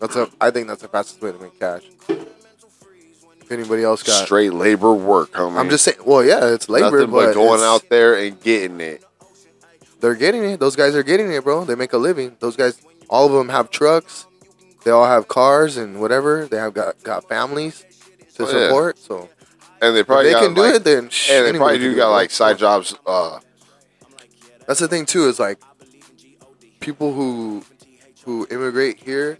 Speaker 3: that's a. I think that's the fastest way to make cash. If anybody else got,
Speaker 4: straight labor work, homie.
Speaker 3: I'm just saying. Well, yeah, it's labor,
Speaker 4: nothing
Speaker 3: but,
Speaker 4: but going
Speaker 3: it's-
Speaker 4: out there and getting it.
Speaker 3: They're getting it. Those guys are getting it, bro. They make a living. Those guys, all of them have trucks. They all have cars and whatever. They have got got families
Speaker 4: Oh,
Speaker 3: to
Speaker 4: yeah.
Speaker 3: support. So
Speaker 4: And they
Speaker 3: if
Speaker 4: probably
Speaker 3: they
Speaker 4: got,
Speaker 3: can do
Speaker 4: like-
Speaker 3: it, then shh,
Speaker 4: And they
Speaker 3: anybody
Speaker 4: probably
Speaker 3: can
Speaker 4: do
Speaker 3: it,
Speaker 4: got
Speaker 3: bro.
Speaker 4: like side jobs. Uh,
Speaker 3: That's the thing too. Is like people who who immigrate here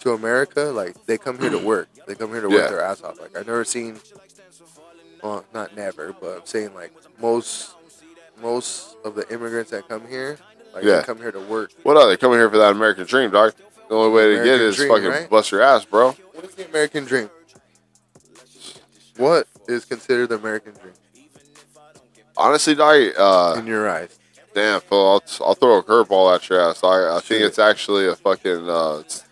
Speaker 3: to America, like they come here to work. They come here to
Speaker 4: Yeah.
Speaker 3: work their ass off. Like I've never seen, well, not never, but I'm saying like most most of the immigrants that come here, like
Speaker 4: Yeah.
Speaker 3: they come here to work.
Speaker 4: what are they coming here for? That American dream, dog. The only way to get
Speaker 3: American
Speaker 4: it is
Speaker 3: dream,
Speaker 4: fucking
Speaker 3: right?
Speaker 4: bust your ass, bro.
Speaker 3: What is the American dream? What is considered the American dream
Speaker 4: Honestly, dog. Uh,
Speaker 3: in your eyes?
Speaker 4: Damn, Phil, I'll, I'll throw a curveball at your ass. I, I think
Speaker 3: Shoot.
Speaker 4: it's actually a fucking uh, it's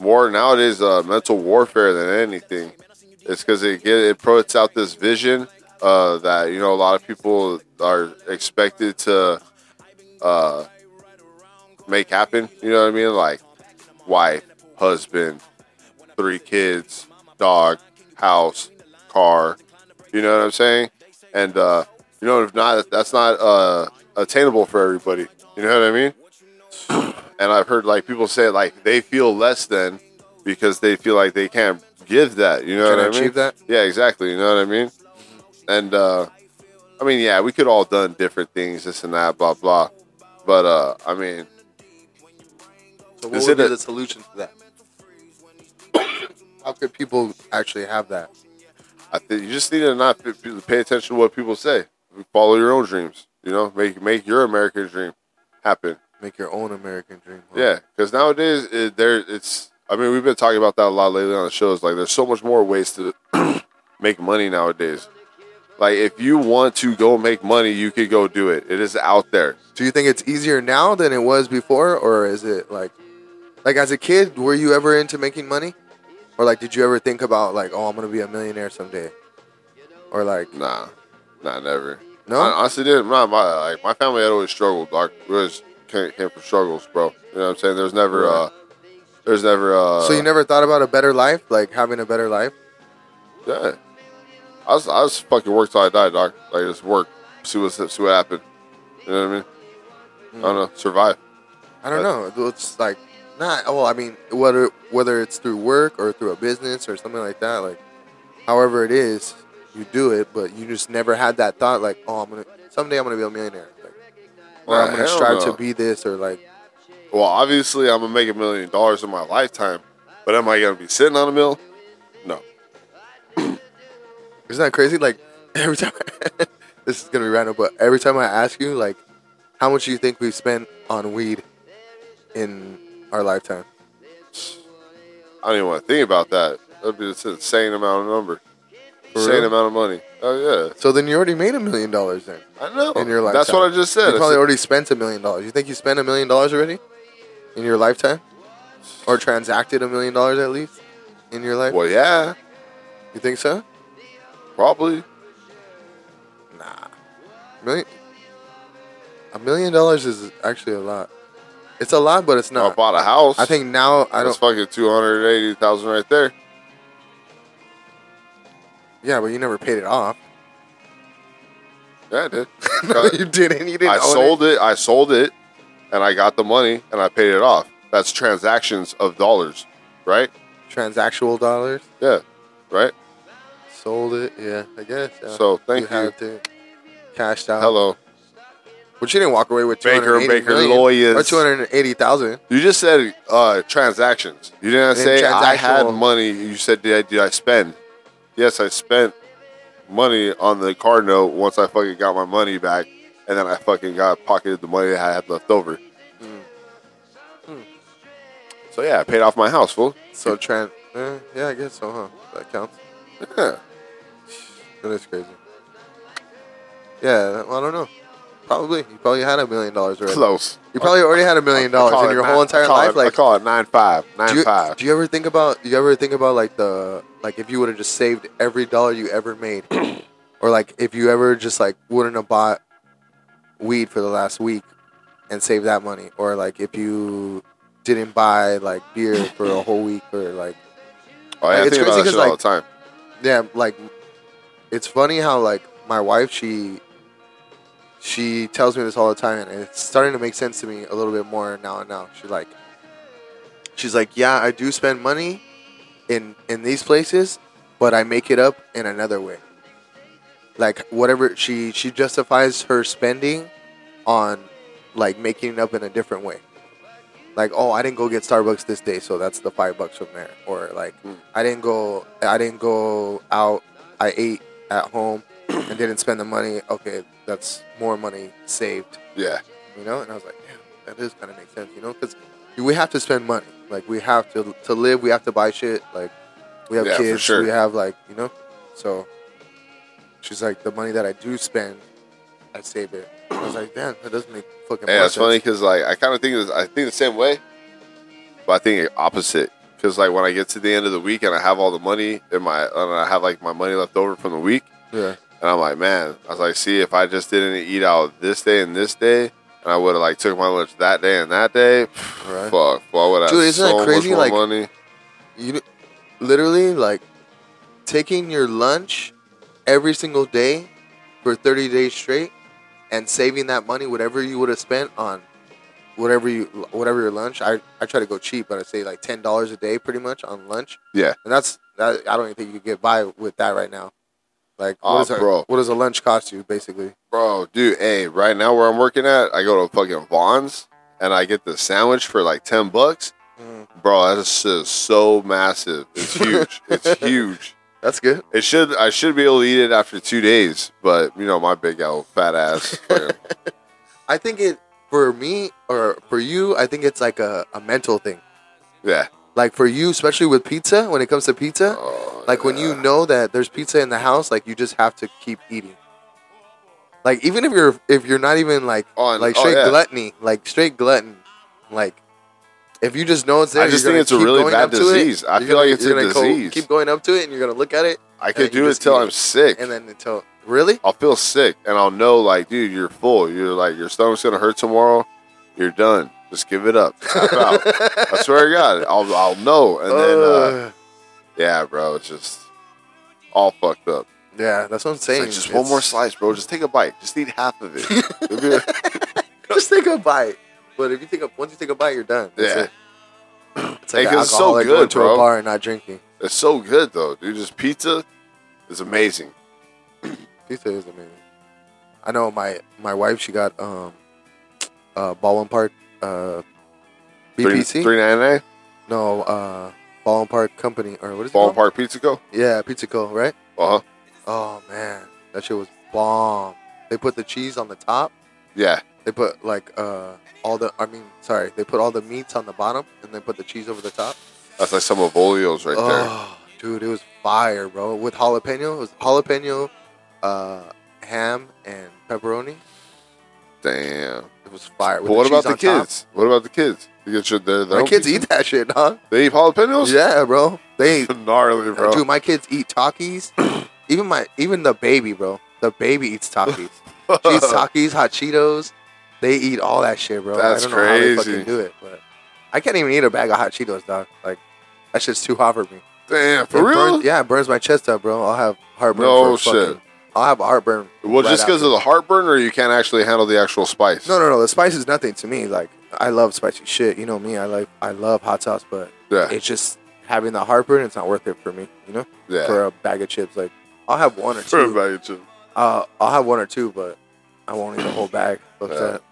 Speaker 4: war nowadays, uh, mental warfare than anything. It's because it get it puts out this vision uh, that you know a lot of people are expected to uh, make happen. You know what I mean? Like wife, husband, three kids, dog, house, car. You know what I'm saying? And uh, you know, if not, that's not uh, attainable for everybody. You know what I mean? and I've heard like people say like they feel less than because they feel like they can't give that. You know
Speaker 3: Can
Speaker 4: what I mean?
Speaker 3: achieve that?
Speaker 4: Yeah, exactly. You know what I mean? And uh, I mean, yeah, we could all done different things, this and that, blah blah. But uh, I mean,
Speaker 3: So
Speaker 4: Is
Speaker 3: what would
Speaker 4: it
Speaker 3: be
Speaker 4: a-
Speaker 3: the solution to that? How could people actually have that?
Speaker 4: I think you just need to not p- p- pay attention to what people say. Follow your own dreams. You know, make make your American dream happen.
Speaker 3: Make your own American dream. huh?
Speaker 4: Yeah, because nowadays it, there it's. I mean, we've been talking about that a lot lately on the shows. Like, there's so much more ways to make money nowadays. Like, if you want to go make money, you could go do it. It is out there.
Speaker 3: Do you think it's easier now than it was before, or is it like, like as a kid, were you ever into making money, or like did you ever think about like, oh, I'm gonna be a millionaire someday, or like,
Speaker 4: Nah, nah, never.
Speaker 3: No?
Speaker 4: I honestly didn't. Nah, my like my family had always struggled. Like, we always came, came from struggles, bro. You know what I'm saying? There's never, uh, there's never. Uh,
Speaker 3: so you never thought about a better life, like having a better life?
Speaker 4: Yeah. I was, I was fucking work till I die, dog. Like just work, see what see what happened. You know what I mean? I don't know. Survive.
Speaker 3: I
Speaker 4: Uh,
Speaker 3: don't know. It's like not. Well, I mean, whether whether it's through work or through a business or something like that, like however it is, you do it, but you just never had that thought, like, oh, I'm gonna someday I'm gonna be a millionaire, like, or
Speaker 4: Nah,
Speaker 3: I'm gonna
Speaker 4: hell
Speaker 3: strive
Speaker 4: no.
Speaker 3: to be this, or like,
Speaker 4: Well, obviously, I'm gonna make a million dollars in my lifetime, but am I gonna be sitting on a mill? No.
Speaker 3: isn't that crazy? Like every time this is gonna be random, but every time I ask you, like, how much do you think we've spent on weed in our lifetime?
Speaker 4: I don't even want to think about that. That'd be an insane amount of number,
Speaker 3: For
Speaker 4: insane
Speaker 3: real?
Speaker 4: amount of money. Oh
Speaker 3: So then you already made a million dollars then.
Speaker 4: yeah, I know.
Speaker 3: in your lifetime.
Speaker 4: Oh, That's what I just said.
Speaker 3: You probably already spent a million dollars. You think you spent a million dollars already in your lifetime, or transacted a million dollars at least in your life?
Speaker 4: well, yeah,
Speaker 3: You think so?
Speaker 4: probably.
Speaker 3: Nah, million. A million dollars is actually a lot. It's a lot, but it's
Speaker 4: I
Speaker 3: not.
Speaker 4: bought a house.
Speaker 3: I think now I
Speaker 4: that's
Speaker 3: don't.
Speaker 4: fucking two hundred eighty thousand right there.
Speaker 3: Yeah, but you never paid it off.
Speaker 4: Yeah, I did.
Speaker 3: no, you didn't. You didn't.
Speaker 4: I
Speaker 3: own
Speaker 4: sold it. I sold it, and I got the money, and I paid it off. That's transactions of dollars, right?
Speaker 3: transactional dollars.
Speaker 4: Yeah, right.
Speaker 3: Sold it. Yeah, I guess. yeah.
Speaker 4: So, thank you.
Speaker 3: Had to, cashed out.
Speaker 4: Hello.
Speaker 3: But you didn't walk away with
Speaker 4: Baker and
Speaker 3: 280
Speaker 4: Baker
Speaker 3: million,
Speaker 4: lawyers.
Speaker 3: or two hundred eighty thousand.
Speaker 4: You just said uh, transactions. You didn't
Speaker 3: didn't
Speaker 4: say I had
Speaker 3: transactional-
Speaker 4: money. You said did I, did I spend? Yes, I spent money on the card note once I fucking got my money back, and then I fucking got pocketed the money that I had left over.
Speaker 3: Hmm.
Speaker 4: So yeah, I paid off my house, fool.
Speaker 3: So Trent, eh, yeah, I guess so, huh? That counts.
Speaker 4: Yeah.
Speaker 3: That is crazy. Yeah, I don't know. Probably you probably had a million dollars already.
Speaker 4: Close.
Speaker 3: You probably already had a million
Speaker 4: I call
Speaker 3: dollars in
Speaker 4: it
Speaker 3: your
Speaker 4: nine-
Speaker 3: whole
Speaker 4: I
Speaker 3: entire
Speaker 4: call
Speaker 3: life.
Speaker 4: It, I
Speaker 3: like,
Speaker 4: call it nine five, nine
Speaker 3: do you,
Speaker 4: five.
Speaker 3: do you ever think about? You ever think about like the like if you would have just saved every dollar you ever made, or like if you ever just like wouldn't have bought weed for the last week and saved that money, or like if you didn't buy like beer for a whole week, or like
Speaker 4: oh, yeah,
Speaker 3: like,
Speaker 4: I
Speaker 3: it's
Speaker 4: think about that
Speaker 3: crazy 'cause,
Speaker 4: shit all
Speaker 3: like-
Speaker 4: the time.
Speaker 3: yeah, like it's funny how like my wife she she tells me this all the time and it's starting to make sense to me a little bit more now and now. She like she's like, "Yeah, I do spend money in in these places, but I make it up in another way." Like whatever she she justifies her spending on like making it up in a different way. Like, "Oh, I didn't go get Starbucks this day, so that's the 5 bucks from there." Or like,
Speaker 4: Hmm.
Speaker 3: "I didn't go I didn't go out. I ate at home and didn't spend the money. Okay, that's more money saved."
Speaker 4: Yeah,
Speaker 3: you know and i was like damn that does kind of make sense you know because we have to spend money like we have to to live we have to buy shit like we have
Speaker 4: Yeah, for
Speaker 3: kids
Speaker 4: sure.
Speaker 3: we have like you know so she's like the money that i do spend i save it i was like damn that doesn't make fucking
Speaker 4: yeah.
Speaker 3: more
Speaker 4: It's
Speaker 3: sense.
Speaker 4: funny because like I kind of think this- I think the same way, but I think opposite. Because like when I get to the end of the week and I have all the money in my and I have like my money left over from the week,
Speaker 3: yeah
Speaker 4: and I'm like, man, I was like, see, if I just didn't eat out this day and this day, and I would have like took my lunch that day and that day.
Speaker 3: Right.
Speaker 4: Fuck, boy, would I
Speaker 3: Dude,
Speaker 4: have
Speaker 3: isn't that
Speaker 4: so much
Speaker 3: crazy?
Speaker 4: more
Speaker 3: Like-
Speaker 4: money?
Speaker 3: You literally like taking your lunch every single day for 30 days straight and saving that money whatever you would have spent on whatever you whatever your lunch I, I try to go cheap but I say like $10 a day pretty much on lunch
Speaker 4: Yeah.
Speaker 3: and that's that, I don't even think you could get by with that right now like
Speaker 4: Aw,
Speaker 3: what, is a,
Speaker 4: bro.
Speaker 3: what does a lunch cost you basically
Speaker 4: Bro, dude, hey, right now where I'm working at, I go to fucking Vaughn's and I get the sandwich for like 10 bucks.
Speaker 3: Mm.
Speaker 4: Bro, that shit is so massive. It's huge. it's huge.
Speaker 3: that's good
Speaker 4: It should I should be able to eat it after two days, but you know, my big old fat ass. fucking-
Speaker 3: I think it for me or for you I think it's like a, a mental thing
Speaker 4: yeah.
Speaker 3: like for you especially with pizza when it comes to pizza
Speaker 4: Oh,
Speaker 3: Like when you know that there's pizza in the house, like you just have to keep eating. Like even if you're if you're not even like
Speaker 4: Oh, and-
Speaker 3: like
Speaker 4: oh,
Speaker 3: straight
Speaker 4: yeah.
Speaker 3: gluttony, like straight glutton, like if you just know it's there,
Speaker 4: I just
Speaker 3: you're
Speaker 4: think
Speaker 3: gonna
Speaker 4: it's a
Speaker 3: keep
Speaker 4: really
Speaker 3: going
Speaker 4: bad
Speaker 3: up to it,
Speaker 4: disease. I
Speaker 3: you're
Speaker 4: feel
Speaker 3: gonna-
Speaker 4: like it's
Speaker 3: you're
Speaker 4: a
Speaker 3: gonna go-
Speaker 4: disease.
Speaker 3: keep going up to it, and you're gonna look at it,
Speaker 4: I could
Speaker 3: and you
Speaker 4: do it
Speaker 3: just
Speaker 4: till
Speaker 3: eat
Speaker 4: I'm sick.
Speaker 3: and then until really,
Speaker 4: I'll feel sick and I'll know like, dude, you're full. You're like your stomach's gonna hurt tomorrow. You're done. Just give it up. Tap out. I swear to God, I'll I'll know. And then uh,
Speaker 3: Ugh.
Speaker 4: yeah, bro, it's just all fucked up.
Speaker 3: yeah, that's what I'm
Speaker 4: It's
Speaker 3: saying.
Speaker 4: like, just one more
Speaker 3: It's-
Speaker 4: slice, bro. Just take a bite. Just eat half of it. It'll be-
Speaker 3: just take a bite. But if you take a once you take a bite, you're done. That's
Speaker 4: yeah,
Speaker 3: it. It's like
Speaker 4: Hey,
Speaker 3: an
Speaker 4: 'cause it's so
Speaker 3: alcoholic going
Speaker 4: good,
Speaker 3: to
Speaker 4: bro.
Speaker 3: a bar and not drinking.
Speaker 4: it's so good though, dude. Just pizza is amazing.
Speaker 3: Pizza is amazing. I know my my wife. She got um, uh, ball and part uh, BPC.
Speaker 4: three ninety nine.
Speaker 3: No, uh, ball and part company or what is it?
Speaker 4: Ball
Speaker 3: called?
Speaker 4: Park Pizza Co.
Speaker 3: Yeah, Pizza Co. Right?
Speaker 4: Uh huh.
Speaker 3: Oh man, that shit was bomb. They put the cheese on the top.
Speaker 4: Yeah,
Speaker 3: They put like uh, all the. I mean, sorry. They put all the meats on the bottom and then put the cheese over the top.
Speaker 4: that's like some of Olio's right there.
Speaker 3: oh, dude, it was fire, bro. With jalapeno, it was jalapeno, uh, ham and pepperoni.
Speaker 4: Damn.
Speaker 3: It was fire. with
Speaker 4: But what
Speaker 3: cheese
Speaker 4: about the
Speaker 3: on top.
Speaker 4: kids? What about the kids? You get your their, their
Speaker 3: My
Speaker 4: own
Speaker 3: kids
Speaker 4: pizza?
Speaker 3: eat that shit, huh?
Speaker 4: They eat jalapenos.
Speaker 3: Yeah, bro. They eat,
Speaker 4: gnarly, bro.
Speaker 3: dude. My kids eat Takis. even my even the baby, bro. The baby eats Takis. she eats Takis, hot Cheetos. They eat all that shit, bro.
Speaker 4: That's
Speaker 3: I don't know how they
Speaker 4: crazy.
Speaker 3: fucking do it, but I can't even eat a bag of hot Cheetos, dog. Like that shit's too hot for me.
Speaker 4: Damn,
Speaker 3: It
Speaker 4: for real?
Speaker 3: burns- yeah, it burns my chest up, bro. I'll have heartburn.
Speaker 4: No
Speaker 3: for fucking-
Speaker 4: shit.
Speaker 3: I'll have heartburn.
Speaker 4: Well,
Speaker 3: right
Speaker 4: just because
Speaker 3: after.
Speaker 4: of the heartburn, or you can't actually handle the actual spice.
Speaker 3: No, no, no. The spice is nothing to me. Like I love spicy shit. You know me. I like I love hot sauce, but
Speaker 4: Yeah.
Speaker 3: it's just having the heartburn. It's not worth it for me. You know,
Speaker 4: Yeah.
Speaker 3: for a bag of chips, like I'll have one or
Speaker 4: For a
Speaker 3: two.
Speaker 4: bag of chips.
Speaker 3: Uh, I'll have one or two, but I won't eat a whole bag. Fuck
Speaker 4: Yeah.
Speaker 3: that.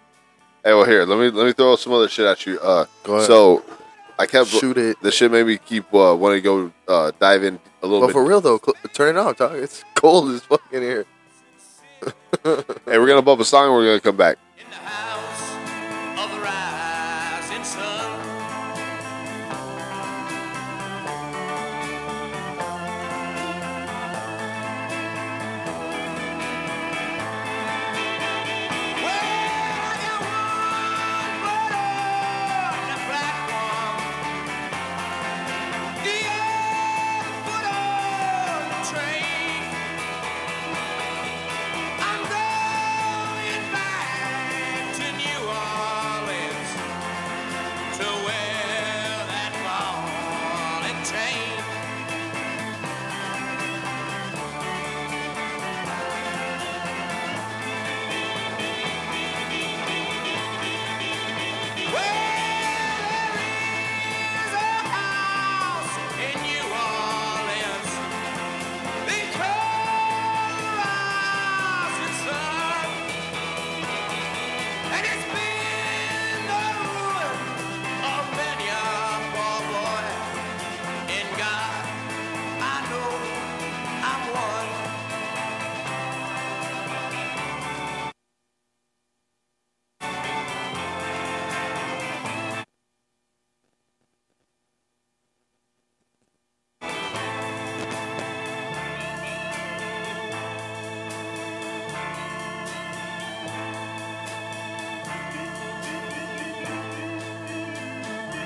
Speaker 4: Hey, well, here, let me let me throw some other shit at you. Uh,
Speaker 3: Go ahead.
Speaker 4: so I kept
Speaker 3: shoot it.
Speaker 4: the shit made me keep uh, wanting to go uh, dive in a little
Speaker 3: But
Speaker 4: bit.
Speaker 3: for real though, cl- turn it off, dog. It's cold as fuck in here.
Speaker 4: hey, we're gonna bump a song. and We're gonna come back.
Speaker 2: In the house of the rising sun. Well, I got one brother and a black one. The other foot on the train. I'm going back to New Orleans to wear that ball and chain. Well, there is a house in New Orleans they call rising sun. And it's been the ruin of many a poor boy. In God, I know I'm one.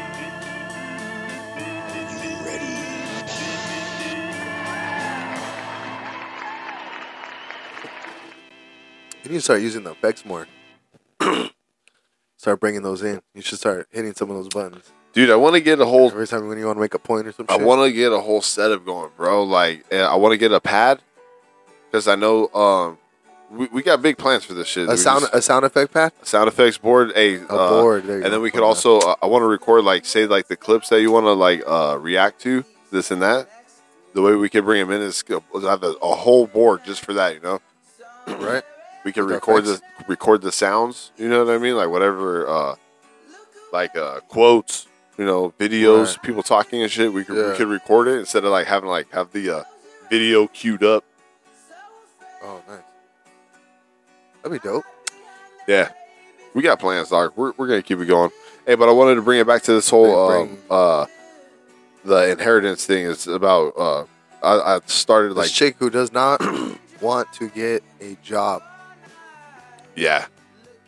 Speaker 3: You need to start using the effects more. Start bringing those in. You should start hitting some of those buttons
Speaker 4: Dude, I want to get a whole
Speaker 3: every time when you want to make a point or some
Speaker 4: I
Speaker 3: shit.
Speaker 4: want to get a whole setup going, bro. Like, eh, I want to get a pad because I know um, we, we got big plans for this shit.
Speaker 3: a
Speaker 4: We
Speaker 3: sound
Speaker 4: just-
Speaker 3: a sound effect pad.
Speaker 4: sound effects board, a, uh,
Speaker 3: board, there you
Speaker 4: and then
Speaker 3: go.
Speaker 4: we could also. Uh, I want to record like say like the clips that you want to like uh, react to this and that. The way we could bring them in is go- is have a, a whole board just for that. You know,
Speaker 3: Right.
Speaker 4: we could
Speaker 3: With
Speaker 4: record the
Speaker 3: effects.
Speaker 4: record the sounds. You know what I mean? Like whatever, uh, like uh, quotes. You know, videos,
Speaker 3: Right.
Speaker 4: people talking and shit. We could
Speaker 3: Yeah.
Speaker 4: we could record it instead of like having like have the uh, video queued up.
Speaker 3: Oh, nice. That'd be dope.
Speaker 4: Yeah, we got plans, dog. We're, we're gonna keep it going. Hey, but I wanted to bring it back to this whole
Speaker 3: Bring-
Speaker 4: um, uh, the inheritance thing. It's about uh, I, I started
Speaker 3: This
Speaker 4: like
Speaker 3: chick who does not want to get a job
Speaker 4: yeah,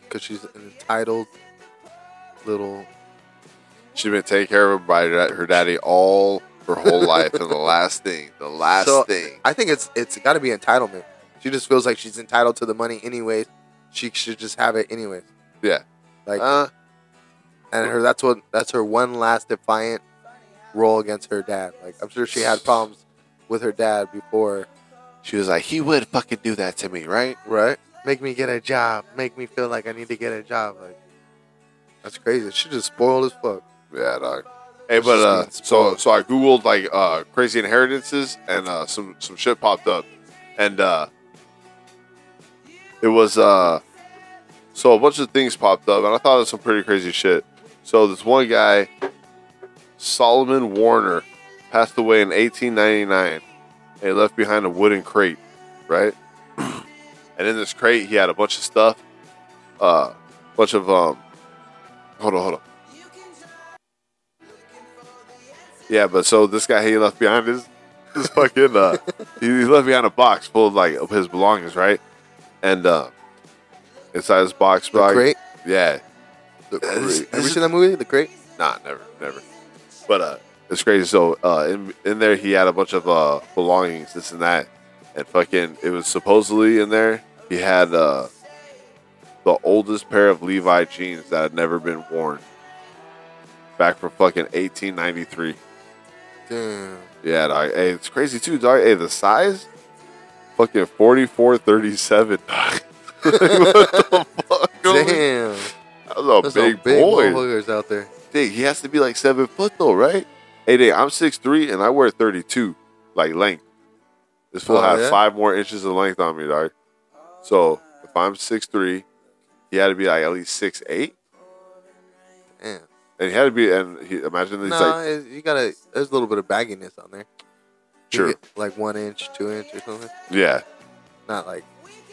Speaker 3: because she's an entitled little.
Speaker 4: she's been taken care of by her, her daddy all her whole life, and the last thing, the last
Speaker 3: So,
Speaker 4: thing,
Speaker 3: I think it's it's got to be entitlement. She just feels like she's entitled to the money anyways. She should just have it anyways.
Speaker 4: yeah,
Speaker 3: Like
Speaker 4: uh,
Speaker 3: and her that's what that's her one last defiant role against her dad. Like I'm sure she had problems with her dad before,
Speaker 4: she was like, he would fucking do that to me, right?
Speaker 3: right? Make me get a job. Make me feel like I need to get a job. Like that's crazy. She just spoiled as fuck.
Speaker 4: Yeah, dog. Hey, but uh,
Speaker 3: Just
Speaker 4: so so I googled like uh, crazy inheritances, and uh, some some shit popped up, and uh, it was uh, so a bunch of things popped up, and I thought it was some pretty crazy shit. So this one guy, Solomon Warner, passed away in 1899, and he left behind a wooden crate, right? and in this crate, he had a bunch of stuff, uh, bunch of um, hold on, hold on. Yeah, but so this guy he left behind his his fucking uh he he left behind a box full of like of his belongings, right? And uh inside this box,
Speaker 3: The
Speaker 4: like,
Speaker 3: Crate?
Speaker 4: yeah,
Speaker 3: The
Speaker 4: This-
Speaker 3: Crate. Have
Speaker 4: this
Speaker 3: you
Speaker 4: is-
Speaker 3: seen that movie? The Crate?
Speaker 4: Nah, never, never. But uh, it's crazy. So uh, in in there, he had a bunch of uh belongings, this and that, and fucking. It was supposedly in there. He had uh the oldest pair of Levi jeans that had never been worn, back from fucking 1893.
Speaker 3: Damn.
Speaker 4: Yeah, dog. Hey, it's crazy too, dog. Hey, the size, fucking 44, 37. Dog. Like, what the fuck?
Speaker 3: Damn.
Speaker 4: That was a
Speaker 3: There's
Speaker 4: big,
Speaker 3: some big
Speaker 4: boy
Speaker 3: motherfuckers out there.
Speaker 4: big. He has to be like seven foot though, right? Hey, Dave, I'm six three and I wear thirty two, like length. This fool
Speaker 3: Oh,
Speaker 4: had
Speaker 3: yeah?
Speaker 4: five more inches of length on me, dog. So if I'm six three, he had to be like at least six eight,
Speaker 3: Damn.
Speaker 4: and he had to be. And he, imagine he's
Speaker 3: No,
Speaker 4: like,
Speaker 3: it- you gotta. There's a little bit of bagginess on there. You
Speaker 4: Sure.
Speaker 3: get, Like one inch, two inch, or something.
Speaker 4: yeah,
Speaker 3: Not like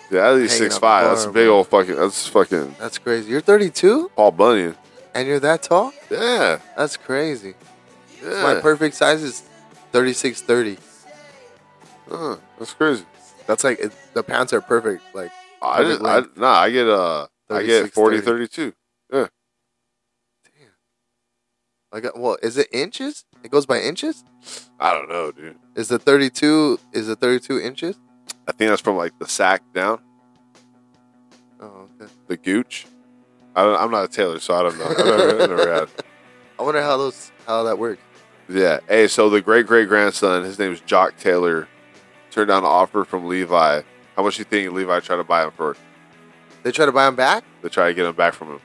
Speaker 4: yeah, at least
Speaker 3: Hanging
Speaker 4: six
Speaker 3: out the
Speaker 4: five. That's a
Speaker 3: bar,
Speaker 4: big
Speaker 3: bro.
Speaker 4: old fucking. That's fucking
Speaker 3: that's crazy. You're 32
Speaker 4: Paul Bunyan.
Speaker 3: and you're that tall.
Speaker 4: Yeah,
Speaker 3: That's crazy.
Speaker 4: yeah.
Speaker 3: My perfect size is 36 30.
Speaker 4: Uh, that's crazy.
Speaker 3: That's like it, the pants are perfect. Like
Speaker 4: I just,
Speaker 3: Perfect
Speaker 4: I,
Speaker 3: length.
Speaker 4: nah, I get uh, I get
Speaker 3: 36,
Speaker 4: 40,
Speaker 3: 30.
Speaker 4: 32. Yeah,
Speaker 3: like uh, well, is it inches? It goes by inches?
Speaker 4: I don't know, dude.
Speaker 3: Is the 32 is the 32 inches?
Speaker 4: I think that's from like the sack down.
Speaker 3: Oh, okay.
Speaker 4: the gooch. I don't, I'm not a tailor, so I don't know. I never, I never had.
Speaker 3: I wonder how those how that works.
Speaker 4: Yeah. Hey, so the great great grandson, his name is Jock Taylor, turned down an offer from Levi. How much you think Levi tried to buy him for?
Speaker 3: They try to buy them back?
Speaker 4: They try to get him back from him.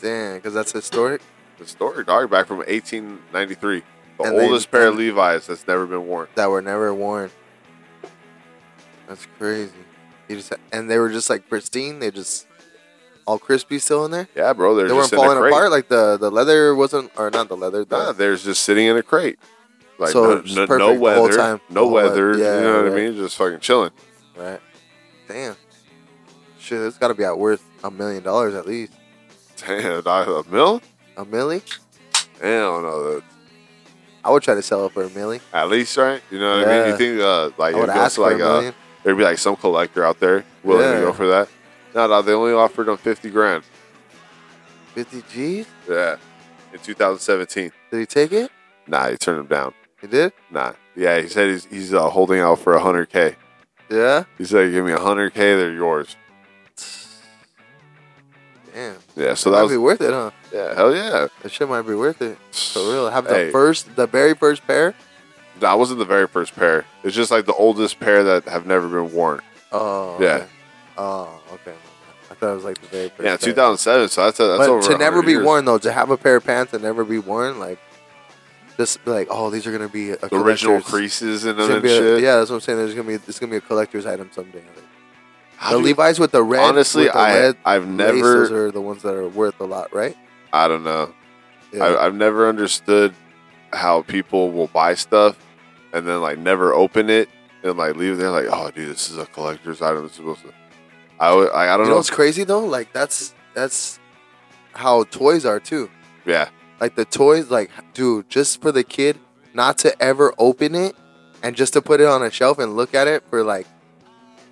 Speaker 3: Damn, because that's historic.
Speaker 4: The story, dog, back from 1893. The
Speaker 3: And they-
Speaker 4: oldest pair of Levi's that's never been worn.
Speaker 3: that were never worn. That's crazy. You just and they were just like pristine. They just all crispy still in there.
Speaker 4: Yeah, bro, they're
Speaker 3: they
Speaker 4: just
Speaker 3: weren't
Speaker 4: in a
Speaker 3: falling
Speaker 4: crate.
Speaker 3: apart. Like the the leather wasn't, or not the leather. The,
Speaker 4: Nah, they're just sitting in a crate. Like
Speaker 3: So
Speaker 4: no,
Speaker 3: it's
Speaker 4: no, no
Speaker 3: perfect the whole
Speaker 4: weather,
Speaker 3: time.
Speaker 4: no
Speaker 3: The whole
Speaker 4: weather.
Speaker 3: weather. Yeah,
Speaker 4: you know what I
Speaker 3: right.
Speaker 4: mean? Just fucking chilling.
Speaker 3: right. Damn. Shit, it's got to be out worth a million dollars at least.
Speaker 4: Damn, dog, a mill?
Speaker 3: A milli?
Speaker 4: Hell no, that-
Speaker 3: I would try to sell it for a milli.
Speaker 4: At least, right? You know what I mean? You
Speaker 3: Yeah.
Speaker 4: think uh, like
Speaker 3: I would
Speaker 4: it goes
Speaker 3: ask
Speaker 4: to
Speaker 3: for a
Speaker 4: like uh,
Speaker 3: million.
Speaker 4: there'd be like some collector out there willing to
Speaker 3: Yeah.
Speaker 4: go for that? No, no, they only offered him fifty grand.
Speaker 3: Fifty G's?
Speaker 4: Yeah, in 2017.
Speaker 3: Did he take it?
Speaker 4: Nah, he turned him down.
Speaker 3: He did.
Speaker 4: Nah, yeah, he said he's he's uh, holding out for hundred k.
Speaker 3: Yeah.
Speaker 4: He said, "Give me hundred k, they're yours."
Speaker 3: Damn. Damn.
Speaker 4: Yeah, so that
Speaker 3: That'd
Speaker 4: was
Speaker 3: be worth it, huh?
Speaker 4: yeah, hell yeah.
Speaker 3: That shit might be worth it. For real. Have
Speaker 4: Hey.
Speaker 3: the first, the very first pair.
Speaker 4: That wasn't the very first pair. It's just like the oldest pair that have never been worn.
Speaker 3: Oh.
Speaker 4: Yeah.
Speaker 3: okay. Oh, okay. I thought it was like the very first.
Speaker 4: Yeah,
Speaker 3: pair.
Speaker 4: 2007. So that's that's
Speaker 3: but
Speaker 4: over
Speaker 3: to never
Speaker 4: 100
Speaker 3: be
Speaker 4: years.
Speaker 3: worn though, to have a pair of pants that never be worn, like just be like, oh, these are gonna be a
Speaker 4: The original
Speaker 3: collector's-
Speaker 4: creases in
Speaker 3: it's
Speaker 4: them
Speaker 3: gonna
Speaker 4: and
Speaker 3: be a-
Speaker 4: shit.
Speaker 3: yeah, that's what I'm saying. There's gonna be it's gonna be a collector's item someday. Like,
Speaker 4: How
Speaker 3: the
Speaker 4: do you-
Speaker 3: Levi's with the red.
Speaker 4: honestly,
Speaker 3: with the
Speaker 4: I
Speaker 3: red
Speaker 4: I've
Speaker 3: laces
Speaker 4: never
Speaker 3: are the ones that are worth a lot, right?
Speaker 4: I don't know.
Speaker 3: Yeah.
Speaker 4: I, I've never understood how people will buy stuff and then like never open it and like leave it there like oh dude this is a collector's item it's supposed to I always- I, I don't
Speaker 3: you know
Speaker 4: know
Speaker 3: what's crazy though? Like that's that's how toys are too.
Speaker 4: yeah
Speaker 3: Like the toys, like dude, just for the kid not to ever open it and just to put it on a shelf and look at it for like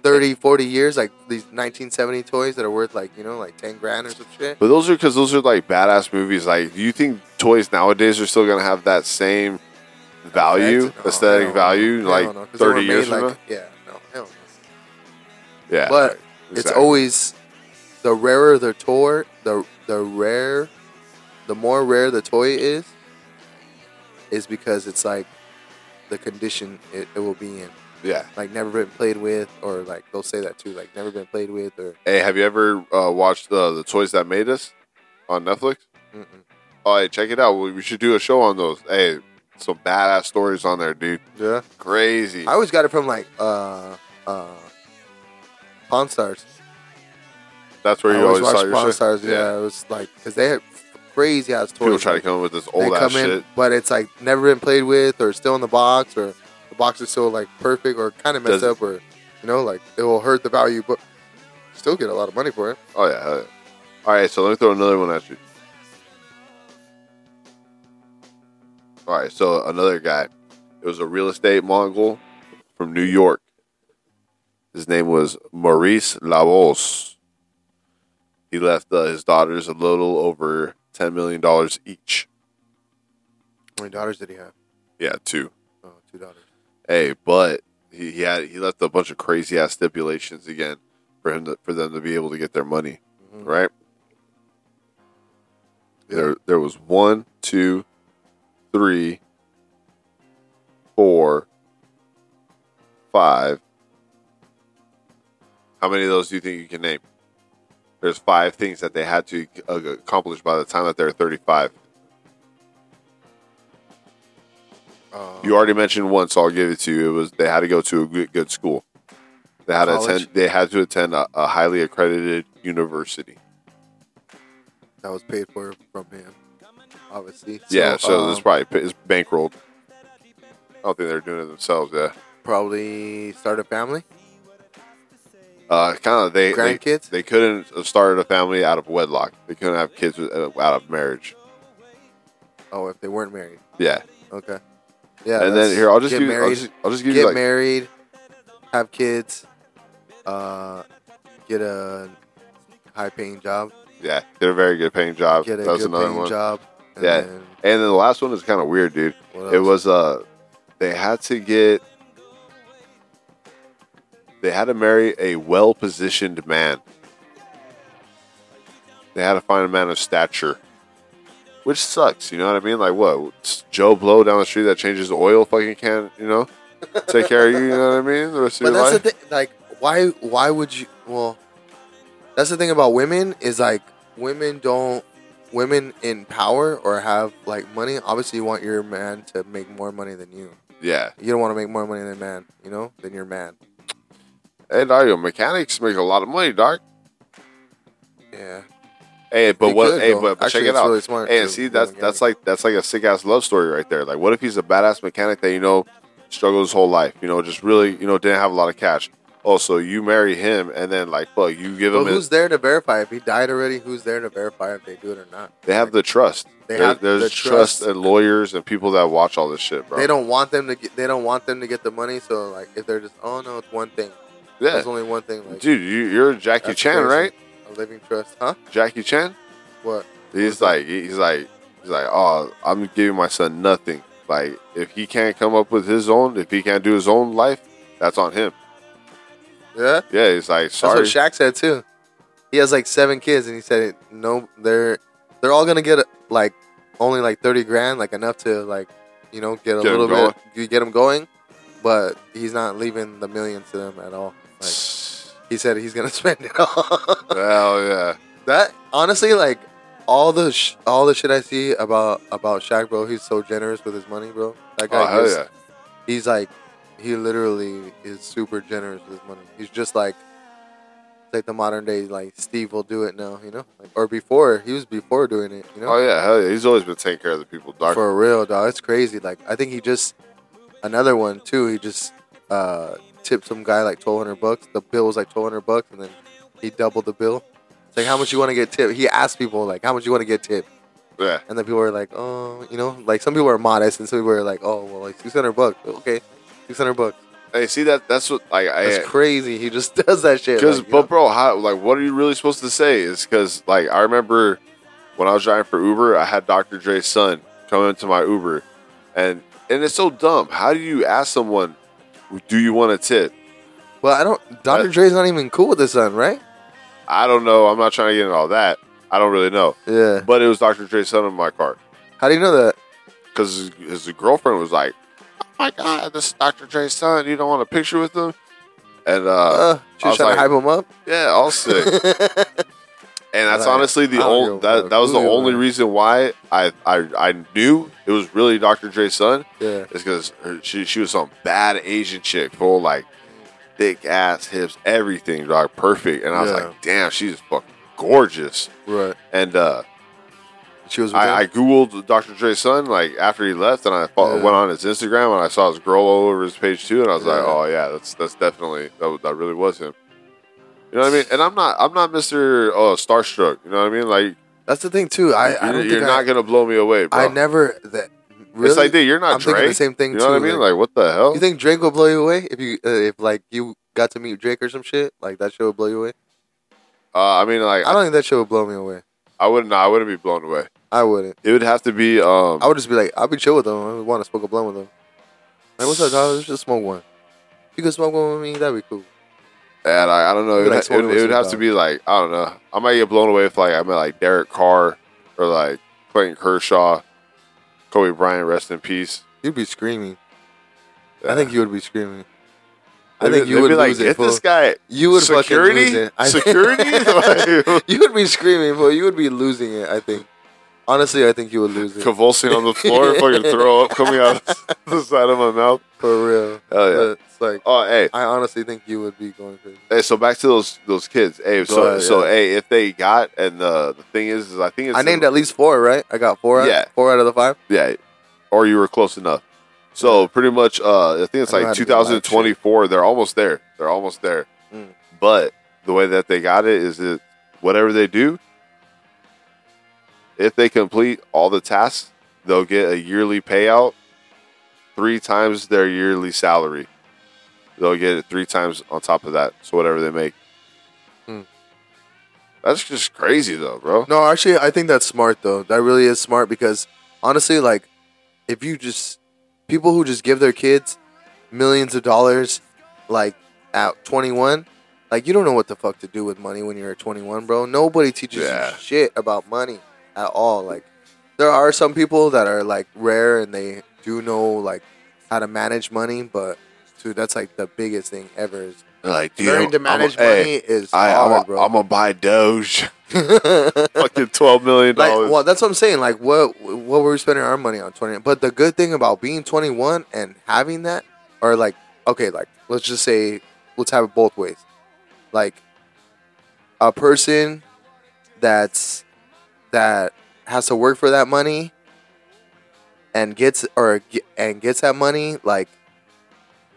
Speaker 3: 30, 40 years, like these 1970 toys that are worth like, you know, like 10 grand or some shit.
Speaker 4: but those are because those are like badass movies like do you think toys nowadays are still gonna have that same value
Speaker 3: That's- no,
Speaker 4: aesthetic
Speaker 3: hell no.
Speaker 4: value
Speaker 3: Hell
Speaker 4: like
Speaker 3: no, 'cause they were
Speaker 4: 30 years
Speaker 3: made,
Speaker 4: from
Speaker 3: like- Yeah, no, hell no.
Speaker 4: now yeah
Speaker 3: But it's
Speaker 4: exactly.
Speaker 3: always the rarer the toy, the the rare, the more rare the toy is, is because it's like the condition it, it will be in,
Speaker 4: yeah
Speaker 3: like never been played with, or like they'll say that too, like never been played with, or
Speaker 4: hey have you ever uh, watched uh, the toys that made us on Netflix
Speaker 3: mm-mm.
Speaker 4: oh hey check it out we we should do a show on those hey some badass stories on there dude
Speaker 3: yeah.
Speaker 4: crazy
Speaker 3: I always got it from like uh uh Pawn Stars.
Speaker 4: That's where
Speaker 3: I
Speaker 4: you always, saw
Speaker 3: watched
Speaker 4: your
Speaker 3: Pawn
Speaker 4: shit.
Speaker 3: Stars. Yeah, it was like because they had crazy ass toys.
Speaker 4: People try to
Speaker 3: like,
Speaker 4: come up with this
Speaker 3: they
Speaker 4: old ass
Speaker 3: come in,
Speaker 4: shit.
Speaker 3: but it's like never been played with, or still in the box, or the box is still like perfect, or kind of messed
Speaker 4: Doesn't-
Speaker 3: up, or you know, like it will hurt the value, but still get a lot of money for it.
Speaker 4: Oh yeah. hell yeah. All right, so let me throw another one at you. All right, so another guy. It was a real estate mogul from New York. His name was Maurice Lavos. He left uh, his daughters a little over ten million dollars each.
Speaker 3: How many daughters did he have?
Speaker 4: Yeah, two.
Speaker 3: Oh, two daughters.
Speaker 4: Hey, but he, he had he left a bunch of crazy ass stipulations again for him to, for them to be able to get their money,
Speaker 3: Mhm.
Speaker 4: right? There there was one, two, three, four, five. How many of those do you think you can name? There's five things that they had to uh, accomplish by the time that they're 35.
Speaker 3: Uh,
Speaker 4: You already mentioned one, so I'll give it to you. It was they had to go to a good, good school. They had to
Speaker 3: College?
Speaker 4: attend. They had to attend a, a highly accredited university.
Speaker 3: that was paid for from him, obviously.
Speaker 4: yeah, so this
Speaker 3: um,
Speaker 4: probably is bankrolled. I don't think they're doing it themselves. Yeah,
Speaker 3: probably start a family.
Speaker 4: uh, kind of. They they-
Speaker 3: Grandkids?
Speaker 4: They, couldn't have started a family out of wedlock. They couldn't have kids with- uh, out of marriage.
Speaker 3: Oh, if they weren't married,
Speaker 4: Yeah,
Speaker 3: okay. Yeah,
Speaker 4: and
Speaker 3: that's-
Speaker 4: then here I'll just
Speaker 3: get
Speaker 4: give. you- I'll
Speaker 3: married.
Speaker 4: just, I'll just give
Speaker 3: get
Speaker 4: you like
Speaker 3: married, have kids, uh, get a high paying job,
Speaker 4: yeah, get a very good paying job.
Speaker 3: get a
Speaker 4: That's
Speaker 3: good
Speaker 4: another
Speaker 3: paying
Speaker 4: one.
Speaker 3: job. And
Speaker 4: Yeah.
Speaker 3: then
Speaker 4: And then the last one is kind of weird, dude.
Speaker 3: what
Speaker 4: It
Speaker 3: else?
Speaker 4: was uh they had to get they had to marry a well positioned man. They had to find a man of stature. Which sucks, you know what I mean? Like what? It's Joe Blow down the street that changes the oil fucking can, you know? Take care of you, you know what I mean? The rest of
Speaker 3: But
Speaker 4: your
Speaker 3: that's
Speaker 4: life.
Speaker 3: the thing. Like, why? Why would you? Well, that's the thing about women is like women don't women in power or have like money. Obviously, you want your man to make more money than you.
Speaker 4: yeah.
Speaker 3: You don't want to make more money than man. You know, than your man.
Speaker 4: Hey dog, uh, your mechanics make a lot of money, dog.
Speaker 3: Yeah.
Speaker 4: Hey, but
Speaker 3: They
Speaker 4: what?
Speaker 3: could,
Speaker 4: hey,
Speaker 3: though.
Speaker 4: but, but
Speaker 3: Actually,
Speaker 4: check it
Speaker 3: it's
Speaker 4: out.
Speaker 3: really smart
Speaker 4: hey, and
Speaker 3: to
Speaker 4: see,
Speaker 3: go
Speaker 4: that's
Speaker 3: and
Speaker 4: that's
Speaker 3: get
Speaker 4: like that's like a sick ass love story right there. Like, what if he's a badass mechanic that you know struggled his whole life? You know, just really, you know, didn't have a lot of cash. Oh, so you marry him, and then like, fuck, you give
Speaker 3: But
Speaker 4: him. His,
Speaker 3: who's there to verify if he died already? Who's there to verify if they do it or not?
Speaker 4: they have the trust.
Speaker 3: They
Speaker 4: There-
Speaker 3: have
Speaker 4: there's
Speaker 3: the
Speaker 4: trust
Speaker 3: trust.
Speaker 4: and lawyers and people that watch all this shit, bro.
Speaker 3: They don't want them to get. They don't want them to get the money. So like, if they're just, oh no, it's one thing.
Speaker 4: Yeah,
Speaker 3: There's only one thing. Like,
Speaker 4: dude, you, you're Jackie
Speaker 3: that's
Speaker 4: Chan,
Speaker 3: crazy.
Speaker 4: right?
Speaker 3: A living trust, huh?
Speaker 4: Jackie Chan.
Speaker 3: What?
Speaker 4: He's
Speaker 3: that?
Speaker 4: like, he's like, he's like, oh, I'm giving my son nothing. Like, if he can't come up with his own, if he can't do his own life, that's on him.
Speaker 3: Yeah.
Speaker 4: Yeah, it's like
Speaker 3: That's
Speaker 4: sorry.
Speaker 3: what Shaq said too. He has like seven kids, and he said it, no, they're they're all gonna get like only like thirty grand, like enough to like you know get a
Speaker 4: Get 'em
Speaker 3: little
Speaker 4: going.
Speaker 3: bit, you get them going. But he's not leaving the millions to them at all. Like he said, he's gonna spend it all.
Speaker 4: Hell yeah.
Speaker 3: That honestly, like all the sh- all the shit I see about about Shaq, bro, he's so generous with his money, bro. That guy,
Speaker 4: Oh, hell
Speaker 3: is-
Speaker 4: yeah.
Speaker 3: he's like, he literally is super generous with his money. He's just like, like the modern day like Steve will do it now, you know, like, or before he was before doing it, you know,
Speaker 4: Oh, yeah. Hell yeah. He's always been taking care of the people, Doc.
Speaker 3: for real, dog. It's crazy. Like I think he just another one too. He just uh tipped some guy like twelve hundred bucks. The bill was like twelve hundred bucks, and then he doubled the bill. It's like how much you want to get tipped. He asked people like how much you want to get tipped.
Speaker 4: yeah.
Speaker 3: And then people are like, oh, you know, like some people are modest, and some people are like, oh, well, like six hundred bucks, okay, six hundred bucks.
Speaker 4: Hey, see that? That's what like I.
Speaker 3: That's crazy. He just does that shit.
Speaker 4: Because,
Speaker 3: like, you
Speaker 4: but
Speaker 3: know?
Speaker 4: bro, how, like, what are you really supposed to say? Is because, like, I remember when I was driving for Uber, I had Dr. Dre's son come into my Uber, and and it's so dumb. How do you ask someone, "Do you want a tip?"
Speaker 3: Well, I don't. Dr.
Speaker 4: I-
Speaker 3: Dre's not even cool with his son, right?
Speaker 4: I don't know. I'm not trying to get into all that. I don't really know.
Speaker 3: Yeah.
Speaker 4: But it was Dr. Dre's son in my car
Speaker 3: How do you know that?
Speaker 4: because his, his girlfriend was like, "Oh my god, this is Dr. Dre's son. You don't want a picture with him?" And uh,
Speaker 3: Uh,
Speaker 4: I
Speaker 3: she's
Speaker 4: was
Speaker 3: trying
Speaker 4: like-
Speaker 3: to hype him up.
Speaker 4: Yeah, I'll sick. and that's
Speaker 3: Like,
Speaker 4: honestly the
Speaker 3: I don't
Speaker 4: only
Speaker 3: give a
Speaker 4: that,
Speaker 3: fuck
Speaker 4: that was the
Speaker 3: who you
Speaker 4: only
Speaker 3: are.
Speaker 4: reason why I I, I knew it was really Dr. Dre's son
Speaker 3: Yeah.
Speaker 4: is because she she was some bad Asian chick, full like thick ass hips, everything, dog, perfect. And I was
Speaker 3: Yeah.
Speaker 4: like, damn, she's fucking gorgeous.
Speaker 3: Right.
Speaker 4: And uh,
Speaker 3: She was. With
Speaker 4: I, I
Speaker 3: him?
Speaker 4: googled Dr. Dre's son like after he left, and I fo-
Speaker 3: Yeah.
Speaker 4: went on his Instagram and I saw his girl all over his page too, and I was like,
Speaker 3: Yeah.
Speaker 4: oh yeah, that's that's definitely that, was- that really was him. You know what I mean? And I'm not I'm not Mister uh, Starstruck. You know what I mean? Like
Speaker 3: That's the thing too. I, I
Speaker 4: you're,
Speaker 3: don't
Speaker 4: you're
Speaker 3: think
Speaker 4: not
Speaker 3: I,
Speaker 4: gonna blow me away, bro.
Speaker 3: I never that. Really,
Speaker 4: It's like, dude, you're not
Speaker 3: I'm
Speaker 4: Drake.
Speaker 3: thinking the same thing
Speaker 4: You know what I
Speaker 3: too,
Speaker 4: mean?
Speaker 3: like-
Speaker 4: Like, what the hell?
Speaker 3: You think Drake will blow you away if you uh, if like you got to meet Drake or some shit like that? Shit would blow you away.
Speaker 4: uh, I mean, like,
Speaker 3: I
Speaker 4: I,
Speaker 3: don't think that shit would blow me away.
Speaker 4: wouldn't. I wouldn't be blown away.
Speaker 3: I wouldn't.
Speaker 4: It would have to be. Um,
Speaker 3: I would just be like, I'll be chill with them. I want to smoke a blunt with them. Like, what's up, dog? Let's just smoke one. You can smoke one with me. That'd be cool.
Speaker 4: and I, I don't know. It,
Speaker 3: Like
Speaker 4: would- it,
Speaker 3: smoking
Speaker 4: would-
Speaker 3: with
Speaker 4: it would have to
Speaker 3: some
Speaker 4: be like I don't know. I might get blown away if like I met like Derek Carr or like Clayton Kershaw, Kobe Bryant, rest in peace.
Speaker 3: You'd be screaming.
Speaker 4: Yeah.
Speaker 3: I think you would be screaming. I
Speaker 4: They'd
Speaker 3: think
Speaker 4: be-
Speaker 3: you
Speaker 4: they'd
Speaker 3: would
Speaker 4: be like,
Speaker 3: lose it.
Speaker 4: get
Speaker 3: fool.
Speaker 4: this guy.
Speaker 3: you would
Speaker 4: security,
Speaker 3: fucking lose it. I-
Speaker 4: security. Like,
Speaker 3: you would be screaming, but you would be losing it. I think. Honestly, I think you would lose it
Speaker 4: convulsing on the floor, fucking throw up coming out the side of my mouth.
Speaker 3: for real.
Speaker 4: Hell yeah.
Speaker 3: But It's like
Speaker 4: Oh, hey,
Speaker 3: I honestly think you would be going crazy.
Speaker 4: hey. So back to those those kids. Hey, so
Speaker 3: ahead,
Speaker 4: so
Speaker 3: yeah.
Speaker 4: hey, if they got and uh, the the thing is, is I think it's
Speaker 3: I named at least four, right? I got four.
Speaker 4: Yeah.
Speaker 3: Out, four out of the five.
Speaker 4: Yeah, or you were close enough. So pretty much, uh, I think it's
Speaker 3: I know
Speaker 4: like
Speaker 3: how to do a lot of shit.
Speaker 4: 2024. They're almost there. They're almost there.
Speaker 3: Mm.
Speaker 4: But the way that they got it is that whatever they do, if they complete all the tasks, they'll get a yearly payout, three times their yearly salary. They'll get it three times on top of that. So whatever they make.
Speaker 3: Mm.
Speaker 4: That's just crazy though, bro.
Speaker 3: No, actually, I think that's smart though. That really is smart because honestly, like, if you just people who just give their kids millions of dollars, like at 21, like you don't know what the fuck to do with money when you're at 21, bro. Nobody teaches
Speaker 4: Yeah.
Speaker 3: you shit about money at all. Like, there are some people that are like rare and they do know like how to manage money, but dude, that's like the biggest thing ever. Is
Speaker 4: Like, dude,
Speaker 3: learning
Speaker 4: I'm-
Speaker 3: to
Speaker 4: I'm-
Speaker 3: manage
Speaker 4: hey,
Speaker 3: money is
Speaker 4: I,
Speaker 3: hard,
Speaker 4: I'm,
Speaker 3: bro.
Speaker 4: a, I'm gonna buy Doge. Fucking twelve million
Speaker 3: Like,
Speaker 4: dollars.
Speaker 3: well, that's what I'm saying. Like, what what were we spending our money on? Twenty. But the good thing about being 21 and having that, or like, okay, like let's just say let's have it both ways. Like, a person that's that has to work for that money and gets or ge- and gets that money like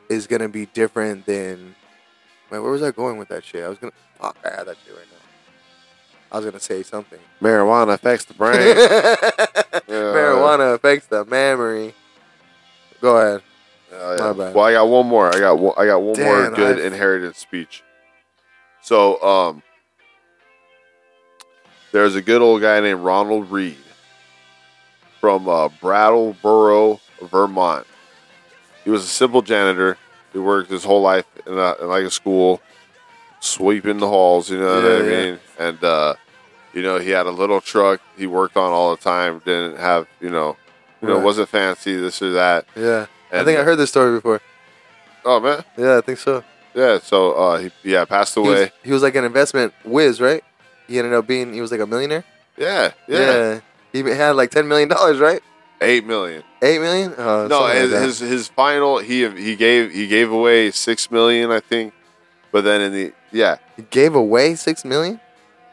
Speaker 3: is gonna be different than. Man, where was I going with that shit? I was gonna fuck. I had that shit right now. I was gonna say something.
Speaker 4: Marijuana affects the brain.
Speaker 3: Marijuana affects the memory. Go ahead.
Speaker 4: Oh,
Speaker 3: My
Speaker 4: yeah.
Speaker 3: bad.
Speaker 4: Well, I got one more. I got one, I got one more
Speaker 3: Damn,
Speaker 4: good
Speaker 3: I-
Speaker 4: inheritance speech. So, um, there's a good old guy named Ronald Reed from uh, Brattleboro, Vermont. He was a simple janitor. He worked his whole life in, a, in like a school, sweeping the halls. You know what I
Speaker 3: Yeah, yeah.
Speaker 4: mean? and uh, you know he had a little truck he worked on all the time. Didn't have you know, you know
Speaker 3: Right.
Speaker 4: wasn't fancy this or that.
Speaker 3: Yeah. I
Speaker 4: And-
Speaker 3: think I heard this story before.
Speaker 4: Oh man,
Speaker 3: Yeah, I think so.
Speaker 4: yeah. So uh, he yeah passed
Speaker 3: He was-
Speaker 4: away.
Speaker 3: he was like an investment whiz, right? He ended up being, he was like a millionaire?
Speaker 4: yeah, yeah,
Speaker 3: He had like $10 million, right?
Speaker 4: eight million.
Speaker 3: $8 million?
Speaker 4: No,
Speaker 3: Uh, something like
Speaker 4: his,
Speaker 3: that.
Speaker 4: his his final he he gave he gave away six million I think, but then in the yeah
Speaker 3: He gave away $6 million?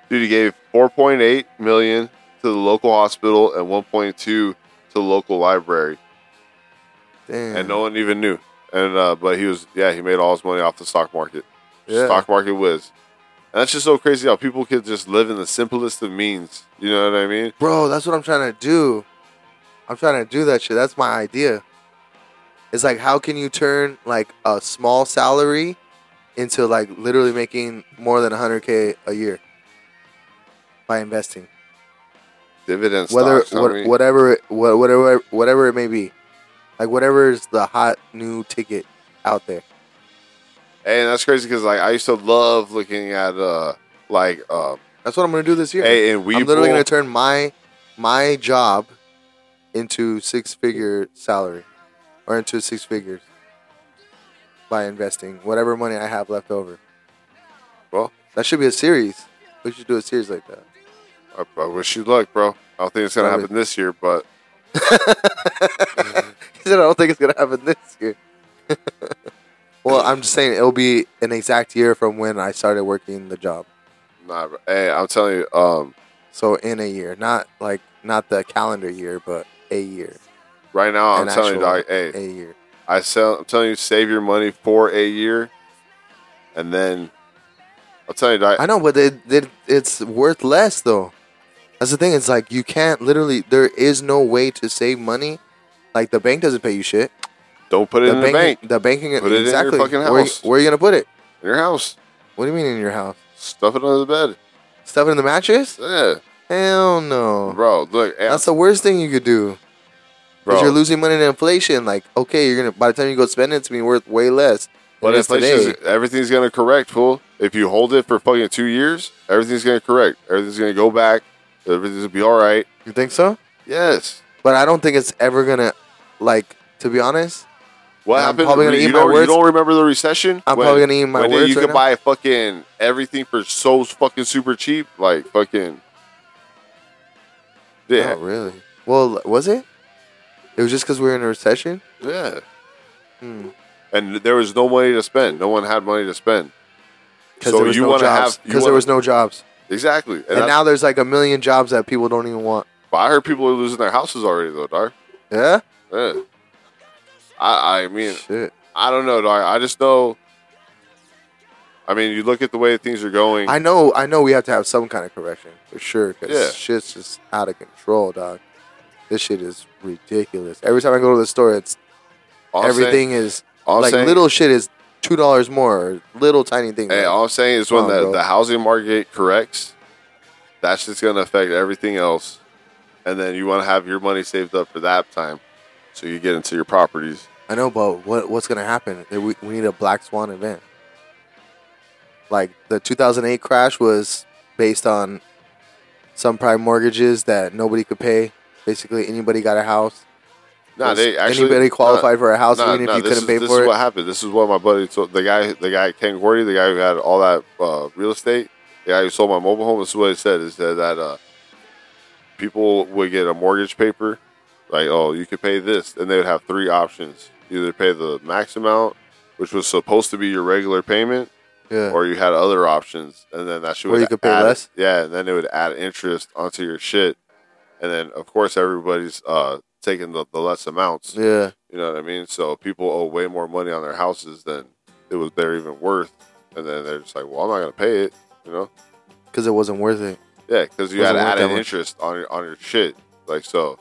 Speaker 4: Dude, he gave 4.8 million to the local hospital and 1.2 to the local library,
Speaker 3: Damn.
Speaker 4: and no one even knew. And uh, but he was, yeah, he made all his money off the stock market.
Speaker 3: Yeah.
Speaker 4: Stock market whiz. And that's just so crazy how people could just live in the simplest of means. You know what I mean?
Speaker 3: Bro, that's what I'm trying to do. I'm trying to do that shit. That's my idea. It's like, how can you turn like a small salary into like literally making more than 100K a year by investing?
Speaker 4: Dividends,
Speaker 3: whether
Speaker 4: stocks,
Speaker 3: what,
Speaker 4: I mean,
Speaker 3: whatever it- wha- whatever whatever it may be, like whatever is the hot new ticket out there.
Speaker 4: Hey, and that's crazy because like I used to love looking at uh like um
Speaker 3: That's what I'm gonna do this year.
Speaker 4: hey and we
Speaker 3: I'm literally gonna turn my my job into six figure salary or into six figures by investing whatever money I have left over.
Speaker 4: well
Speaker 3: That should be a series. We should do a series like that.
Speaker 4: I, I wish you luck, bro. I don't think it's gonna
Speaker 3: Probably.
Speaker 4: happen this year, but
Speaker 3: He said, "I don't think it's gonna happen this year." well, I'm just saying it'll be an exact year from when I started working the job.
Speaker 4: nah. bro. Hey, I'm telling you, um,
Speaker 3: So in a year, not like not the calendar year, but a year.
Speaker 4: Right now, Oh, I'm
Speaker 3: An
Speaker 4: telling you,
Speaker 3: actual
Speaker 4: dog. Hey,
Speaker 3: A year.
Speaker 4: I sell. I'm telling you, save your money for a year, and then I'll tell you, dog.
Speaker 3: I know, but it, it, it's worth less though. That's the thing. It's like you can't literally. There is no way to save money. Like the bank doesn't pay you shit.
Speaker 4: Don't put it in the bank.
Speaker 3: The banking.
Speaker 4: Put it in your
Speaker 3: exactly.
Speaker 4: fucking
Speaker 3: Where,
Speaker 4: house.
Speaker 3: where are you gonna put it?
Speaker 4: In your house,
Speaker 3: What do you mean in your house?
Speaker 4: stuff it under the bed.
Speaker 3: Stuff it in the mattress?
Speaker 4: Yeah,
Speaker 3: Hell no.
Speaker 4: bro. Look, hey,
Speaker 3: That's the worst thing you could do.
Speaker 4: bro.
Speaker 3: Because you're losing money to inflation. Like, okay, you're gonna by the time you go spend it, it's gonna be worth way less. than
Speaker 4: but
Speaker 3: it is
Speaker 4: inflation's everything's gonna correct, fool. If you hold it for fucking two years, everything's gonna correct. Everything's gonna go back. Everything's gonna be all right.
Speaker 3: You think so?
Speaker 4: Yes.
Speaker 3: But I don't think it's ever gonna like to be honest.
Speaker 4: What
Speaker 3: I'm
Speaker 4: happened?
Speaker 3: probably gonna
Speaker 4: you,
Speaker 3: eat my
Speaker 4: don't, you
Speaker 3: words.
Speaker 4: don't remember the recession?
Speaker 3: I'm probably gonna eat my
Speaker 4: when
Speaker 3: words
Speaker 4: You
Speaker 3: right
Speaker 4: could
Speaker 3: now.
Speaker 4: buy fucking everything for so fucking super cheap, like fucking. Yeah,
Speaker 3: Oh, really? Well, was it? It was just because we were in a recession.
Speaker 4: yeah.
Speaker 3: Hmm.
Speaker 4: And there was no money to spend. No one had money to spend.
Speaker 3: Because
Speaker 4: So
Speaker 3: there was
Speaker 4: you
Speaker 3: no
Speaker 4: wanna
Speaker 3: jobs.
Speaker 4: have- you
Speaker 3: Because there
Speaker 4: wanna-
Speaker 3: was no jobs.
Speaker 4: Exactly. And,
Speaker 3: And,
Speaker 4: that's-
Speaker 3: now there's like a million jobs that people don't even want.
Speaker 4: but I heard people are losing their houses already, though, Dar.
Speaker 3: Yeah.
Speaker 4: Yeah. I, I mean,
Speaker 3: Shit.
Speaker 4: I don't know, Dar. I just know. I mean, you look at the way things are going.
Speaker 3: I know. I know. We have to have some kind of correction for sure. Because
Speaker 4: Yeah.
Speaker 3: shit's just out of control, dog. This shit is ridiculous. Every time I go to the store, it's
Speaker 4: All I'm saying-
Speaker 3: everything is
Speaker 4: all I'm
Speaker 3: like
Speaker 4: saying-
Speaker 3: little shit is two dollars more. Or little tiny things.
Speaker 4: Hey,
Speaker 3: like-
Speaker 4: all I'm saying is
Speaker 3: Come
Speaker 4: when
Speaker 3: on,
Speaker 4: the,
Speaker 3: bro.
Speaker 4: the housing market corrects, that's just going to affect everything else. And then you want to have your money saved up for that time so you get into your properties.
Speaker 3: I know, but what what's gonna happen? That We, we need a black swan event. Like the 2008 crash was based on some prime mortgages that nobody could pay. Basically, anybody got a house.
Speaker 4: No,
Speaker 3: Was
Speaker 4: they actually uh,
Speaker 3: anybody qualified for a house even if you
Speaker 4: this
Speaker 3: couldn't
Speaker 4: is,
Speaker 3: pay
Speaker 4: this
Speaker 3: for
Speaker 4: is
Speaker 3: it?
Speaker 4: what happened. This is what my buddy told the guy, the guy Ken Gordy, the guy who had all that uh, real estate, the guy who sold my mobile home. This is what he said: is that, that uh, people would get a mortgage paper, like oh, you could pay this, and they would have three options: either pay the max amount, which was supposed to be your regular payment,
Speaker 3: Yeah.
Speaker 4: or you had other options, and then that should
Speaker 3: Or you could pay less?
Speaker 4: Yeah, and then it would add interest onto your shit, and then of course everybody's uh, taking the, the less amounts.
Speaker 3: yeah.
Speaker 4: You know what I mean? So people owe way more money on their houses than it was they're even worth, and then they're just like, "Well, I'm not gonna pay it," you know?
Speaker 3: Because it wasn't worth it.
Speaker 4: Yeah, because you had
Speaker 3: Wasn't worth that
Speaker 4: added
Speaker 3: much.
Speaker 4: interest on your on your shit, like so.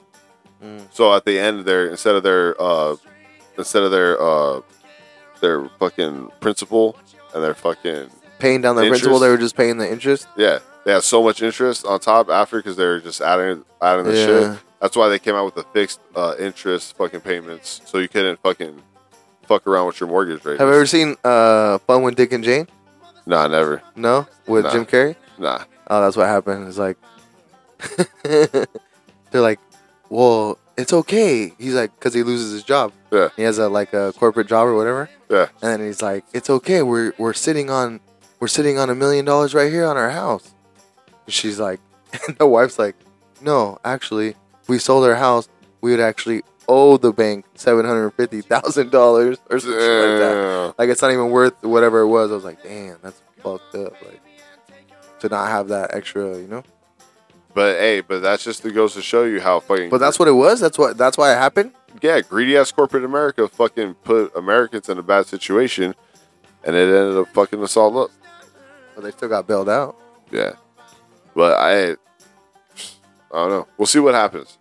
Speaker 3: Mm.
Speaker 4: So at the end, their instead of their uh, instead of their uh, their fucking principal and their fucking
Speaker 3: Paying down the
Speaker 4: Interest?
Speaker 3: principal, they were just paying the interest.
Speaker 4: yeah, they had so much interest on top after because they were just adding adding the
Speaker 3: Yeah.
Speaker 4: shit. That's why they came out with the fixed uh, interest fucking payments, so you couldn't fucking fuck around with your mortgage rate.
Speaker 3: Have you ever seen uh, Fun with Dick and Jane?
Speaker 4: Nah, never.
Speaker 3: No, with
Speaker 4: Nah.
Speaker 3: Jim Carrey.
Speaker 4: Nah.
Speaker 3: oh, that's what happened. It's like, they're like, well, it's okay. He's like, because he loses his job.
Speaker 4: Yeah.
Speaker 3: He has a like a corporate job or whatever,
Speaker 4: Yeah.
Speaker 3: and then he's like, it's okay. We're we're sitting on we're sitting on a million dollars right here on our house. And she's like, and the wife's like, no, actually, if we sold our house. We would actually owe the bank seven hundred fifty thousand dollars or something like that
Speaker 4: Damn.
Speaker 3: like it's not even worth whatever it was. I was like, damn, that's fucked up. Like to not have that extra, you know.
Speaker 4: But hey, but that's just the goes to show you how fucking.
Speaker 3: But that's what it was. That's what. That's why it happened.
Speaker 4: yeah, greedy ass corporate America fucking put Americans in a bad situation, and it ended up fucking us all up.
Speaker 3: But they still got bailed out.
Speaker 4: Yeah, but I, I don't know. We'll see what happens.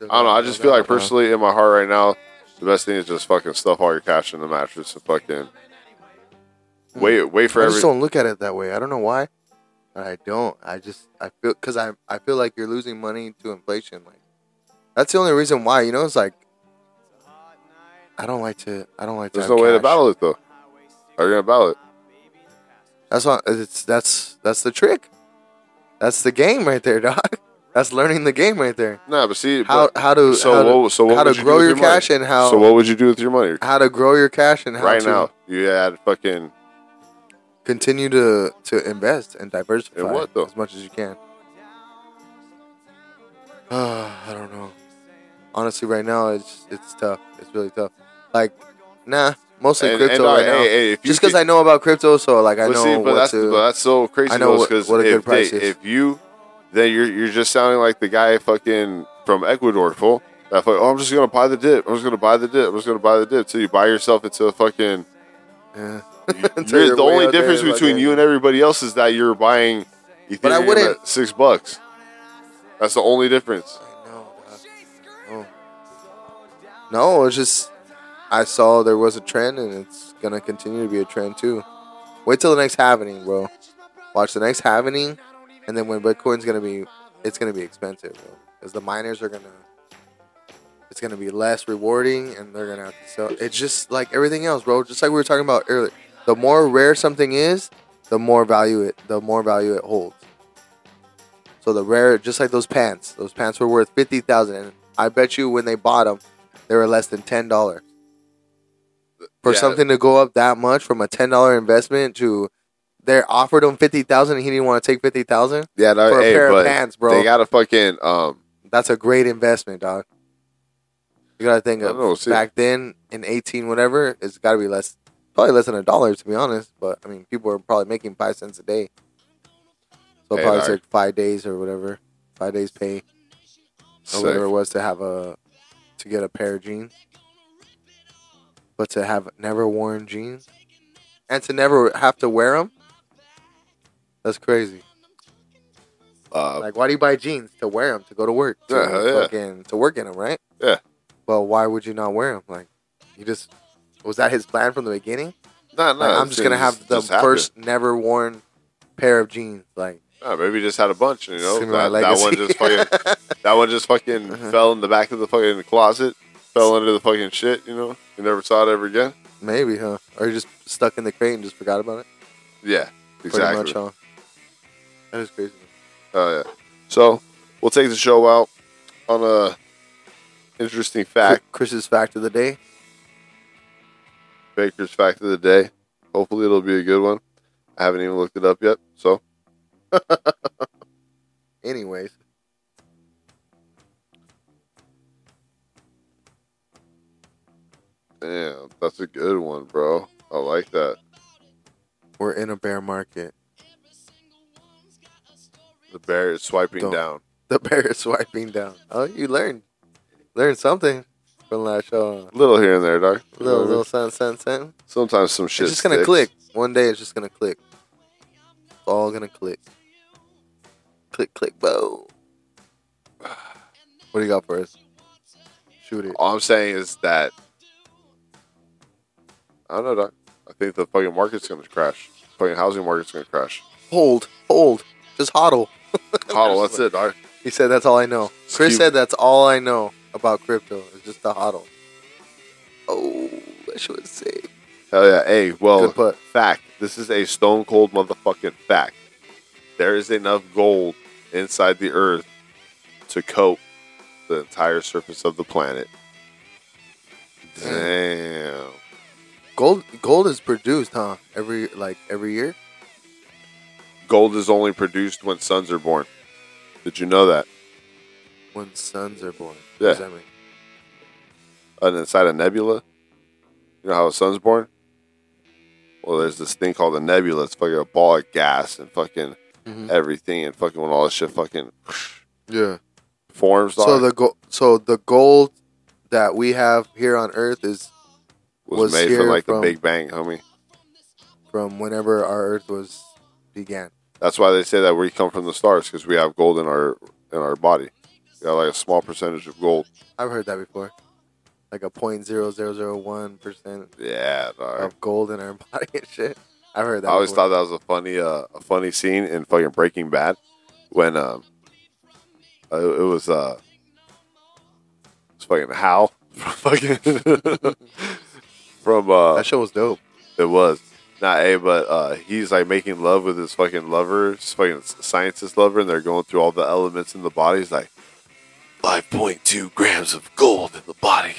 Speaker 4: I don't know. I just feel like personally in my heart right now, the best thing is just fucking stuff all your cash in the mattress and fucking wait, wait for
Speaker 3: Hmm. I
Speaker 4: every.
Speaker 3: just don't look at it that way. I don't know why. But I don't. I just I feel because I I feel like you're losing money to inflation. Like that's the only reason why. You know, it's like I don't like to. I don't like to.
Speaker 4: There's no
Speaker 3: have
Speaker 4: way to
Speaker 3: cash.
Speaker 4: battle it though. Are you gonna battle it?
Speaker 3: That's what it's that's that's the trick. That's the game right there, dog. That's learning the game right there.
Speaker 4: Nah, but see,
Speaker 3: How
Speaker 4: but-
Speaker 3: how to
Speaker 4: so
Speaker 3: how to,
Speaker 4: what, so what
Speaker 3: how to
Speaker 4: would you do
Speaker 3: grow
Speaker 4: with
Speaker 3: your
Speaker 4: money?
Speaker 3: cash and how
Speaker 4: so what would you do with your money
Speaker 3: how to grow your cash and how
Speaker 4: right
Speaker 3: to
Speaker 4: now? You had fucking
Speaker 3: continue to to invest and diversify
Speaker 4: In what, though?
Speaker 3: as much as you can. I don't know. Honestly, right now it's it's tough. It's really tough. Like, nah, mostly
Speaker 4: And- and,
Speaker 3: crypto
Speaker 4: uh,
Speaker 3: right now.
Speaker 4: hey, hey, if you
Speaker 3: Just because
Speaker 4: can-
Speaker 3: I know about crypto, so like I
Speaker 4: But
Speaker 3: know
Speaker 4: see, but
Speaker 3: what
Speaker 4: that's
Speaker 3: to.
Speaker 4: but that's so crazy.
Speaker 3: I know
Speaker 4: though,
Speaker 3: what-
Speaker 4: 'cause
Speaker 3: what a
Speaker 4: if
Speaker 3: good price
Speaker 4: they,
Speaker 3: is.
Speaker 4: If you, then you're you're just sounding like the guy fucking from Ecuador, fool. That fuck, oh, I'm just gonna buy the dip. I'm just gonna buy the dip. I'm just gonna buy the dip. So you buy yourself into a fucking.
Speaker 3: Yeah. Until
Speaker 4: You're,
Speaker 3: you're
Speaker 4: the
Speaker 3: way
Speaker 4: only
Speaker 3: out there,
Speaker 4: difference
Speaker 3: like,
Speaker 4: between
Speaker 3: yeah.
Speaker 4: you and everybody else is that you're buying Ethereum
Speaker 3: But I wouldn't-
Speaker 4: at six bucks. That's the only difference.
Speaker 3: No, dog. no. No, it's just I saw there was a trend, and it's gonna continue to be a trend too. Wait till the next halvening, bro. Watch the next halvening, and then when Bitcoin's gonna be, it's gonna be expensive, bro. Because the miners are gonna, it's gonna be less rewarding, and they're gonna have to sell. It's just like everything else, bro. Just like we were talking about earlier, the more rare something is, the more value it, the more value it holds. So the rare, just like those pants, those pants were worth fifty thousand, and I bet you when they bought them, they were less than ten dollars. For
Speaker 4: Yeah.
Speaker 3: something to go up that much from a ten dollar investment to, they offered him fifty thousand, and he didn't want to take fifty thousand.
Speaker 4: Yeah, that,
Speaker 3: For a
Speaker 4: hey,
Speaker 3: pair of
Speaker 4: but
Speaker 3: pants, bro.
Speaker 4: They got a fucking um.
Speaker 3: That's a great investment, dog. You gotta think
Speaker 4: I
Speaker 3: of
Speaker 4: know, see-
Speaker 3: back then in eighteen, whatever, it's gotta be less, probably less than a dollar to be honest. But I mean, people are probably making five cents a day, so
Speaker 4: Hey,
Speaker 3: probably
Speaker 4: dog.
Speaker 3: took five days or whatever, five days pay. or
Speaker 4: sick.
Speaker 3: whatever it was to have a to get a pair of jeans. But to have never worn jeans and to never have to wear them, that's crazy.
Speaker 4: Uh,
Speaker 3: Like, why do you buy jeans to wear them to go to work? To
Speaker 4: Yeah, hell yeah.
Speaker 3: fucking to work in them, right?
Speaker 4: Yeah.
Speaker 3: Well, why would you not wear them? Like, you just was that his plan from the beginning?
Speaker 4: nah, nah,
Speaker 3: Like, I'm just gonna have the
Speaker 4: just happened.
Speaker 3: first never worn pair of jeans. Like,
Speaker 4: Nah, maybe he just had a bunch, you know.
Speaker 3: It's gonna
Speaker 4: That,
Speaker 3: be my
Speaker 4: that one just
Speaker 3: legacy. Uh-huh.
Speaker 4: fucking, that one just fucking fell in the back of the fucking closet, fell under the fucking shit, you know. You never saw it ever again.
Speaker 3: maybe, huh? Or you just stuck in the crate and just forgot about it?
Speaker 4: Yeah,
Speaker 3: Pretty
Speaker 4: exactly.
Speaker 3: much, huh? That is crazy.
Speaker 4: Oh yeah. So we'll take the show out on a interesting fact,
Speaker 3: Chri- Chris's fact of the day.
Speaker 4: Baker's fact of the day. Hopefully it'll be a good one. I haven't even looked it up yet. So
Speaker 3: Anyways,
Speaker 4: damn, that's a good one, bro. I like that.
Speaker 3: we're in a bear market.
Speaker 4: The bear is swiping
Speaker 3: Don't-
Speaker 4: down.
Speaker 3: The bear is swiping down. Oh, you learned, learned something from last show.
Speaker 4: A little here and there, dog. You know what
Speaker 3: Little
Speaker 4: I mean?
Speaker 3: little something, something, something.
Speaker 4: Sometimes some shit.
Speaker 3: It's just gonna
Speaker 4: sticks.
Speaker 3: click. One day, it's just gonna click. It's all gonna click. Click, click, bow. What do you got for us? Shoot it.
Speaker 4: All I'm saying is that I don't know, Doc. I think the fucking market's gonna crash. Fucking housing market's gonna crash.
Speaker 3: Hold, hold. Just hodl.
Speaker 4: Huddle, that's it, Doc.
Speaker 3: He said that's all I know.
Speaker 4: Just
Speaker 3: Chris
Speaker 4: keep-
Speaker 3: said that's all I know about crypto. It's just the hodl. Oh, that shit was sick.
Speaker 4: Hell yeah. Hey, well,
Speaker 3: Good put.
Speaker 4: fact. This is a stone cold motherfucking fact. There is enough gold inside the earth to coat the entire surface of the planet. Damn.
Speaker 3: Gold gold is produced, huh? Every like every year.
Speaker 4: Gold is only produced when sons are born. Did you know that?
Speaker 3: When sons are born. What
Speaker 4: Yeah.
Speaker 3: does that mean?
Speaker 4: And inside a nebula, you know how a sun's born? Well, there's this thing called a nebula. It's fucking a ball of gas and fucking
Speaker 3: Mhm.
Speaker 4: everything and fucking when all this shit fucking
Speaker 3: Yeah.
Speaker 4: forms.
Speaker 3: So the go- so the gold that we have here on Earth is
Speaker 4: was,
Speaker 3: was
Speaker 4: made from
Speaker 3: here
Speaker 4: like
Speaker 3: from-
Speaker 4: the Big Bang, homie.
Speaker 3: from whenever our Earth was began.
Speaker 4: That's why they say that we come from the stars because we have gold in our in our body. We got like a small percentage of gold.
Speaker 3: I've heard that before. Like a point zero zero zero one percent
Speaker 4: Yeah, dog.
Speaker 3: of gold in our body and shit. I've heard
Speaker 4: I
Speaker 3: that.
Speaker 4: always
Speaker 3: before.
Speaker 4: thought that was a funny uh, a funny scene in fucking Breaking Bad when um uh, it was uh it's fucking Hal from fucking from uh
Speaker 3: that show was dope.
Speaker 4: it was not a but uh he's like making love with his fucking lover, his fucking scientist lover, and they're going through all the elements in the body. He's like five point two grams of gold in the body.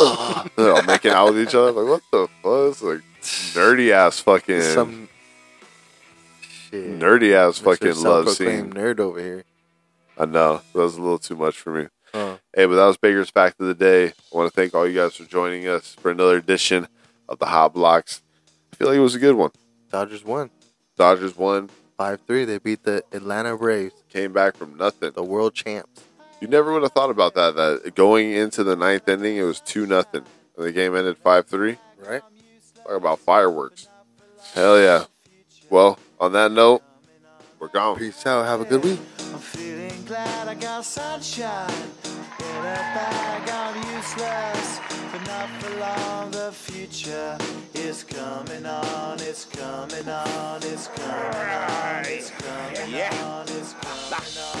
Speaker 4: Ugh. they're all making out with each other. Like what the fuck? It's like nerdy ass fucking
Speaker 3: Some shit.
Speaker 4: nerdy ass
Speaker 3: Mr.
Speaker 4: fucking love
Speaker 3: self-proclaimed
Speaker 4: scene.
Speaker 3: Nerd over here.
Speaker 4: I know that was a little too much for me.
Speaker 3: Huh.
Speaker 4: Hey, but that was Baker's Fact of the Day. I want to thank all you guys for joining us for another edition of the Hot Blocks. I feel like it was a good one.
Speaker 3: Dodgers won
Speaker 4: Dodgers won,
Speaker 3: five three. They beat the Atlanta Braves,
Speaker 4: came back from nothing.
Speaker 3: the world champs.
Speaker 4: You never would have thought about that. That going into the ninth inning, it was two nothing, and the game ended five three.
Speaker 3: Right?
Speaker 4: Talk about fireworks! Hell yeah! Well, on that note, we're gone.
Speaker 3: Peace out. Have a good week.
Speaker 5: I'm feeling glad I got sunshine. In a bag, I'm useless, but not for long. The future is coming on, it's coming on, it's coming on, it's coming on, it's coming on.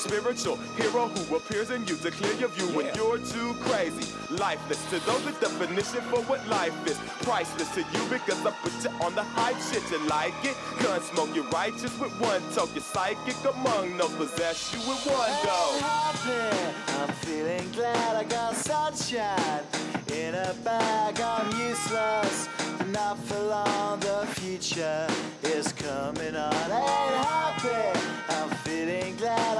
Speaker 6: spiritual hero who appears in you to clear your view when you're too crazy. Lifeless to those, the definition for what life is. Priceless to you because I put you on the hype shit. You like it? Gun smoke, you're righteous with one toke. You're psychic among no possess you with one go.
Speaker 5: happen. I'm feeling glad I got sunshine in a bag. I'm useless, not for long. The future is coming on. Ain't happy. I'm feeling glad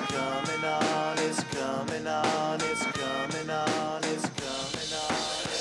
Speaker 5: coming on. It's coming on. It's coming on. It's coming on.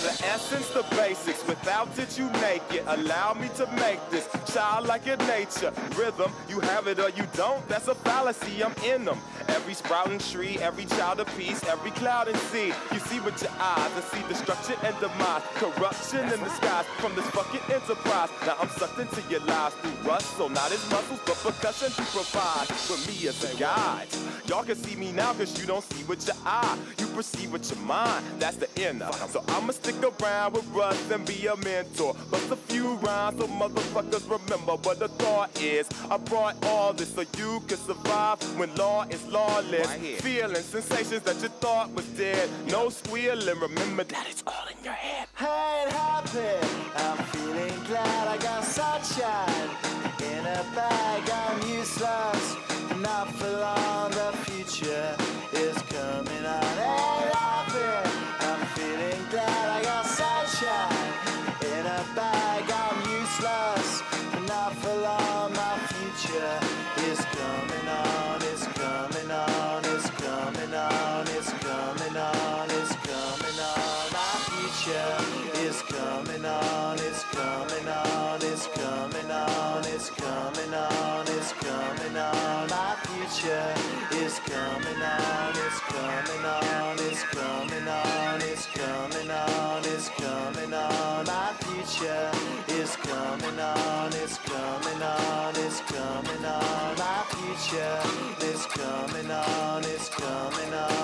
Speaker 6: The essence, the basics. Without it, you make it. Allow me to make this childlike in nature. Rhythm, you have it or you don't. That's a fallacy. I'm in them. Every sprouting tree, every child of peace, every cloud and sea. You see with your eyes and see destruction and demise, corruption in the skies from this fucking enterprise. Now I'm sucked into your lives through rust, so not his muscles, but percussion to provide with me as a guide. Y'all can see me now cause you don't see with your eye. You perceive with your mind, that's the inner. So I'ma stick around with Russ and be a mentor. Bust a few rhymes so motherfuckers remember what the thought is. I brought all this so you can survive when law is lawless. Feeling sensations that you thought was dead. No squealing, remember that it's all in your head.
Speaker 5: Hey, it happened. I'm feeling glad I got sunshine in a bag. I'm useless, not for long. The future is coming on. Hey, it happened. I'm feeling glad I got sunshine in a bag. I'm useless, not for long. My future is coming on. It's coming on. It's coming on. It's coming on. It's coming on. My future is coming on, it's coming on, it's coming on, it's coming on, it's coming on. My future is coming on, it's coming on, it's coming on, future is coming on, it's coming on, it's coming on. My future is coming on, it's coming on.